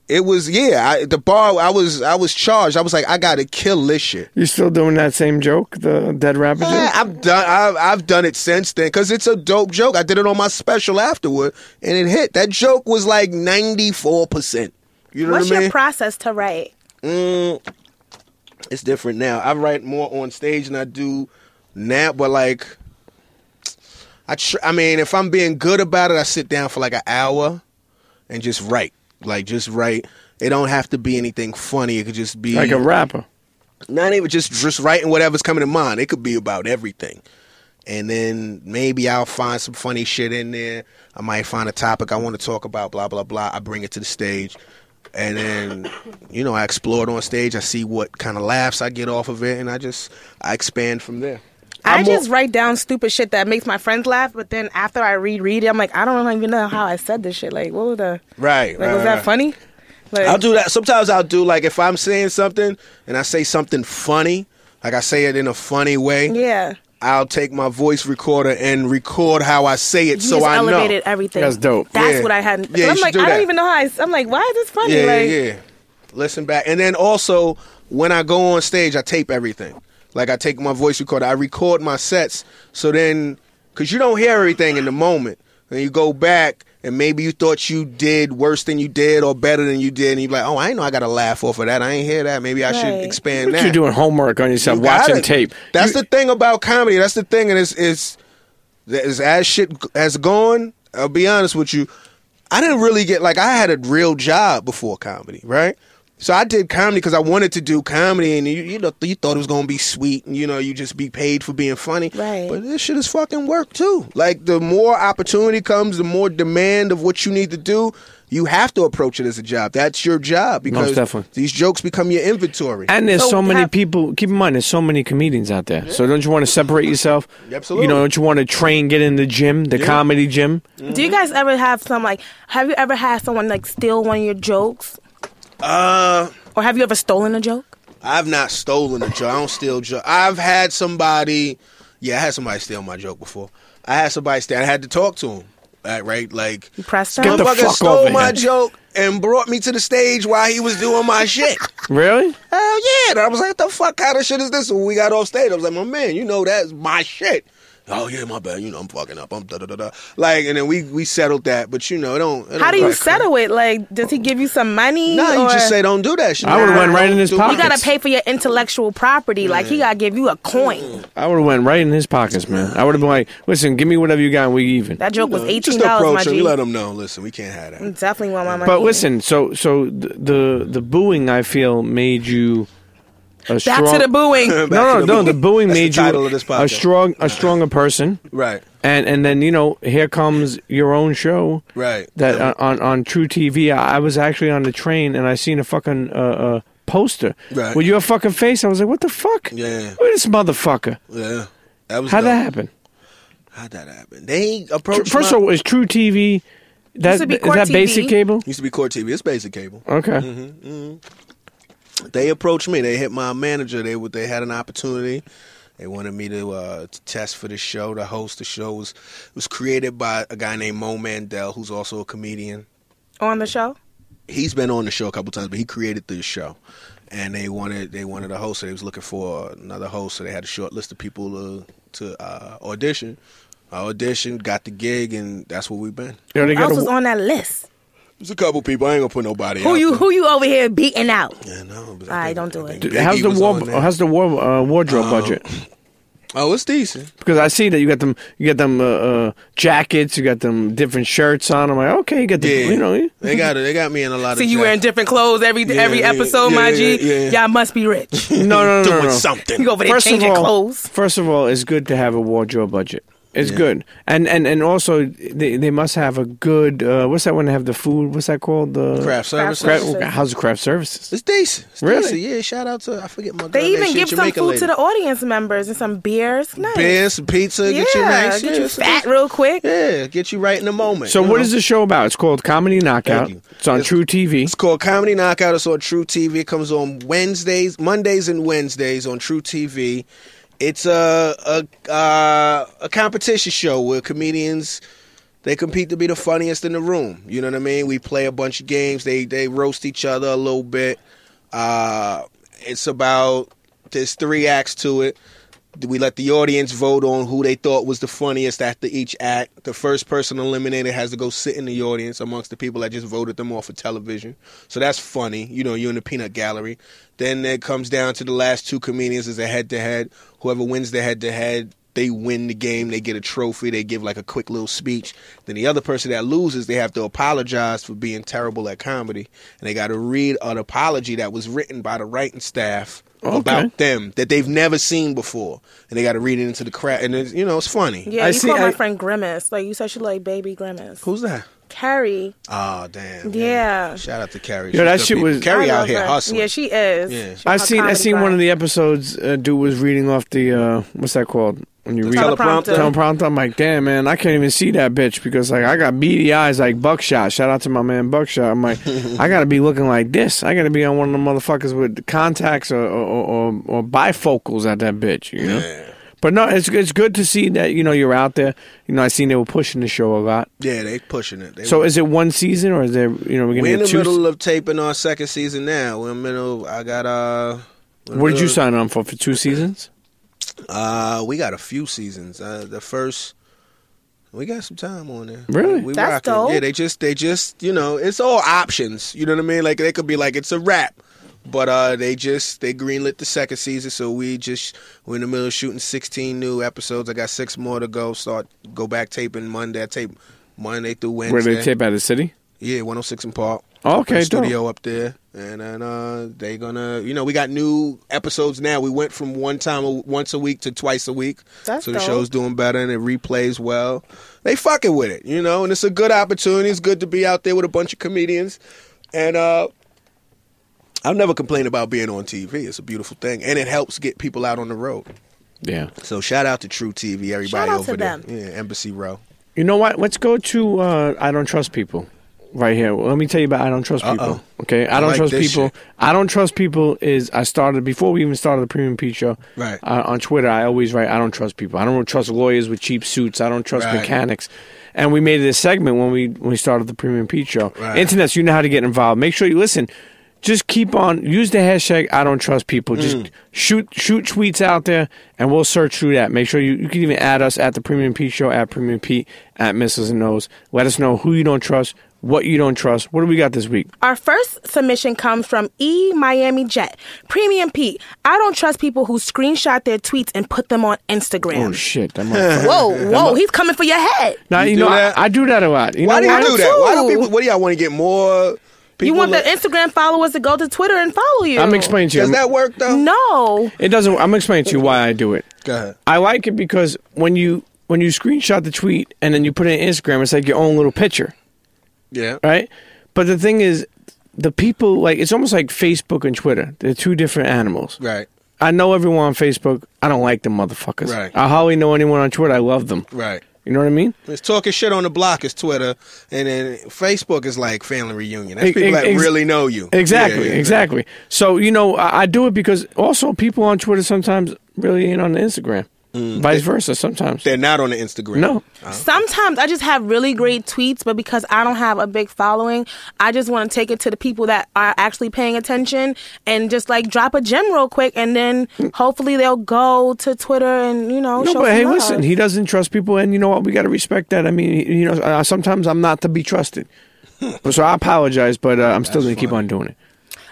it was, yeah. I, the bar, I was, I was charged. I was like, I gotta kill this shit. You still doing that same joke, the dead rapper joke? Yeah, I've done. I've, I've done it since then because it's a dope joke. I did it on my special afterward, and it hit. That joke was like ninety four percent. You know What's what I your mean? process to write? it's different now. I write more on stage than I do now, but like, I tr- I mean, if I'm being good about it, I sit down for like an hour and just write. Like, just write. It don't have to be anything funny. It could just be Like a rapper. not even just just writing whatever's coming to mind. It could be about everything. And then maybe I'll find some funny shit in there. I might find a topic I want to talk about, blah, blah, blah. I bring it to the stage. And then, you know, I explore it on stage. I see what kind of laughs I get off of it. And I just, I expand from there. I I'm more- just write down stupid shit that makes my friends laugh, but then after I reread it, I'm like, I don't even know how I said this shit. Like, what was the Right, Like, right, was right. that funny? Like, Uh, I'll do that. Sometimes I'll do like if I'm saying something and I say something funny, like I say it in a funny way. Yeah, I'll take my voice recorder and record how I say it, you so just I know. elevated everything. That's dope. That's Yeah. what I had. Yeah, you I'm should like, do I that. don't even know how. I, I'm like, why is this funny? Yeah, like, yeah, yeah. Listen back, and then also when I go on stage, I tape everything. Like I take my voice recorder, I record my sets. So then, because you don't hear everything in the moment, then you go back and maybe you thought you did worse than you did or better than you did, and you're like, oh, I ain't know I got to laugh off of that. I ain't hear that. Maybe I should Right. expand But that. you're doing homework on yourself, You watching gotta- tape. That's You- the thing about comedy. That's the thing, and it's it's, it's as shit has gone. I'll be honest with you. I didn't really get like I had a real job before comedy, right? So I did comedy because I wanted to do comedy, and you you know you thought it was gonna be sweet, and you know you just be paid for being funny, Right. But this shit is fucking work too. Like the more opportunity comes, the more demand of what you need to do. You have to approach it as a job. That's your job because definitely. these jokes become your inventory. And there's so, So many have- people. Keep in mind, there's so many comedians out there. So don't you want to separate yourself? Absolutely. You know, don't you want to train, get in the gym, the comedy gym? Do Mm-hmm. you guys ever have some like? Have you ever had someone like steal one of your jokes, Uh. or have you ever stolen a joke? I've not stolen a joke. I don't steal joke. I've had somebody, yeah, I had somebody steal my joke before. I had somebody steal. I had to talk to him. Right, right, like You pressed Get them. the motherfucker fuck stole over my here. joke and brought me to the stage while he was doing my shit. Really? Hell yeah! And I was like, "What the fuck kind of shit is this?" When we got off stage, I was like, "My man, you know that's my shit." Oh yeah, my bad. You know I'm fucking up. I'm da da da da. Like, and then we we settled that. But you know, it don't. It How don't do you like- settle it? Like, does he give you some money? No, you or- just say don't do that shit. I would've went right in Don't his do it. pocket. You gotta pay for your intellectual property. Like he gotta give you a coin. Mm-hmm. I would have went right in his pockets, man. I would have been like, "Listen, give me whatever you got, and we even." That joke was Mm-hmm. Just eighteen dollars, my approach him. G. Mm. You let him know. Listen, we can't have that. Definitely want my money. But listen, so so th- the the booing I feel made you back a strong. to the booing. Back No, to no, the no. The booing booing. That's the made title you of this a podcast. strong a stronger person. Right. and and then you know here comes your own show Right. that Yeah. uh, on on true tv I, I was actually on the train and i seen a fucking uh, uh poster Right. with your fucking face i was like what the fuck Yeah. look at this motherfucker Yeah. That was how'd dope. that happen How'd that happen? They approached first my, of all is true tv that to be is Core that basic TV. cable Mm-hmm. used to be Court TV. It's basic cable. okay they approached me. They hit my manager. They would- they had an opportunity. They wanted me to, uh, to test for the show, to host the show. It was, it was created by a guy named Mo Mandel, who's also a comedian. on the show? He's been on the show a couple times, but he created the show. And they wanted they wanted a host, so they was looking for another host. So they had a short list of people to, to uh, audition. I auditioned, got the gig, and that's where we've been. You know, they Who else gotta- was on that list? There's a couple people. I ain't gonna put nobody. Who out you there. who you over here beating out? Yeah, no, but All right, think- don't do I it. think how's Biggie the was war? on there. How's the war uh, wardrobe budget? Oh, it's decent. Because I see that you got them, you got them uh, uh, jackets, you got them different shirts on. I'm like, okay, you got the, Yeah, you know, they got it. They got me in a lot of. See you wearing jackets. different clothes every every yeah, episode, yeah, my yeah, G. yeah, yeah. Y'all must be rich. no, no, no, no, doing no. something. You over there First of changing all, clothes? first of all, it's good to have a wardrobe budget. It's good, and and and also they they must have a good uh, what's that when they have the food? What's that called? The craft services. Craft, how's the craft services? It's decent. It's Really? Decent. Yeah. Shout out to I forget my. Girl, They even that give some Jamaica food lady. to the audience members and some beers. Nice. Beer, some pizza. Yeah, get you nice. get yeah, you it's a fat decent- real quick. Yeah, get you right in the moment. So you what know? is the show about? It's called Comedy Knockout. you. It's on It's- True TV. It's called Comedy Knockout. It's on True TV. It comes on Wednesdays, Mondays and Wednesdays on True TV. It's a a uh, a competition show where comedians they compete to be the funniest in the room. You know what I mean? We play a bunch of games. They they roast each other a little bit. Uh, it's about there's three acts to it. We let the audience vote on who they thought was the funniest after each act. The first person eliminated has to go sit in the audience amongst the people that just voted them off of television. So that's funny. You know, you're in the peanut gallery. Then it comes down to the last two comedians as a head to head. Whoever wins the head to head, they win the game. They get a trophy. They give like a quick little speech. Then the other person that loses, they have to apologize for being terrible at comedy. And they got to read an apology that was written by the writing staff about them that they've never seen before, and they got to read it into the crowd. And it's, you know, it's funny. Yeah, I you see- called I- my friend Grimace. Like you said, she like baby Grimace. Who's that? Carrie, Oh damn. Yeah. Shout out to Carrie. Yo, that She's shit good was- people. Carrie I out love here her. hustling. Yeah, she is. Yeah. She I a seen I comedy seen one grind. of the episodes. Uh, dude was reading off the uh, what's that called? When you read teleprompter. teleprompter, I'm like, damn man, I can't even see that bitch because like I got beady eyes like Buckshot. Shout out to my man Buckshot. I'm like, I gotta be looking like this. I gotta be on one of the motherfuckers with contacts or or, or, or bifocals at that bitch. You know. But no, it's it's good to see that you know you're out there. You know, I seen they were pushing the show a lot. yeah, they pushing it. They So is it one season or is there you know we're we're in gonna the get two? middle of taping our second season now. We're in the middle. I got uh. What did you sign on for for two seasons? Uh, we got a few seasons. Uh, the first, we got some time on there. Really? we That's rocking. dope. Yeah, they just, they just, you know, it's all options. You know what I mean? Like they could be like it's a wrap, but uh, they just they greenlit the second season, so we just we're in the middle of shooting sixteen new episodes. I got six more to go. Start go back taping Monday. I tape Monday through Wednesday. Where they tape out of the city? Yeah, 106 in Park. Oh, Okay, dope. studio up there, and then uh, they gonna, you know, we got new episodes now. We went from one time a- once a week to twice a week, That's so the dope. show's doing better and it replays well. They fucking with it, you know, and it's a good opportunity. It's good to be out there with a bunch of comedians, and uh, I've never complained about being on TV. It's a beautiful thing, and it helps get people out on the road. Yeah. So shout out to True TV, everybody Shout out over to there, them. yeah, Embassy Row. You know what? Let's go to uh, I don't trust people right here. Well, let me tell you about I don't trust people. Okay, I, don't like trust this people. shit. I don't trust people is I started before we even started the Premium Pete Show. Right. uh, on Twitter, I always write I don't trust people. I don't trust lawyers with cheap suits. I don't trust Right. mechanics. And we made this segment when we when we started the Premium Pete Show. Right. Internets, you know how to get involved. Make sure you listen. Just keep on use the hashtag I don't trust people. Just Mm. shoot shoot tweets out there and we'll search through that. Make sure you, you can even add us at the Premium Pete Show at Premium Pete at Mrs. and Nose. Let us know who you don't trust, what you don't trust. What do we got this week? Our first submission comes from E Miami Jet. Premium Pete, I don't trust people who screenshot their tweets and put them on Instagram. Oh Mm. shit, that motherfucker. whoa, whoa, he's coming for your head. now you, do know that? I, I do that a lot. You Why do know you why? do that? Why do too. people? What do y'all want to get more? People You want the to- Instagram followers to go to Twitter and follow you. I'm explaining to you. Does that work though? No. It doesn't. I'm explaining to you why I do it. Go ahead. I like it because when you when you screenshot the tweet and then you put it in Instagram, it's like your own little picture, Yeah. right? But the thing is, the people like it's almost like Facebook and Twitter. They're two different animals. Right. I know everyone on Facebook. I don't like them motherfuckers. Right. I hardly know anyone on Twitter. I love them. Right. You know what I mean? It's talking shit on the block is Twitter, and then Facebook is like family reunion. That's Ex- people that ex- really know you. Exactly, Yeah, yeah. exactly. So you know, I, I do it because also people on Twitter sometimes really ain't on the Instagram. Mm. Vice versa, sometimes. They're not on the Instagram. No, Sometimes I just have really great tweets, but because I don't have a big following, I just want to take it to the people that are actually paying attention and just like drop a gem real quick, and then hopefully they'll go to Twitter and you know. no. show But some hey, love. listen, he doesn't trust people, and you know what? We got to respect that. I mean, you know, uh, sometimes I'm not to be trusted. But so I apologize, but uh, I'm still gonna keep on doing it.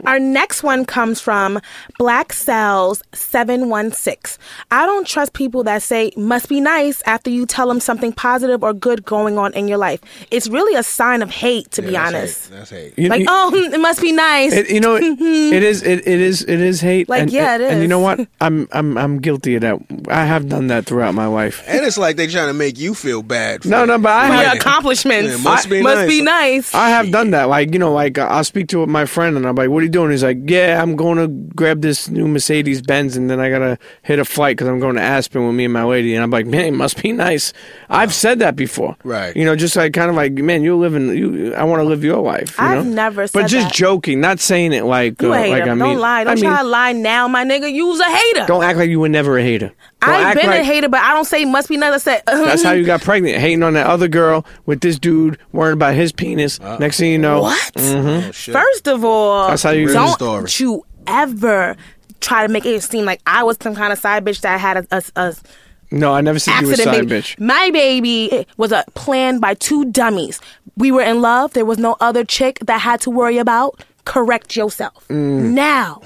Our next one comes from Black Cells 716. I don't trust people that say must be nice after you tell them something positive or good going on in your life. It's really a sign of hate, to Yeah, be that's honest. hate. That's hate. You- Like, you- oh, it must be nice. It, you know, it, it is, it, it is, it is hate. Like, and, yeah, it and- And you is. know what? I'm, I'm, I'm guilty of that. I have done that throughout my life. And it's like they trying to make you feel bad. For No, no, but I for have, your Yeah. accomplishments. Yeah, must be nice. nice. I have done that. Like, you know, like uh, I'll speak to my friend and I'm like, what are you doing? He's like, yeah, I'm going to grab this new Mercedes Benz and then I got to hit a flight because I'm going to Aspen with me and my lady. And I'm like, man, it must be nice. I've said that before. Right. You know, just like kind of like, man, you're living, you, I want to live your life. You I've know? never But said just that. joking, not saying it like, You uh, a hater. like I don't mean, lie. Don't I mean, try to lie now, my nigga. You was a hater. Don't act like you were never a hater. Don't I've act been a like- hater, but I don't say must be nice. I said uh-huh. That's how you got pregnant, hating on that other girl with this dude, worrying about his penis. Next thing you know, what? Oh, shit. First of all, That's how you- Real don't story. you ever try to make it seem like I was some kind of side bitch that had a, a, a No, I never said you were a accident side baby. bitch. My baby was a planned by two dummies. We were in love. There was no other chick that had to worry about. Correct yourself Mm. now.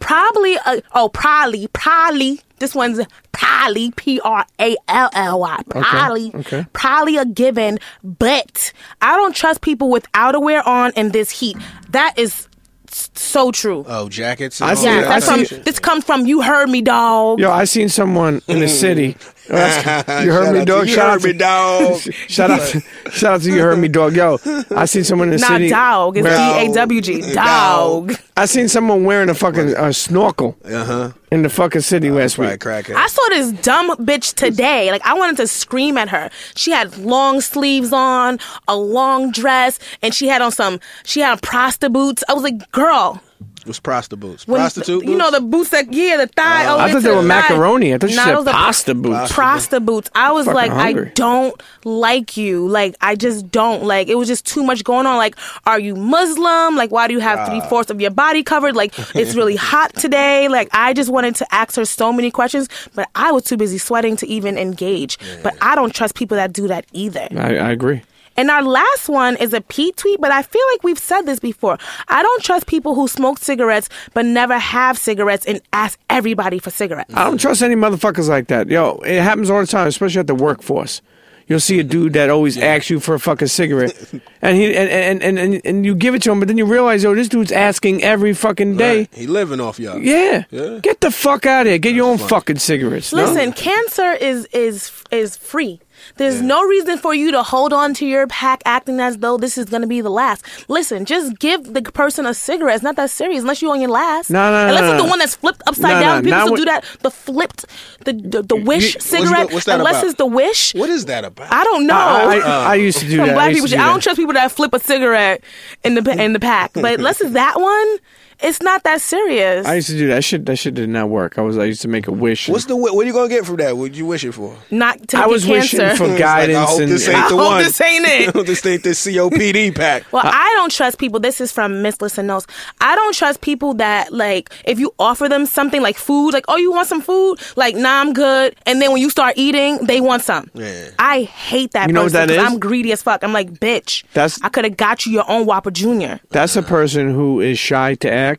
Probably. Uh, oh, probably. Probably. This one's probably P R A L L Y. Probably. okay. Probably a given. But I don't trust people without a wear on in this heat. That is s- so true. Oh, jackets. I And all see- yeah, that that's type from. of see- shit. This comes from you heard me, dog. Yo, I seen someone in the city. Oh, that's- you heard Shout me, out to dog. you Shout out heard me, to- dog. Shout out, to, shout out to you, heard me, dog. Yo, I seen someone in the Not city. dog. It's D wearing- A W G. Dog. Dog. I seen someone wearing a fucking uh, snorkel Uh-huh. in the fucking city last Right, week. crackhead. I saw this dumb bitch today. Like I wanted to scream at her. She had long sleeves on, a long dress, and she had on some. She had on prosta boots. I was like, girl. was prostitute boots. when- Prostitute You know the boots that yeah, the thigh. all the I way thought to they the were thigh. macaroni. I thought you Nah, said those are pasta boots. Prosta boots. I was Fucking like, hungry. I don't like you. Like I just don't like. It was just too much going on. Like, are you Muslim? Like, why do you have three fourths of your body covered? Like, it's really hot today. Like, I just wanted to ask her so many questions, but I was too busy sweating to even engage. But I don't trust people that do that either. I, I agree. And our last one is a Pete tweet, but I feel like we've said this before. I don't trust people who smoke cigarettes but never have cigarettes and ask everybody for cigarettes. I don't trust any motherfuckers like that. Yo, it happens all the time, especially at the workforce. You'll see a dude that always asks you for a fucking cigarette, and he and, and, and, and, and you give it to him, but then you realize, yo, this dude's asking every fucking day. Right. He living off y'all. Yeah. Yeah. Get the fuck out of here. Get your own fucking cigarettes. no? Listen, cancer is is is free. There's no reason for you to hold on to your pack acting as though this is going to be the last. Listen, just give the person a cigarette. It's not that serious unless you're on your last. No, no, no, Unless no, it's the no. one that's flipped upside No, down. no, People not still what- do that. The flipped, the the, the you- wish what's cigarette. the- what's that unless about? it's the wish. What is that about? I don't know. I, I, I used to do from that. black used people. to I do don't that. trust people that flip a cigarette in the in the pack. But unless it's that one, it's not that serious. I used to do that. Shit, that shit did not work. I was. I used to make a wish. What's the wi- what are you gonna get from that? What you wishing for? not to I get was cancer. wishing for It's like, guidance I hope and this ain't I the hope one. this ain't it. I hope this ain't this COPD pack. Well, I don't trust people. This is from Miss Listen Knows. I don't trust people that like if you offer them something like food, like oh you want some food, like nah I'm good, and then when you start eating, they want some. Yeah. I hate that. You know what person that 'cause is? I'm greedy as fuck. I'm like bitch. That's- I could have got you your own Whopper Junior. That's a person who is shy to ask,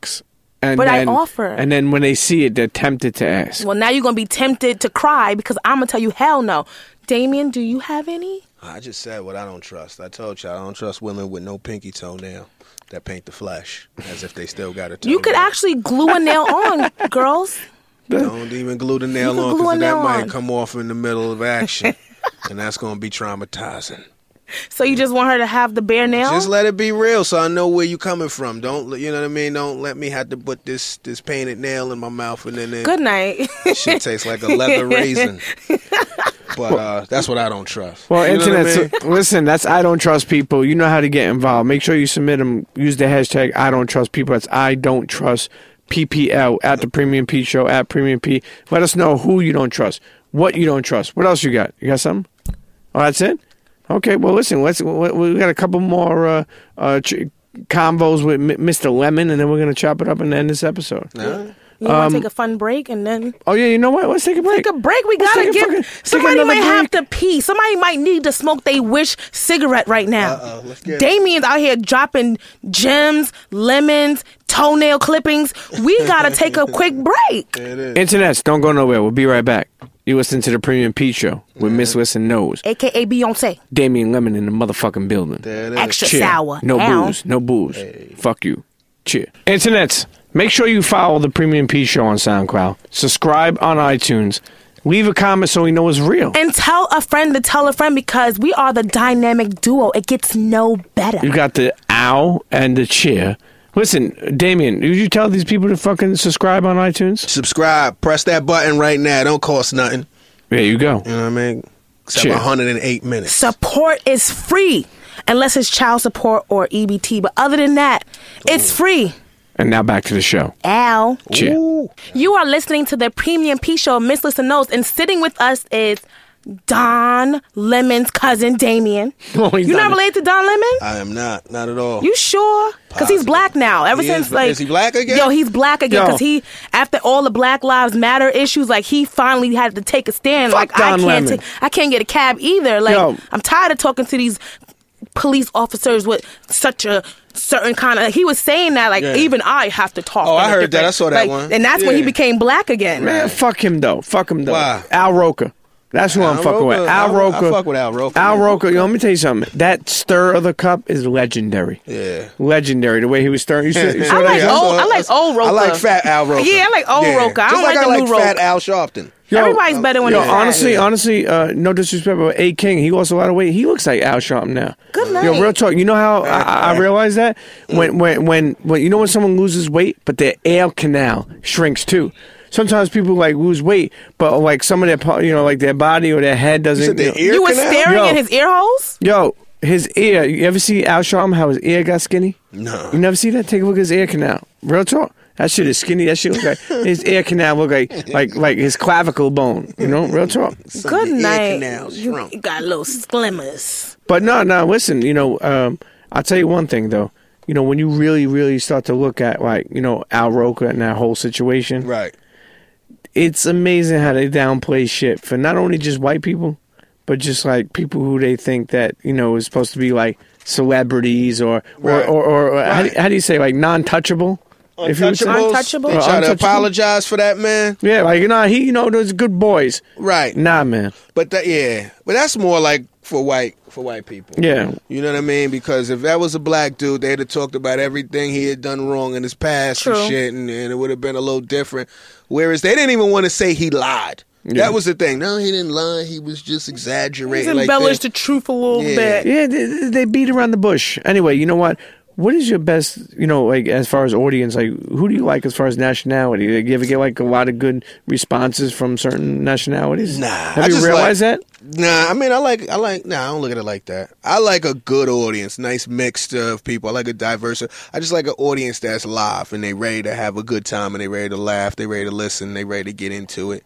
and But I then, offer. and then when they see it, they're tempted to ask. Well, now you're gonna be tempted to cry because I'm gonna tell you hell no. Damien, do you have any? I just said what I don't trust. I told you I don't trust women with no pinky toenail that paint the flesh as if they still got a toe. You could actually glue a nail on, girls. don't even glue the nail You could on glue a because that nail might on. come off in the middle of action, and that's gonna be traumatizing. So you just want her to have the bare nail? Just let it be real, so I know where you coming from. Don't let- you know what I mean? Don't let me have to put this this painted nail in my mouth and then it Good night. shit tastes like a leather raisin. But uh, that's what I don't trust. Well, You know what I internet. mean? so- listen, that's I don't trust people. You know how to get involved. Make sure you submit them. Use the hashtag I don't trust people. That's I don't trust PPL at the Premium P Show at Premium P. Let us know who you don't trust, what you don't trust. What else you got? You got something? Oh, that's it. Okay. Well, listen. Let's. We we got a couple more uh, uh, ch- combos with M- Mr. Lemon, and then we're gonna chop it up and end this episode. You want to take a fun break and then Oh yeah. You know what? Let's take a break. take a break. We Let's gotta take a get fucking- somebody take another might have to break. pee. Somebody might need to smoke they wish cigarette right now. Uh-oh, let's get it. Damien's out here dropping gems, lemons, toenail clippings. We gotta take a quick break. Internets, don't go nowhere. We'll be right back. You listen to the Premium Pete Show with Miss Listen Knows. AKA Beyonce. Damian Lemon in the motherfucking building. There it is. Extra Cheer. sour. No Ow. booze. No booze. Fuck you. Cheer. Internets, make sure you follow the Premium Pete Show on SoundCloud. Subscribe on iTunes. Leave a comment so we know it's real. And tell a friend to tell a friend because we are the dynamic duo. It gets no better. you got the ow and the cheer. Listen, Damien, would you tell these people to fucking subscribe on iTunes? Subscribe. Press that button right now. Don't cost nothing. There you go. You know what I mean? Except Shit. 108 minutes. support is free unless it's child support or EBT. But other than that, it's free. And now back to the show. Ow. Cheer. You are listening to the Premium P Show, Miss Listen Knows, and sitting with us is Don Lemon's cousin, Damien. Oh, he's You're not not- related to Don Lemon? I am not. Not at all. You sure? Because he's Positive. black now. Ever He since is- like is he black again? Yo, he's black again Yo. because he after all the Black Lives Matter issues, like he finally had to take a stand. Fuck like I Don can't, Lemon. take- I can't get a cab either. Like Yo. I'm tired of talking to these police officers with such a certain kind of. he was saying that like Yeah. even I have to talk. Oh, in I a heard that. different- I saw that like, one. And that's when he Yeah. became black again. Man, fuck him though. Fuck him though. Why? Al Roker. That's who I'm Al fucking with. Roker. Al I- I Roker. fuck with Al Roker. Al Roker. Yo, let me tell you something. That stir of the cup is legendary. Yeah. Legendary. The way he was stirring. You saw, you saw I that? like Yeah, old- saw- I like old uh, I like Roker. fat Al Roker. Yeah, I like old Roker. I Just don't like, like I the like new fat Roker. Al Sharpton. Everybody's uh, better when Yo, they're fat. honestly, honestly, uh, no disrespect, but A King, he lost a lot of weight. He looks like Al Sharpton now. Good Yo, night. real talk. You know how I- I, I realized that Mm. when, when, when, when, you know when someone loses weight, but their air canal shrinks too. Sometimes people like lose weight, but like some of their, part- you know, like their body or their head doesn't. said their you know- ear You were canal? staring uh, Yo. at his ear holes. Yo, his ear. You ever see Al Sharpton how his ear got skinny? No. You never see that? Take a look at his ear canal. Real talk. That shit is skinny. That shit look like his ear canal look like like like his clavicle bone. You know, real talk. Some of Good your ear night. canals You shrunk. got little slimmers. But no, no. Listen, you know, um, I'll tell you one thing though. You know, when you really, really start to look at like you know Al Roker and that whole situation, Right. it's amazing how they downplay shit for not only just white people, but just like people who they think that you know is supposed to be like celebrities or or Right. or, or, or how, do, Right. how do you say like non-touchable? If you would say- Untouchables. Untouchable? They try to Untouchable? apologize for that, man. Yeah, like you know he you know those good boys. Right. Nah, man. But that yeah, but that's more like for white for white people. Yeah. You know what I mean? Because if that was a black dude, they'd have talked about everything he had done wrong in his past True. and shit, and, and it would have been a little different. Whereas they didn't even want to say he lied. That was the thing. No, he didn't lie. He was just He's exaggerating. like embellished that. the truth a little Yeah. bit. Yeah, they, they beat around the bush. Anyway, you know what? What is your best? You know, like as far as audience, like who do you like as far as nationality? Like, you ever get like a lot of good responses from certain nationalities? Nah, have I you just realized like- that? Nah, I mean, I like, I like. Nah, I don't look at it like that. I like a good audience, nice mix of people. I like a diverse. I just like an audience that's live and they ready to have a good time and they ready to laugh, they ready to listen, they ready to get into it.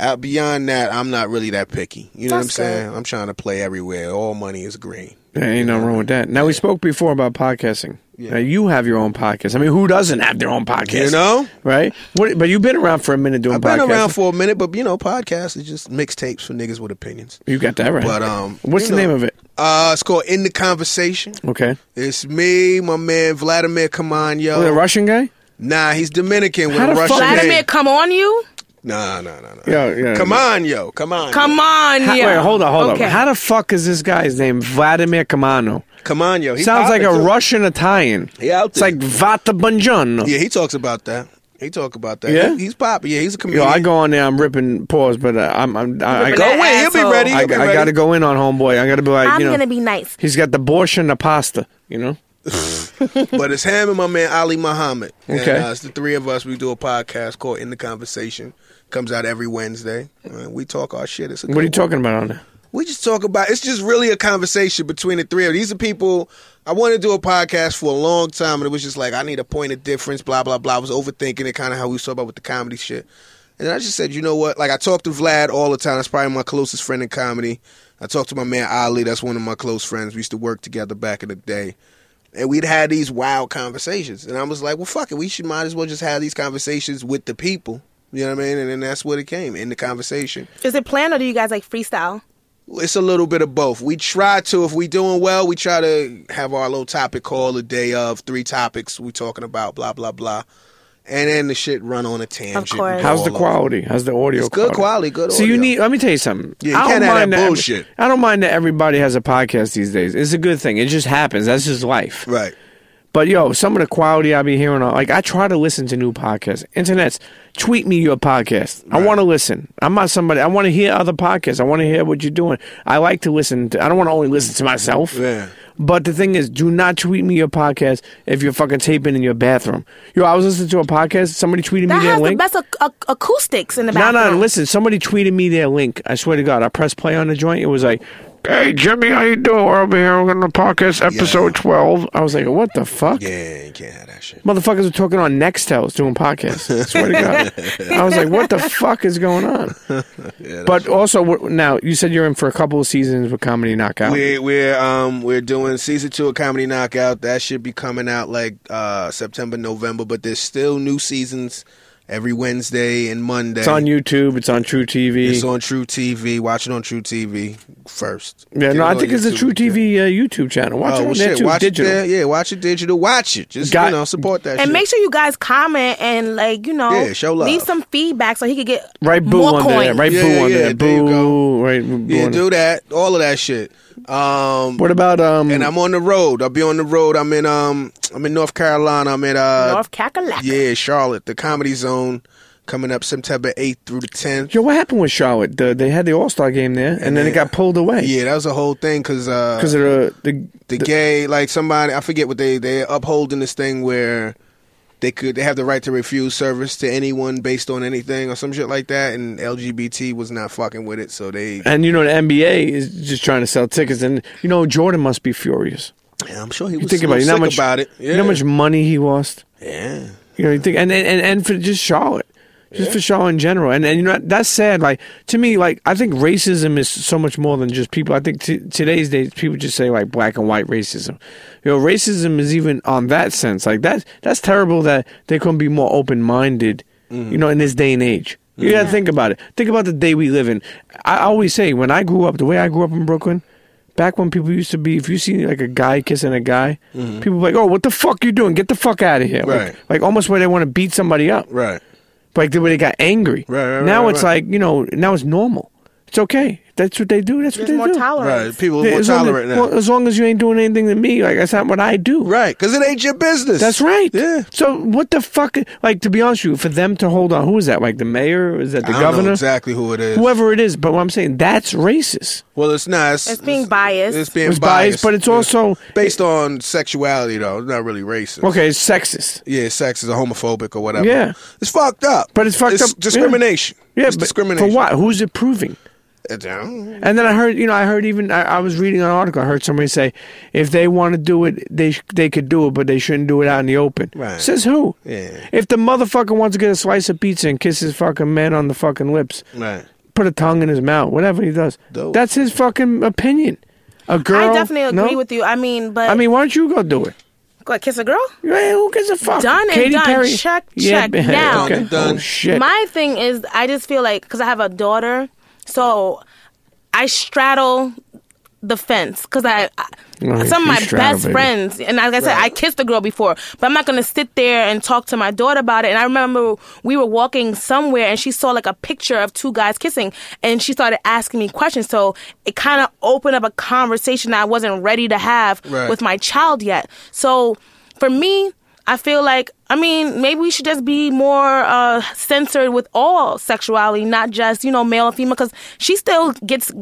Out beyond that, I'm not really that picky. You know That's what good. I'm saying? I'm trying to play everywhere. All money is green. There ain't nothing wrong with that. Now we spoke before about podcasting. Now you have your own podcast. I mean, who doesn't have their own podcast? You know? right? What, but you've been around for a minute doing. I've been podcasting. around for a minute, but you know, podcasts is just mixtapes for niggas with opinions. You got that right. But um, what's you the know, name of it? Uh, it's called In the Conversation. Okay, It's me, my man Vladimir Kamano. oh, the Russian guy. Nah, he's Dominican with How a the fuck- Russian Vladimir, name. come on you. Nah, nah, nah, nah. Yo, yo, come yo. on, yo, come on, Come yo. on How- you. Wait, hold on, hold okay. on. How the fuck is this guy's name Vladimir Kamano? come on, yo. He Sounds like poppin' a too. Russian Italian. He out It's there. like Vata Banjano. Yeah, he talks about that. He talk about that. Yeah? He- he's pop. Yeah, he's Yo, a comedian. I go on there. I'm ripping pause, but uh, I'm, I'm I, I, Go That in. He'll be asshole. ready. I, He'll be ready. I got to go in on homeboy. I got to be like, I'm you know, gonna be nice. he's got the borscht and the pasta. You know, But it's him and my man Ali Muhammad. And, Okay. uh, it's the three of us. We do a podcast called In the Conversation. Comes out every Wednesday. Uh, we talk our shit. It's a What are you good talking about on there? we just talk about it's just really a conversation between the three of these are people I wanted to do a podcast for a long time and it was just like I need a point of difference, blah blah blah. I was overthinking it kinda how we saw about with the comedy shit. And I just said, you know what? Like I talk to Vlad all the time. That's probably my closest friend in comedy. I talk to my man Ali, that's one of my close friends. We used to work together back in the day. And we'd had these wild conversations. And I was like, well, fuck it. We should might as well just have these conversations with the people. You know what I mean? And then that's what it came in the conversation. Is it planned or do you guys like freestyle? It's a little bit of both. We try to, if we doing well, we try to have our little topic call a day of three topics we talking about, blah blah blah, and then the shit run on a tangent. course. and go How's the all over. quality? How's the audio? uh, It's good quality, good So you audio. need. Let me tell you something. Yeah, you I don't can't have mind that ev- bullshit. I don't mind that everybody has a podcast these days. It's a good thing. It just happens. That's just life. Right. But yo, some of the quality I be hearing, on like I try to listen to new podcasts. Internets, tweet me your podcast. I want to listen. I'm not somebody. I want to hear other podcasts. I want to hear what you're doing. I like to listen. To, I don't want to only listen to myself. Yeah. But the thing is, do not tweet me your podcast if you're fucking taping in your bathroom. Yo, I was listening to a podcast. Somebody tweeted That me their has the link. best ac- ac- acoustics in the No, background. no, listen. Somebody tweeted me their link. I swear to God, I pressed play on the joint. It was like, "Hey Jimmy, how you doing? We're over here. We're on the podcast episode 12." I was like, "What the fuck?" Yeah, you can't have that shit. Motherfuckers were talking on Nextels doing podcasts. I swear to God, I was like, "What the fuck is going on?" but also, we're- now you said you're in for a couple of seasons with Comedy Knockout. We we're um we're doing season two of Comedy Knockout. That should be coming out like uh September, November. But there's still new seasons every Wednesday and Monday. It's on YouTube. It's on True TV. It's on True TV. Watch it on True TV first. yeah, Get no, it I on think it's a YouTube. True TV uh, YouTube channel. Watch Oh, it well, on there shit, too. watch digital. it there. Yeah, watch it digital. Watch it. Just Got- you know, support that. And shit. make sure you guys comment and like you know, Yeah, show love. leave some feedback so he could get Right boo more under coin. that. Right Yeah, boo yeah, under yeah, that. there you Boo. Right boo yeah, under- do that. All of that shit. Um, What about um? and I'm on the road. I'll be on the road. I'm in um, I'm in North Carolina. I'm in uh, North Cackalack. yeah, Charlotte, the Comedy Zone, coming up September 8th through the 10th. yo, what happened with Charlotte? The, they had the All Star game there, and, then it got pulled away. Yeah, that was a whole thing because uh, because of the, the the gay like somebody I forget what they they're upholding this thing where they could they have the right to refuse service to anyone based on anything or some shit like that and LGBT was not fucking with it so they and you know the NBA is just trying to sell tickets, and you know Jordan must be furious. Yeah, I'm sure he You was think about it, you know sick how much about it yeah. you know how much money he lost. yeah You know, you think, and and, and, and for just Charlotte, just for Charlotte in general, and and you know that's sad. Like to me, like I think racism is so much more than just people. I think t- today's days people just say like black and white racism. You know, racism is even on that sense. Like that that's terrible that they couldn't be more open minded. You know, in this day and age. You gotta think about it. Think about the day we live in. I always say when I grew up, the way I grew up in Brooklyn, back when people used to be, if you see like a guy kissing a guy, people were like, "Oh, what the fuck you doing? Get the fuck out of here!" Like- Right. like almost where they want to beat somebody up, right like the way they got angry. Right, right, right, now right, it's right. like you know, now it's normal. It's okay. That's what they do. That's There's what they more do. tolerance. right people Yeah, will as long as- tolerate now well, as long as you ain't doing anything to me, like that's not what I do. right because it ain't your business That's right. yeah So what the fuck? Like to be honest with you, for them to hold on, who is that? Like the mayor? Is that the I don't know governor? exactly who it is Whoever it is, but what I'm saying that's racist. well it's not it's, It's being biased. it's being It's biased, biased but it's Yeah. also based on sexuality though it's not really racist okay. It's sexist. yeah, sex is a homophobic or whatever. Yeah. it's fucked up. But it's fucked up, yeah. Discrimination. Yeah, it's but discrimination. for what? Who's it proving? It's, um, And then I heard, you know, I heard even I, I was reading an article. I heard somebody say, if they want to do it, they sh- they could do it, but they shouldn't do it out in the open. Right. Says who? Yeah. If the motherfucker wants to get a slice of pizza and kiss his fucking man on the fucking lips, Right. put a tongue in his mouth, whatever he does, Dope. that's his fucking opinion. A girl. I definitely no? agree with you. I mean, but I mean, why don't you go do it? what, kiss a girl. Hey, who gives a fuck? Done and Katy done. Perry. Check, yeah, check, now. Okay. Done and Oh done. shit. My thing is, I just feel like because I have a daughter, so I straddle the fence because I, I Right, some of you my straddle, best baby. friends, and like I said, I kissed the girl before, but I'm not gonna sit there and talk to my daughter about it. And I remember we were walking somewhere, and she saw like a picture of two guys kissing, and she started asking me questions. So it kind of opened up a conversation that I wasn't ready to have Right. with my child yet. So for me, I feel like I mean maybe we should just be more uh, censored with all sexuality, not just you know male and female, because she still gets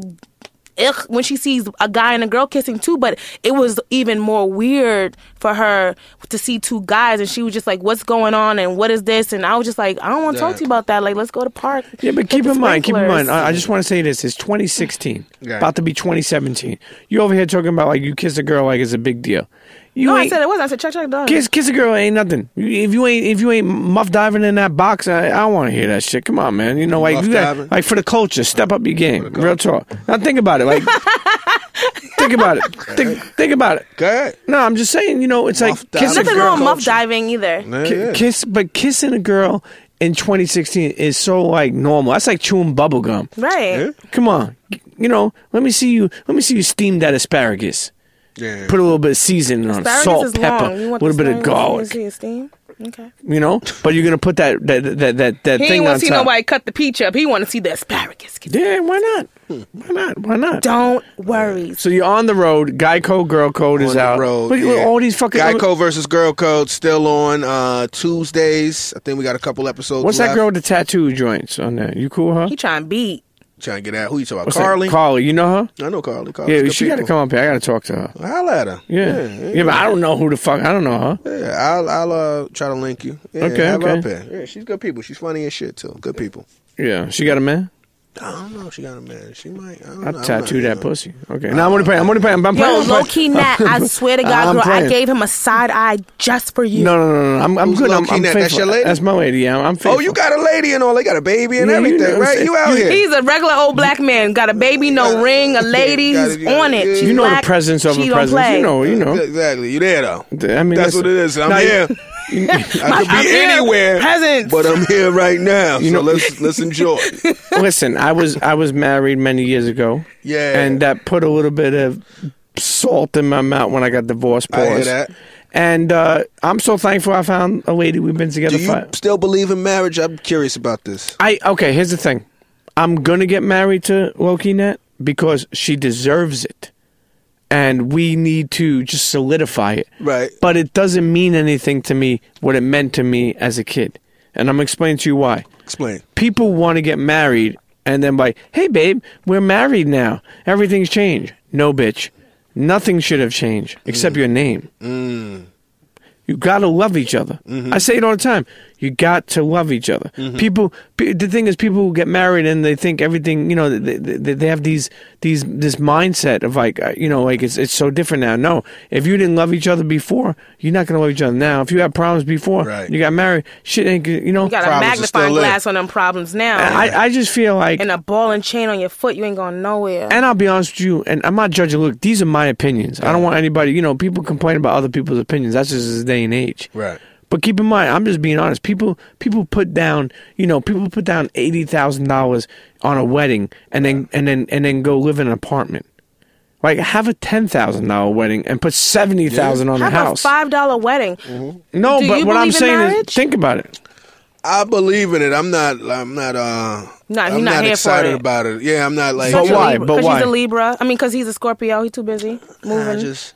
ick when she sees a guy and a girl kissing too, but it was even more weird for her to see two guys, and she was just like, "What's going on? And what is this?" And I was just like, "I don't want to talk to you about that. Like, let's go to park." Yeah, but hit keep the in mind, keep in sprinklers." mind. I, I just want to say this: it's 2016, Right. about to be 2017. You over here talking about like you kiss a girl like it's a big deal. You no, I ain't- said it was. I said, "Check, check, done." Kiss, kiss a girl ain't nothing. You- If you ain't, if you ain't muff diving in that box, I, I don't want to hear that shit. Come on, man. You know, like Muff you got, diving? like for the culture, step up your game. Real talk. Now think about it. Like, think about it. Think, think about it. Go ahead. No, I'm just saying. You know, it's like kiss Muff a diving. Nothing girl. wrong with muff culture. diving either. Ki- Yeah. Kiss, but kissing a girl in 2016 is so like normal. That's like chewing bubble gum. Right. Yeah. Come on, you know. Let me see you. Let me see you steam that asparagus. Yeah. Put a little bit of seasoning on it, Asparagus salt, is pepper, long. You a want little the bit of asparagus to see garlic. steam? Okay. You know, but you're gonna put that that that that, that He thing ain't on want to see top. nobody cut the peach up. He want to see the asparagus. Yeah, why not? Why not? Why not? Don't worry. So you're on the road. Guy code, girl code is on the out. road, Look at yeah. all these fucking. Geico versus Girl Code still on uh, Tuesdays. I think we got a couple episodes. What's left. that girl with the tattoo joints on there? You cool, huh? He trying to beat. Trying to get out. Who you talking about? What's that? Carly. Carly, you know her? I know Carly. Carly's Yeah, good she got to people. come up here. I got to talk to her. Holla at her. Yeah. Yeah, but I don't know who the fuck. I don't know her. Yeah, I'll I'll uh, try to link you. Yeah, Okay, have her okay. up here. Yeah, she's good people. She's funny as shit too. Good people. Yeah, she got a man. I don't know. if She got a man. She might. I don't know. I I'm tattoo not- that pussy. Okay. Now I'm only playing. I'm only playing. I'm playing. Yo, I'm playing. low key Nat, I swear to I'm God, girl, playing. I gave him a side eye just for you. No, no, no, no. I'm, I'm Who's good. I'm, low-key I'm net? faithful. That's your lady? That's my lady. Yeah, I'm faithful. Oh, you got a lady and all. They got a baby and Yeah, you everything, know what I'm right? saying. You out here. He's a regular old black man. Got a baby, no Yeah. ring, a lady. Got He's it, yeah, on it. yeah. You She's know black. the presence of She a don't presence. play. You know. You know. Exactly. You there though? I mean, That's listen. what it is. I'm Now, here. I could be I'm here. anywhere, Peasants. but I'm here right now. so know- let's let's enjoy. Listen, I was I was married many years ago. Yeah. And that put a little bit of salt in my mouth when I got divorced. I hear pause. that. And uh, I'm so thankful I found a lady. We've been together Do you for. still believe in marriage? I'm curious about this. I okay. Here's the thing. I'm gonna get married to Loki Net because she deserves it, and we need to just solidify it. Right. But it doesn't mean anything to me what it meant to me as a kid, and I'm explaining to you why. Explain. People want to get married, and then like, hey babe, we're married now. Everything's changed. No, bitch. Nothing should have changed except your name. You got to love each other. I say it all the time. You got to love each other. People, pe- the thing is, people who get married and they think everything, you know, they, they, they have these, these, this mindset of like, uh, you know, like it's, it's so different now. No, if you didn't love each other before, you're not going to love each other now. If you had problems before, Right. you got married, shit ain't, g- you know. You got a Problems are magnifying still there. glass on them problems now. I, I just feel like, and a ball and chain on your foot. You ain't going nowhere. and I'll be honest with you, and I'm not judging. Look, these are my opinions. I don't want anybody, you know, people complain about other people's opinions. That's just this day and age. Right. But keep in mind, I'm just being honest. People people put down, you know, people put down eighty thousand dollars on a wedding, and then and then and then go live in an apartment. Like have a ten thousand dollar wedding and put seventy thousand on How the about house. Mm-hmm. five dollar wedding? no, Do but you what believe I'm in saying marriage? is, think about it. I believe in it. I'm not. I'm not. Uh, No, he I'm not not, here for excited it. about it. Yeah, I'm not like. But you know, why? But Because why? he's a Libra. I mean, because he's a Scorpio. He too busy I moving. just.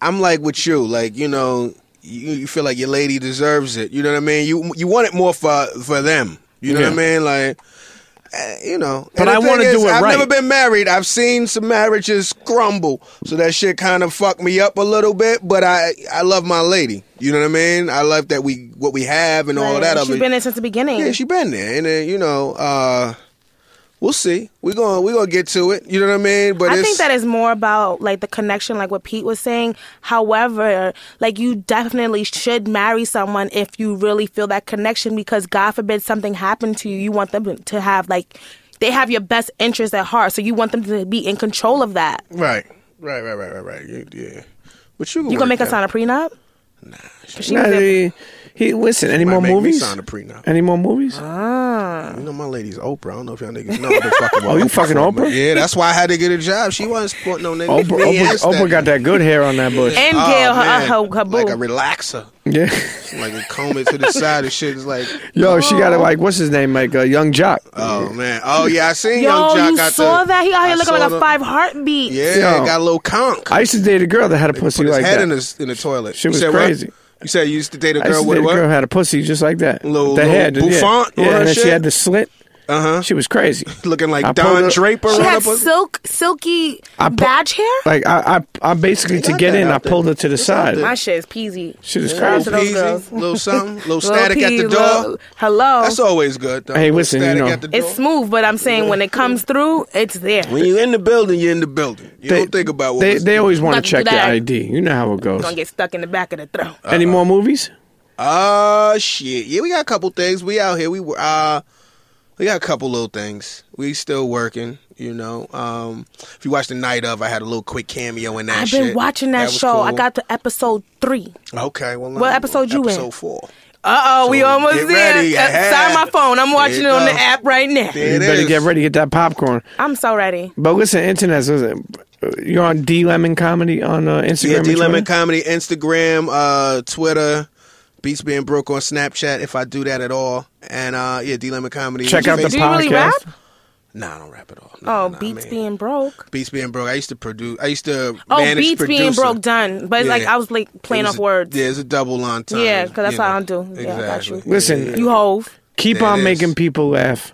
I'm like with you. Like you know, you, you feel like your lady deserves it. You know what I mean? You you want it more for for them. You know Yeah. what I mean? Like. eh, You know, But the I thing wanna do is, it I've right. never been married. I've seen some marriages crumble, so that shit kind of fucked me up a little bit. But I, I love my lady. You know what I mean? I love that we what we have and all of Right. that. And of She's it. been there since the beginning. Yeah, she been there, and then you know, uh, we'll see. We're gonna we're gonna get to it. You know what I mean? But I it's, think that is more about like the connection, like what Pete was saying. However, like you definitely should marry someone if you really feel that connection, because God forbid something happened to you, you want them to have like they have your best interest at heart, so you want them to be in control of that. right, right, right, right, right, right. You- Yeah, but you You gonna make us sign a prenup? Nah, she Nah, was a- he, he- listen. Any might more make me movies? sign a Uh, prenup. Any more movies? You know, my lady's Oprah. I don't know if y'all niggas know. I've been fucking with Oh, you Oprah fucking for a minute. Oprah? Yeah, that's why I had to get a job. She wasn't supporting no niggas. Oprah, Me Oprah, and Oprah Steph. got that good hair on that bush. and Oh, Gail, her, man. her, her boo. like a relaxer, Yeah. like a comb it to the side and shit. It's like, Yo, she got it like what's his name, like uh, Young Jock. oh man, oh yeah, I seen Yo, Young Jock you got saw the- that? He out I here looking saw like a the- five heartbeat. Yeah, Yo. got a little conk. I used to date a girl that had a pussy Put his like head that. in, his, in the toilet. She You was said what? crazy. You said you used to date a I used girl to with date a what? girl who had a pussy just like that. Little- the little head, yeah. bouffant or yeah, and then she shit? had the slit. Uh-huh. She was crazy. Looking like I pulled Don her- Draper. She on had up a- silk, silky I pu- badge hair. Like I, I, I basically to got get that in, I out there. pulled her to the side. My shit is peasy. Shit is Shout out to crazy. little those girls. peasy, little something, little Little static at pee, the door. little- hello. That's always good. Though. Hey, Little listen, you static know. at the it's door. smooth, but I'm saying when it comes through, it's there. When you're in the building, you're in the building. You don't think about what they. was- They always want Look to check back. your ID. You know how it goes. Gonna get stuck in the back of the throat. Oh, Uh-huh. Any more movies? Ah, shit. Yeah, we got a couple things. We out here. We were uh we got a couple little things. We still working, you know. Um if you watched the night of, I had a little quick cameo in that I've been shit. watching that, was show. I cool. got to episode three. Okay, well What episode you in? Episode four. Uh oh, we So almost get there. ready. Uh, Yeah. Sign my phone. I'm watching it There you on the go. app right now. There you it better is. get ready. Get that popcorn. I'm so ready. But listen, internet. listen, You're on D Lemon Comedy on uh, Instagram. Yeah, and D Lemon Twitter? Comedy, Instagram, uh, Twitter, Beats Being Broke on Snapchat, if I do that at all. And uh, yeah, D Lemon Comedy. Check out the Do you podcast. really rap? Nah, I don't rap at all. Nah, Oh, nah, beats man. being broke. Beats Being Broke. I used to produce. I used to Oh, manage beats being producer. broke. Done. But Yeah. like I was like playing It off was a- words. Yeah, it's a double entendre. Yeah, 'cause that's you know. how I do. Yeah, I got Exactly. you. Listen, You hove. keep There on it making is. Uh-huh. people laugh.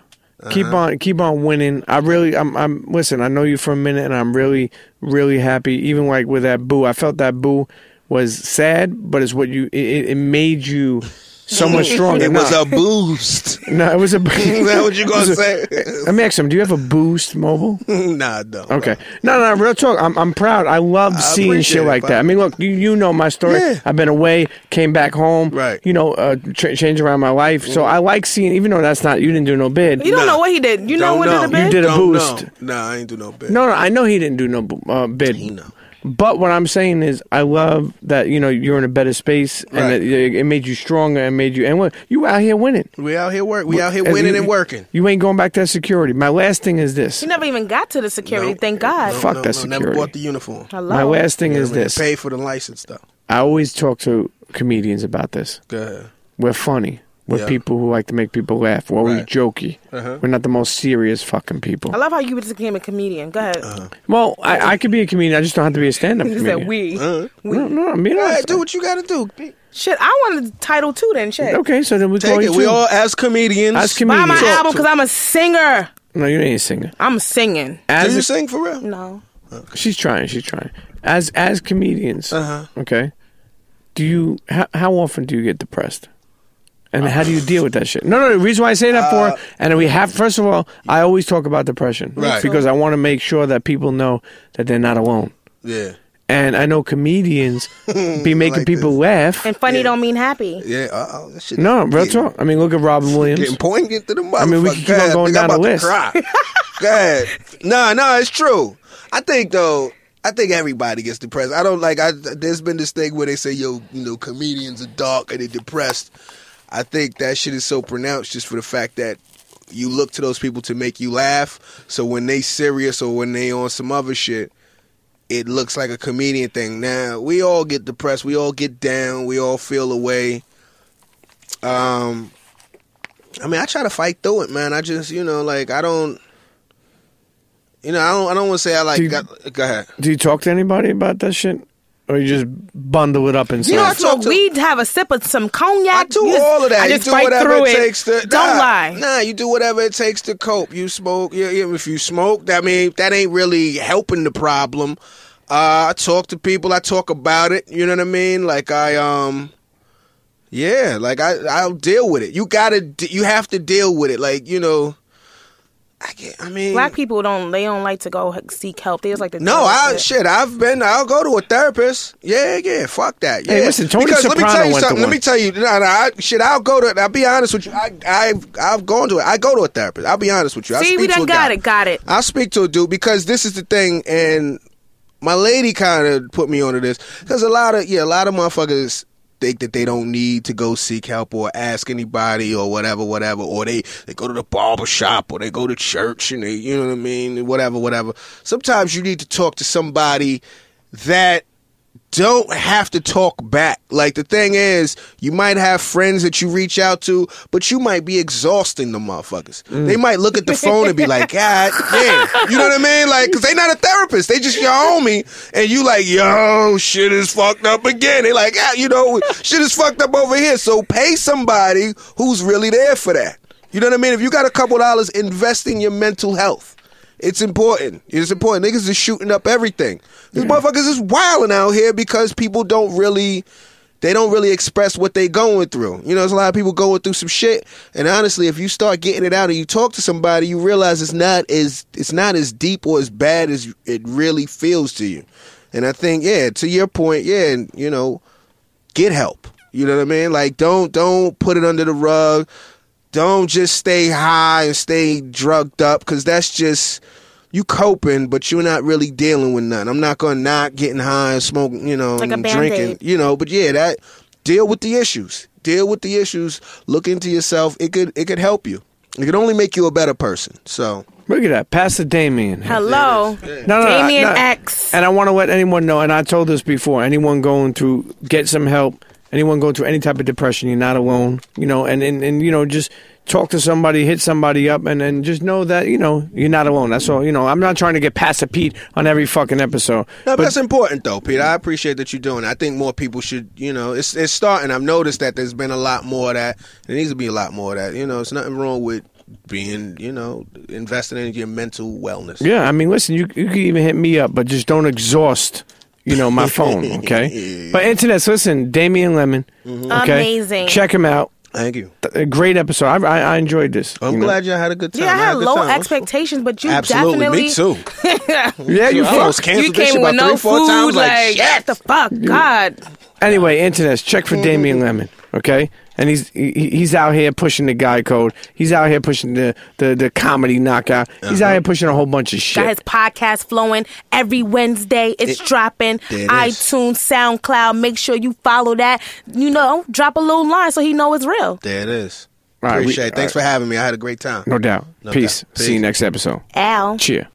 Keep on, keep on winning. I really, I'm, I'm. Listen, I know you for a minute, and I'm really, really happy. Even like with that boo, I felt that boo was sad, but it's what you. It, it- it made you so much stronger. It was no, a boost. no, it was a. Is that what you gonna say? Let me ask him. Do you have a boost mobile? nah, I don't. Okay. No, no, real talk. I'm, I'm proud. I love seeing appreciate shit it, like bud. that. I mean, look, you, you know my story. Yeah. I've been away, came back home. Right. Mm-hmm. You know, uh, tra- change around my life. So I like seeing, even though that's not, you didn't do no bid. You don't Nah. know what he did. You know Don't what did a know. You bit? did a Don't boost. know. Nah, I ain't do no bit. No, no, I know he didn't do no uh, bid. He know. But what I'm saying is, I love that you know you're in a better space, and Right. that it, it made you stronger, and made you and what you out here winning, We out here work. We out here And winning you- and working. You ain't going back to that security. My last thing is this. She never even got to the security. No. Thank God. No, Fuck no, that no, Never security. bought the uniform. Hello. my last thing You know is what I mean? this. Pay for the license though. I always talk to comedians about this. Go ahead. We're funny. We're Yeah. people who like to make people laugh. We're always Right. Uh-huh. jokey. We're not the most serious fucking people. I love how you just became a comedian. Go ahead. Uh-huh. Well, I, I could be a comedian. I just don't have to be a stand-up You comedian. said we. Uh-huh. No, no, I mean, All I- right, do what you gotta do. Shit, I want a title too then, shit. Okay, so then we call Take you it. We too. all as comedians. As comedians. Buy my So- album because I'm a singer. No, you ain't a singer. I'm singing. Do As you a- sing for real? No. she's trying, she's trying. As as comedians, Uh-huh. okay. Do you how, how often do you get depressed? And how do you deal with that shit? No, no. The reason why I say that for, and we have first of all, I always talk about depression Uh, Right. because I want to make sure that people know that they're not alone. Yeah. and I know comedians be making like people laugh. And funny don't mean happy. Yeah. Uh-oh. That shit No, real Yeah. talk. I mean, look at Robin Williams. Getting pointed to the motherfucker. I mean, we can keep on God, going nigga, I'm down the about to list. Cry. God. No, no, it's true. I think though. I think everybody gets depressed. I don't like. I there's been this thing where they say, "Yo, you know, comedians are dark and they're depressed." I think that shit is so pronounced just for the fact that you look to those people to make you laugh. So when they serious or when they on some other shit, it looks like a comedian thing. Now we all get depressed. We all get down. We all feel away. Um, I mean, I try to fight through it, man. I just, you know, like I don't, you know, I don't, I don't want to say I like. Do you- got, go ahead. Do you talk to anybody about that shit, or you just bundle it up and You know, I silence? So talk to- we have a sip of some cognac. I do You just- all of that. I just you do fight whatever through it it. takes to. Don't nah, lie. Nah, you do whatever it takes to cope. You smoke. Yeah, yeah, if you smoke, I mean, that ain't really helping the problem. Uh, I talk to people. I talk about it. You know what I mean? Like I um. Yeah, like I, I'll deal with it. You gotta, d- you have to deal with it. Like you know, I get. I mean, Black people don't. They don't like to go seek help. They just like to. No, deal I with it. shit. I've been. I'll go to a therapist. Yeah, yeah. Fuck that. Yeah. Hey, listen, Tony because let me Soprano tell you went to something. Let me one. tell you. No, no. I, shit, I'll go to. I'll be honest with you. I, I've I've gone to it. I go to a therapist. I'll be honest with you. I See, speak we to done a got guy. it. Got it. I'll speak to a dude because this is the thing, and my lady kind of put me onto this because a lot of yeah, a lot of motherfuckers think that they don't need to go seek help or ask anybody or whatever, whatever, or they they go to the barber shop or they go to church and they you know what I mean, and whatever, whatever. Sometimes you need to talk to somebody that don't have to talk back. Like the thing is, you might have friends that you reach out to, but you might be exhausting the motherfuckers. They might look at the phone and be like, God damn. You know what I mean? Like, cause they not a therapist. They just your homie. And you like, yo, shit is fucked up again. They like, ah, you know, shit is fucked up over here. So pay somebody who's really there for that. You know what I mean? If you got a couple dollars, invest in your mental health. It's important. It's important. Niggas is shooting up everything. These motherfuckers is wilding out here because people don't really they don't really express what they going through. You know, there's a lot of people going through some shit. And honestly, if you start getting it out and you talk to somebody, you realize it's not as it's not as deep or as bad as it really feels to you. And I think, yeah, to your point, yeah, and you know, get help. You know what I mean? Like don't don't put it under the rug. Don't just stay high and stay drugged up because that's just you coping, but you're not really dealing with nothing. I'm not gonna not getting high and smoking, you know, Like a and Band-Aid. drinking, you know. But yeah, that deal with the issues. Deal with the issues. Look into yourself. It could it could help you. It could only make you a better person. So Look at that, Pastor Damien. Hello. No, no, no, Damien no. X. And I want to let anyone know, and I told this before anyone going through, get some help. Anyone going through any type of depression, you're not alone. You know, and, and, and you know, just talk to somebody, hit somebody up, and, and just know that, you know, you're not alone. That's all. You know, I'm not trying to get past a Pete on every fucking episode. No, but, that's important though, Peter. I appreciate that you're doing. it. I think more people should, you know, it's it's starting. I've noticed that there's been a lot more of that. There needs to be a lot more of that. You know, it's nothing wrong with being, you know, investing in your mental wellness. Yeah, I mean, listen, you you can even hit me up, but just don't exhaust, you know, my phone, okay? but internets, listen, Damian Lemon, okay? Mm-hmm. Amazing. Check him out. Thank you. Th- a Great episode. I I, I enjoyed this. I'm you know? glad y'all had a good time. Yeah, I had a good low time. expectations, but you Absolutely, definitely me too. Yeah, you I almost You canceled this came shit with about no three, four food, times. like, Like, what shit. the fuck, God. Anyway, internets, check for Damian Lemon, okay? And he's he, he's out here pushing the guy code. He's out here pushing the the, the comedy knockout. He's out here pushing a whole bunch of shit. Got his podcast flowing every Wednesday. It's dropping. there it is. iTunes, SoundCloud. Make sure you follow that. You know, drop a little line so he know it's real. There it is. All right, we- Appreciate. it. Thanks all for having me. I had a great time. No doubt. No Peace. doubt. See you Peace. next episode. Al. Cheer.